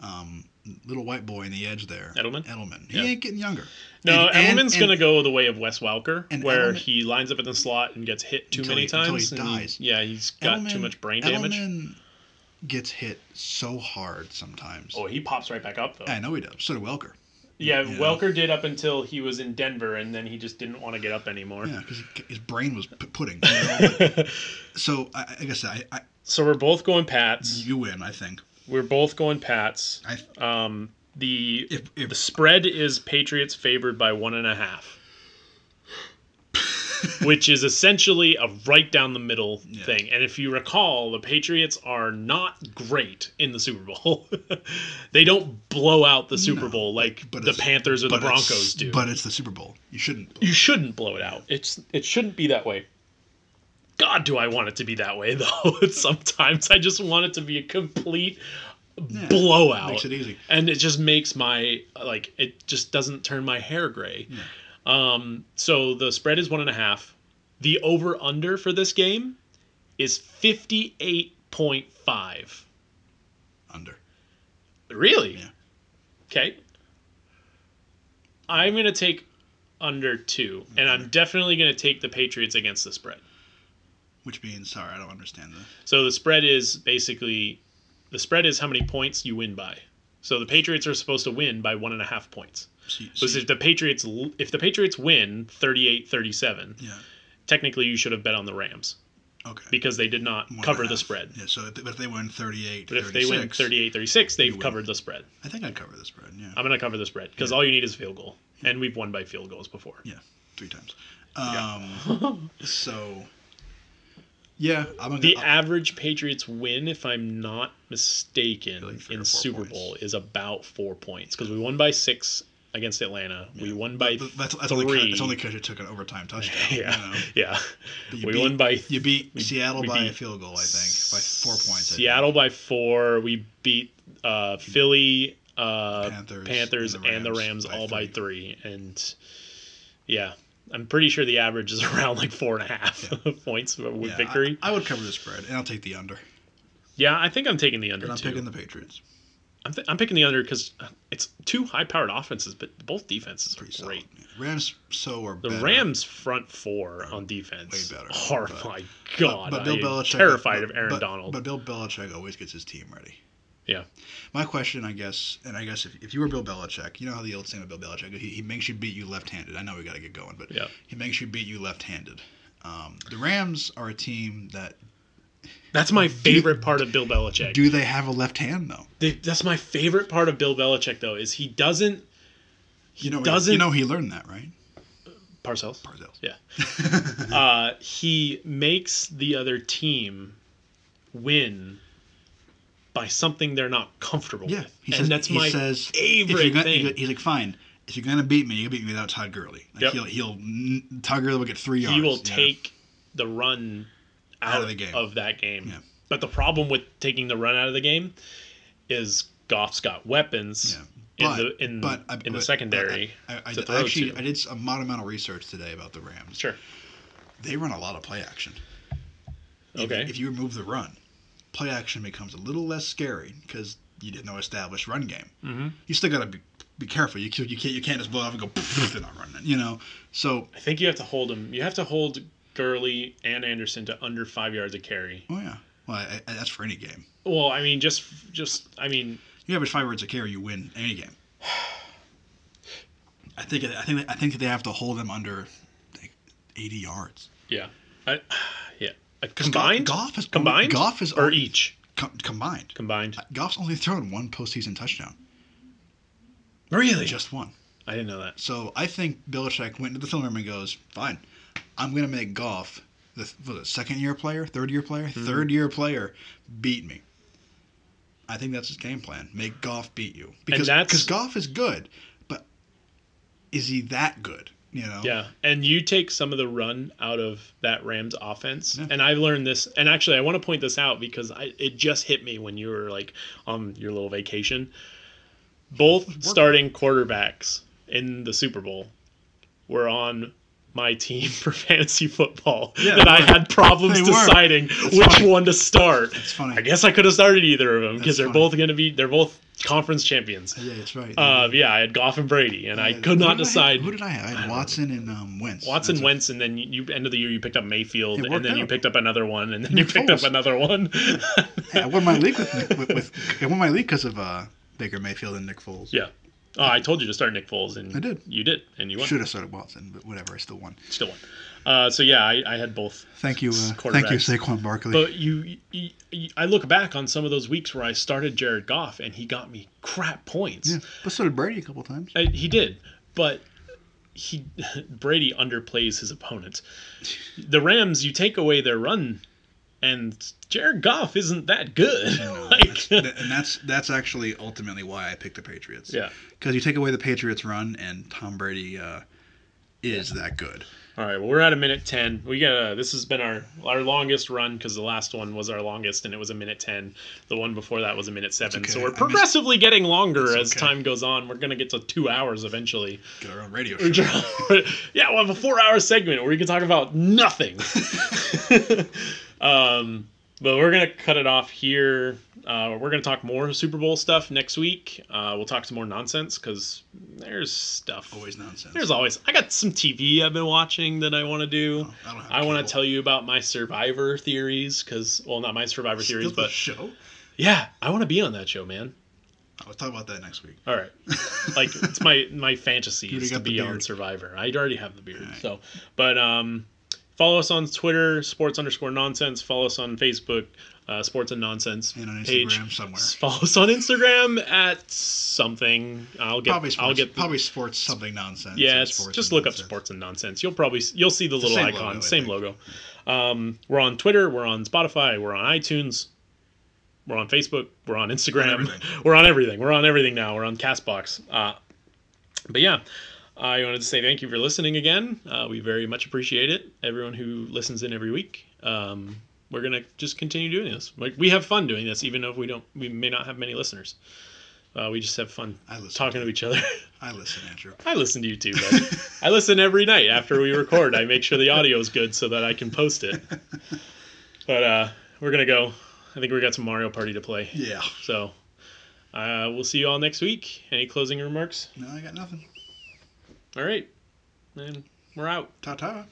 [SPEAKER 2] Um, little white boy in the edge there.
[SPEAKER 1] Edelman?
[SPEAKER 2] Edelman.
[SPEAKER 1] Yeah.
[SPEAKER 2] He ain't getting younger.
[SPEAKER 1] No,
[SPEAKER 2] And- and-
[SPEAKER 1] Edelman's
[SPEAKER 2] and-
[SPEAKER 1] going to go the way of Wes Welker,
[SPEAKER 2] and
[SPEAKER 1] where
[SPEAKER 2] Edelman-
[SPEAKER 1] he lines up in the slot and gets hit too
[SPEAKER 2] Until
[SPEAKER 1] many
[SPEAKER 2] he- until he
[SPEAKER 1] times. and
[SPEAKER 2] dies.
[SPEAKER 1] yeah, he's got too
[SPEAKER 2] Edelman-
[SPEAKER 1] much brain damage.
[SPEAKER 2] Edelman gets hit so hard sometimes.
[SPEAKER 1] Oh, he pops right back up though.
[SPEAKER 2] I know he does. So did Welker.
[SPEAKER 1] yeah,
[SPEAKER 2] yeah.
[SPEAKER 1] Welker did up until he was in Denver, and then he just didn't want to get up anymore.
[SPEAKER 2] Yeah, because his brain was p- pudding. you know, but- so I, I guess I, I
[SPEAKER 1] So we're both going Pats.
[SPEAKER 2] you win. I think.
[SPEAKER 1] We're both going Pats.
[SPEAKER 2] I
[SPEAKER 1] Um, the
[SPEAKER 2] if if
[SPEAKER 1] the spread is Patriots favored by one and a half, which is essentially a right down the middle
[SPEAKER 2] Yeah.
[SPEAKER 1] thing. And if you recall, the Patriots are not great in the Super Bowl. they don't blow out the Super
[SPEAKER 2] No,
[SPEAKER 1] Bowl like
[SPEAKER 2] but
[SPEAKER 1] the
[SPEAKER 2] it's-
[SPEAKER 1] Panthers or the
[SPEAKER 2] but it's-
[SPEAKER 1] Broncos do.
[SPEAKER 2] But it's the Super Bowl. You shouldn't.
[SPEAKER 1] you shouldn't blow it out. It's it shouldn't be that way. God, do I want it to be that way though? Sometimes I just want it to be a complete
[SPEAKER 2] Yeah,
[SPEAKER 1] blowout.
[SPEAKER 2] Makes it easy.
[SPEAKER 1] And it just makes my like it just doesn't turn my hair gray. Um, so the spread is one and a half. The over under for this game is fifty eight point five.
[SPEAKER 2] Under.
[SPEAKER 1] Really?
[SPEAKER 2] Yeah.
[SPEAKER 1] Okay. I'm gonna take under two, and I'm definitely gonna take the Patriots against the spread.
[SPEAKER 2] Which means, sorry, I don't understand this.
[SPEAKER 1] So the spread is basically the spread is how many points you win by. So the Patriots are supposed to win by one and a half points.
[SPEAKER 2] So, you- so
[SPEAKER 1] Because
[SPEAKER 2] you-
[SPEAKER 1] if the Patriots l- if the Patriots win 38-37,
[SPEAKER 2] yeah.
[SPEAKER 1] technically you should have bet on the Rams
[SPEAKER 2] Okay.
[SPEAKER 1] because they did not
[SPEAKER 2] One and
[SPEAKER 1] cover
[SPEAKER 2] a
[SPEAKER 1] the
[SPEAKER 2] half.
[SPEAKER 1] spread.
[SPEAKER 2] Yeah. So if, if they win 38,
[SPEAKER 1] But if they win
[SPEAKER 2] 36,
[SPEAKER 1] 38-36,
[SPEAKER 2] You
[SPEAKER 1] they've
[SPEAKER 2] win.
[SPEAKER 1] covered the spread.
[SPEAKER 2] I think I'd cover the spread. Yeah.
[SPEAKER 1] I'm going to cover the spread because all you need is a field goal. And we've won by field goals before.
[SPEAKER 2] yeah. Three times. Um, so. Yeah, I'm gonna.
[SPEAKER 1] The
[SPEAKER 2] I-
[SPEAKER 1] average Patriots win, if I'm not mistaken,
[SPEAKER 2] Like three or
[SPEAKER 1] in
[SPEAKER 2] four
[SPEAKER 1] Super
[SPEAKER 2] points.
[SPEAKER 1] Bowl is about four points because we won by six against Atlanta. We won by
[SPEAKER 2] But that's, that's
[SPEAKER 1] three.
[SPEAKER 2] only 'cause- it's only because you took an overtime touchdown.
[SPEAKER 1] yeah,
[SPEAKER 2] You know?
[SPEAKER 1] yeah.
[SPEAKER 2] But
[SPEAKER 1] We won by
[SPEAKER 2] you beat Seattle
[SPEAKER 1] we
[SPEAKER 2] by a
[SPEAKER 1] beat
[SPEAKER 2] field goal, I think, by four points. I think.
[SPEAKER 1] Seattle by four. We beat uh, Philly, uh,
[SPEAKER 2] Panthers,
[SPEAKER 1] Panthers, and the Rams,
[SPEAKER 2] by
[SPEAKER 1] all by three. And yeah, I'm pretty sure the average is around like four and a half points with
[SPEAKER 2] Yeah, I-
[SPEAKER 1] victory.
[SPEAKER 2] I, would cover the spread, and I'll take the under.
[SPEAKER 1] yeah, I think I'm taking the under
[SPEAKER 2] And I'm
[SPEAKER 1] too.
[SPEAKER 2] picking the Patriots.
[SPEAKER 1] I'm, th- I'm picking the under because it's two high-powered offenses, but both defenses
[SPEAKER 2] Pretty
[SPEAKER 1] are
[SPEAKER 2] solid.
[SPEAKER 1] great.
[SPEAKER 2] yeah. Rams so are
[SPEAKER 1] The
[SPEAKER 2] better.
[SPEAKER 1] Rams front four on defense
[SPEAKER 2] way better,
[SPEAKER 1] are
[SPEAKER 2] but-
[SPEAKER 1] my
[SPEAKER 2] But-
[SPEAKER 1] god.
[SPEAKER 2] but Bill
[SPEAKER 1] I'm
[SPEAKER 2] Belichick
[SPEAKER 1] terrified
[SPEAKER 2] but-
[SPEAKER 1] of Aaron
[SPEAKER 2] but-
[SPEAKER 1] Donald.
[SPEAKER 2] But Bill Belichick always gets his team ready.
[SPEAKER 1] Yeah.
[SPEAKER 2] My question, I guess, and I guess if, if you were Bill Belichick, you know how the old saying about Bill Belichick, he, he makes you beat you left-handed. I know we got to get going, but
[SPEAKER 1] Yeah.
[SPEAKER 2] he makes you beat you left-handed. Um, the Rams are a team that
[SPEAKER 1] that's my favorite part of Bill Belichick.
[SPEAKER 2] do they have a left hand though?
[SPEAKER 1] They, that's my favorite part of Bill Belichick though is he doesn't
[SPEAKER 2] You know,
[SPEAKER 1] doesn't-
[SPEAKER 2] you know he learned that, right?
[SPEAKER 1] Parcells.
[SPEAKER 2] Barzell.
[SPEAKER 1] Yeah.
[SPEAKER 2] Mm-hmm.
[SPEAKER 1] uh, he makes the other team win by something they're not comfortable
[SPEAKER 2] Yeah,
[SPEAKER 1] with.
[SPEAKER 2] he
[SPEAKER 1] and
[SPEAKER 2] says
[SPEAKER 1] that's
[SPEAKER 2] he
[SPEAKER 1] my
[SPEAKER 2] says, if you're
[SPEAKER 1] favorite
[SPEAKER 2] gonna-
[SPEAKER 1] thing.
[SPEAKER 2] He's like, fine. If you're gonna beat me, you beat me without Todd Gurley. Like
[SPEAKER 1] Yep.
[SPEAKER 2] he'll, he'll n- Todd Gurley will get three yards.
[SPEAKER 1] he will
[SPEAKER 2] you know?
[SPEAKER 1] take the run out, of, the game. of that game.
[SPEAKER 2] Yeah.
[SPEAKER 1] But the problem with taking the run out of the game is Goff's got weapons in
[SPEAKER 2] Yeah.
[SPEAKER 1] the in,
[SPEAKER 2] but I-
[SPEAKER 1] in the
[SPEAKER 2] but uh,
[SPEAKER 1] secondary.
[SPEAKER 2] I, I, I,
[SPEAKER 1] to
[SPEAKER 2] I
[SPEAKER 1] throw
[SPEAKER 2] actually
[SPEAKER 1] to.
[SPEAKER 2] I did a mod amount of research today about the Rams.
[SPEAKER 1] sure.
[SPEAKER 2] They run a lot of play action. If-
[SPEAKER 1] Okay.
[SPEAKER 2] If, you remove the run, play action becomes a little less scary because you didn't know established run game. Mm-hmm. You still gotta be, be careful. You can't- you can't you can't just blow off and go. They're not running. You know. So
[SPEAKER 1] I think you have to hold him. You have to hold Gurley and Anderson to under five yards a carry.
[SPEAKER 2] oh yeah. Well, I, I, that's for any game.
[SPEAKER 1] Well, I mean, just just I mean,
[SPEAKER 2] You average five yards a carry, you win any game. I think I think I think they have to hold them under like, eighty yards.
[SPEAKER 1] yeah, I, yeah. Uh,
[SPEAKER 2] 'Cause Goff-
[SPEAKER 1] combined,
[SPEAKER 2] Goff is
[SPEAKER 1] combined,
[SPEAKER 2] Goff is
[SPEAKER 1] or E?
[SPEAKER 2] only-
[SPEAKER 1] each
[SPEAKER 2] Com- combined,
[SPEAKER 1] combined.
[SPEAKER 2] Goff's only thrown one postseason touchdown,
[SPEAKER 1] Really?
[SPEAKER 2] just one.
[SPEAKER 1] I didn't know that.
[SPEAKER 2] So I think Belichick went to the film room and goes, "Fine, I'm going to make Goff the was it, second year player, third year player,
[SPEAKER 1] Mm-hmm.
[SPEAKER 2] third year player beat me." I think that's his game plan: make Goff beat you because
[SPEAKER 1] that's-
[SPEAKER 2] because Goff is good, but is he that good? You know?
[SPEAKER 1] Yeah, and you take some of the run out of that Rams offense,
[SPEAKER 2] Yeah.
[SPEAKER 1] and I've learned this. And actually, I want to point this out because I, it just hit me when you were like on your little vacation. Both starting quarterbacks in the Super Bowl were on my team for fantasy football
[SPEAKER 2] Yeah,
[SPEAKER 1] that I
[SPEAKER 2] they
[SPEAKER 1] had problems
[SPEAKER 2] They were.
[SPEAKER 1] deciding
[SPEAKER 2] That's
[SPEAKER 1] which
[SPEAKER 2] funny.
[SPEAKER 1] one to start.
[SPEAKER 2] It's funny.
[SPEAKER 1] I guess I could have started either of them because
[SPEAKER 2] That's
[SPEAKER 1] they're
[SPEAKER 2] funny.
[SPEAKER 1] both going to be they're both conference champions.
[SPEAKER 2] Yeah, that's right.
[SPEAKER 1] Uh, yeah, I had Goff and Brady, and I
[SPEAKER 2] Yeah,
[SPEAKER 1] could
[SPEAKER 2] who
[SPEAKER 1] not
[SPEAKER 2] did I have-
[SPEAKER 1] decide.
[SPEAKER 2] who did I have? I had Watson and um, Wentz.
[SPEAKER 1] Watson
[SPEAKER 2] That's right.
[SPEAKER 1] Wentz, and then you, you end of the year you picked up Mayfield,
[SPEAKER 2] It
[SPEAKER 1] and
[SPEAKER 2] worked
[SPEAKER 1] then you
[SPEAKER 2] out.
[SPEAKER 1] picked up another one, and then you picked
[SPEAKER 2] Foles.
[SPEAKER 1] up another one.
[SPEAKER 2] Yeah, I won my league with, Nick- with, with I won my league because of uh, Baker Mayfield and Nick Foles.
[SPEAKER 1] yeah, oh, I told you to start Nick Foles, and
[SPEAKER 2] I did.
[SPEAKER 1] You did, and you won.
[SPEAKER 2] Should have started Watson, but whatever. I still won.
[SPEAKER 1] Still won. Uh, so yeah, I, I had both.
[SPEAKER 2] Thank you, uh, thank you,
[SPEAKER 1] Quarterbacks.
[SPEAKER 2] Saquon Barkley.
[SPEAKER 1] But you, you, you, I look back on some of those weeks where I started Jared Goff, and he got me crap points.
[SPEAKER 2] yeah, but so did Brady a couple times.
[SPEAKER 1] Uh, He did, but he Brady underplays his opponents. The Rams, you take away their run, and Jared Goff isn't that good. like,
[SPEAKER 2] Th- and that's that's actually ultimately why I picked the Patriots.
[SPEAKER 1] yeah.
[SPEAKER 2] because you take away the Patriots run, and Tom Brady uh, is that good.
[SPEAKER 1] All right. Well, we're at a minute ten. We got to this has been our our longest run because the last one was our longest, and it was a minute ten. The one before that was a minute seven. So
[SPEAKER 2] okay. I
[SPEAKER 1] we're
[SPEAKER 2] missed-
[SPEAKER 1] progressively getting longer
[SPEAKER 2] It's
[SPEAKER 1] as
[SPEAKER 2] okay.
[SPEAKER 1] time goes on. We're gonna get to two hours eventually.
[SPEAKER 2] Get our own radio
[SPEAKER 1] Or
[SPEAKER 2] show.
[SPEAKER 1] draw- yeah, we'll have a four-hour segment where we can talk about nothing. um, but we're gonna cut it off here. Uh, we're gonna talk more Super Bowl stuff next week. Uh, we'll talk some more nonsense because there's stuff.
[SPEAKER 2] Always nonsense.
[SPEAKER 1] There's always. I got some TV I've been watching that I want to do.
[SPEAKER 2] I don't have
[SPEAKER 1] I want
[SPEAKER 2] cable.
[SPEAKER 1] to tell you about my Survivor theories because, well, not my Survivor
[SPEAKER 2] Still
[SPEAKER 1] theories,
[SPEAKER 2] the
[SPEAKER 1] but
[SPEAKER 2] show.
[SPEAKER 1] yeah, I want to be on that show, man.
[SPEAKER 2] I'll talk about that next week.
[SPEAKER 1] All right. Like it's my my fantasy
[SPEAKER 2] already
[SPEAKER 1] is to
[SPEAKER 2] got the
[SPEAKER 1] be on
[SPEAKER 2] beard.
[SPEAKER 1] Survivor. I already have the beard.
[SPEAKER 2] All right.
[SPEAKER 1] So, but um, follow us on Twitter, sports underscore nonsense. Follow us on Facebook, uh, sports and nonsense
[SPEAKER 2] And on
[SPEAKER 1] page.
[SPEAKER 2] Instagram somewhere.
[SPEAKER 1] Follow us on Instagram at something. I'll get.
[SPEAKER 2] Probably sports.
[SPEAKER 1] I'll get. The,
[SPEAKER 2] probably sports something nonsense.
[SPEAKER 1] yeah,
[SPEAKER 2] or
[SPEAKER 1] it's-
[SPEAKER 2] sports
[SPEAKER 1] just
[SPEAKER 2] and
[SPEAKER 1] look
[SPEAKER 2] nonsense.
[SPEAKER 1] up sports and nonsense. You'll probably s- you'll see the
[SPEAKER 2] the
[SPEAKER 1] little
[SPEAKER 2] same
[SPEAKER 1] icon,
[SPEAKER 2] logo, I
[SPEAKER 1] same
[SPEAKER 2] think.
[SPEAKER 1] logo. Um, we're on Twitter. We're on Spotify. We're on iTunes. We're on Facebook. We're on Instagram.
[SPEAKER 2] everything.
[SPEAKER 1] we're on everything. We're on everything now. We're on Castbox. Uh, but yeah, I wanted to say thank you for listening again. Uh, we very much appreciate it. Everyone who listens in every week. Um, we're gonna just continue doing this. Like we have fun doing this, even though we don't. We may not have many listeners. Uh, we just have fun
[SPEAKER 2] I listen.
[SPEAKER 1] talking to each other.
[SPEAKER 2] I listen, Andrew.
[SPEAKER 1] I listen to you too, buddy. I listen every night after we record. I make sure the audio is good so that I can post it. But uh, we're gonna go. I think we got some Mario Party to play.
[SPEAKER 2] Yeah.
[SPEAKER 1] So uh, we'll see you all next week. Any closing remarks?
[SPEAKER 2] No, I got nothing.
[SPEAKER 1] All right, and we're out.
[SPEAKER 2] Ta ta.